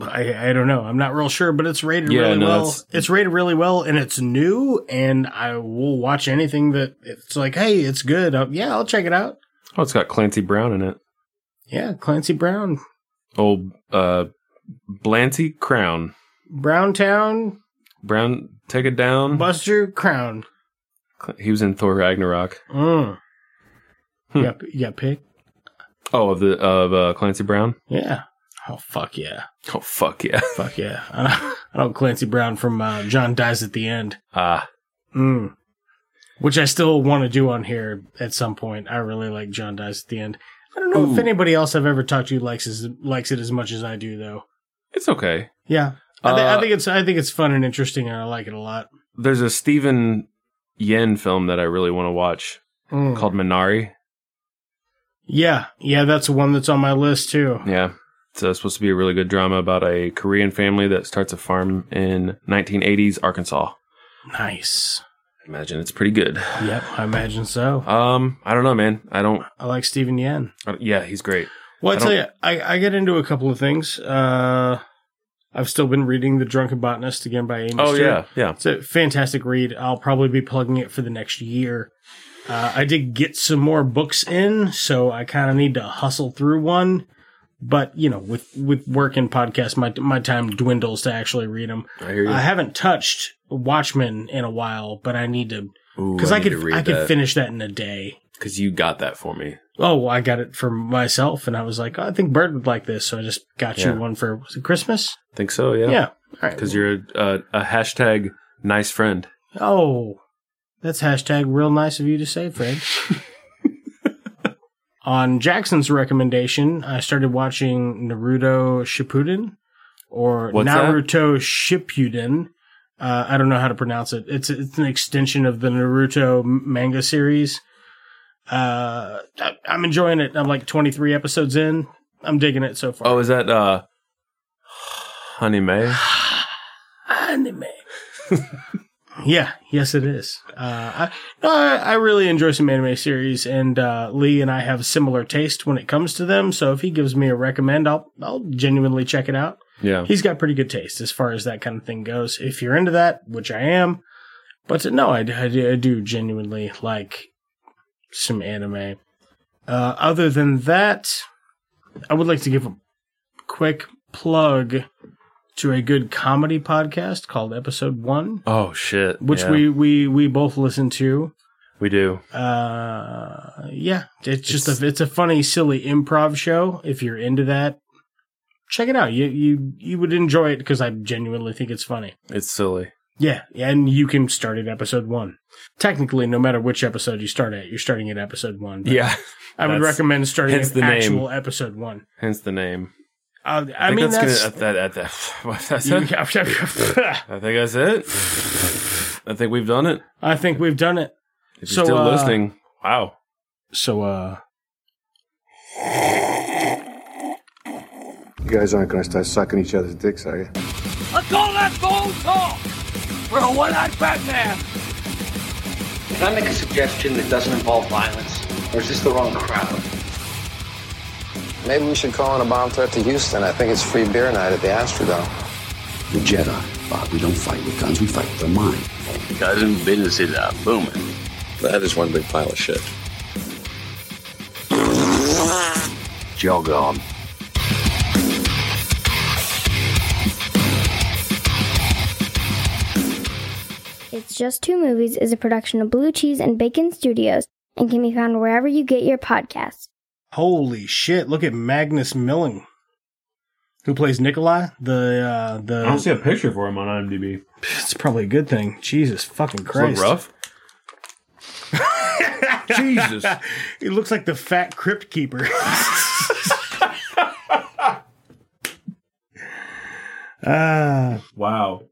I, I don't know. I'm not real sure, but it's rated Yeah, really no, well. that's- It's rated really well and it's new and I will watch anything that it's like, Hey, it's good. Uh, yeah, I'll check it out. Oh, it's got Clancy Brown in it. Yeah. Clancy Brown, Old uh, Blancy Crown. Browntown, Brown, take it down. Buster Crown. Cl- He was in Thor Ragnarok. Mm. Hmm. Yeah, yeah, pig. Oh, of the of uh, Clancy Brown. Yeah. Oh fuck yeah. Oh fuck yeah. Fuck yeah. I know, I know Clancy Brown from uh, John Dies at the End. Ah, Mm. Which I still want to do on here at some point. I really like John Dies at the End. I don't know if Ooh. anybody else I've ever talked to likes as, likes it as much as I do though. it's okay. Yeah. I, thi- I Uh, think it's I think it's fun and interesting and I like it a lot. There's a Stephen Yen film that I really want to watch Mm. called Minari. Yeah. Yeah, that's one that's on my list too. Yeah. It's uh, supposed to be a really good drama about a Korean family that starts a farm in 1980s Arkansas. Nice. I imagine it's pretty good. Yep, I imagine so. Um, I don't know, man. I don't. I like Stephen Yen. I don't- yeah, he's great. Well, I, I tell don't- you, I, I get into a couple of things. Uh, I've still been reading The Drunken Botanist again by Amy Oh Stewart. yeah, yeah. It's a fantastic read. I'll probably be plugging it for the next year. Uh, I did get some more books in, so I kind of need to hustle through one. But you know, with with work and podcast, my my time dwindles to actually read them. I hear you. I haven't touched Watchmen in a while, but I need to Ooh, because I, need could to read I could that, finish that in a day. cause you got that for me. Oh, I got it for myself, and I was like, oh, I think Bird would like this, so I just got Yeah. you one for was it Christmas. Think so? Yeah. Yeah. All right. Cause you're a, a, a hashtag nice friend. oh, that's hashtag real nice of you to say, Fred. On Jackson's recommendation, I started watching Naruto Shippuden or What's that? Naruto Shippuden. Uh, I don't know how to pronounce it. It's it's an extension of the Naruto m- manga series. Uh, I, I'm enjoying it. I'm like 23 episodes in. I'm digging it so far. Oh, is that uh, Honey May? anime. yeah, yes, it is. Uh, I, no, I, I really enjoy some anime series, and uh, Lee and I have similar taste when it comes to them. So if he gives me a recommend, I'll I'll genuinely check it out. Yeah. He's got pretty good taste as far as that kind of thing goes. If you're into that, which I am, but uh, no, I, do- I, do- I do genuinely like some anime. Uh, other than that, I would like to give a quick plug to a good comedy podcast called Episode One, Oh shit. which Yeah, we, we we both listen to. we do. Uh, yeah, it's just It's- a it's a funny, silly improv show. If you're into that, check it out. You you you would enjoy it because I genuinely think it's funny. It's silly. Yeah, and you can start at episode one. Technically, no matter which episode you start at, you're starting at episode one. but Yeah. I would that's- recommend starting hence at the name. actual episode one. Hence the name. Uh, I, I, think mean, that's, that's, gonna, that, that, that, you- that's it. I think that's it. I think we've done it. I think we've done it. If So, you're still uh, listening, wow. So, uh, You guys aren't gonna start sucking each other's dicks, are you? I call that bold talk! We're a one-eyed Batman! Can I make a suggestion that doesn't involve violence? Or is this the wrong crowd? Maybe we should call in a bomb threat to Houston. I think it's free beer night at the Astrodome. The Jedi. Bob, we don't fight with guns, we fight with the mind. Doesn't business is a booming. That is one big pile of shit. Jog on. It's Just Two Movies is a production of Blue Cheese and Bacon Studios and can be found wherever you get your podcasts. holy shit! Look at Magnus Milling, who plays Nikolai. The uh, the a picture for him on IMDb. It's probably a good thing. Jesus fucking Look Christ. rough. Jesus. He looks like the fat crypt keeper. Ah, Wow.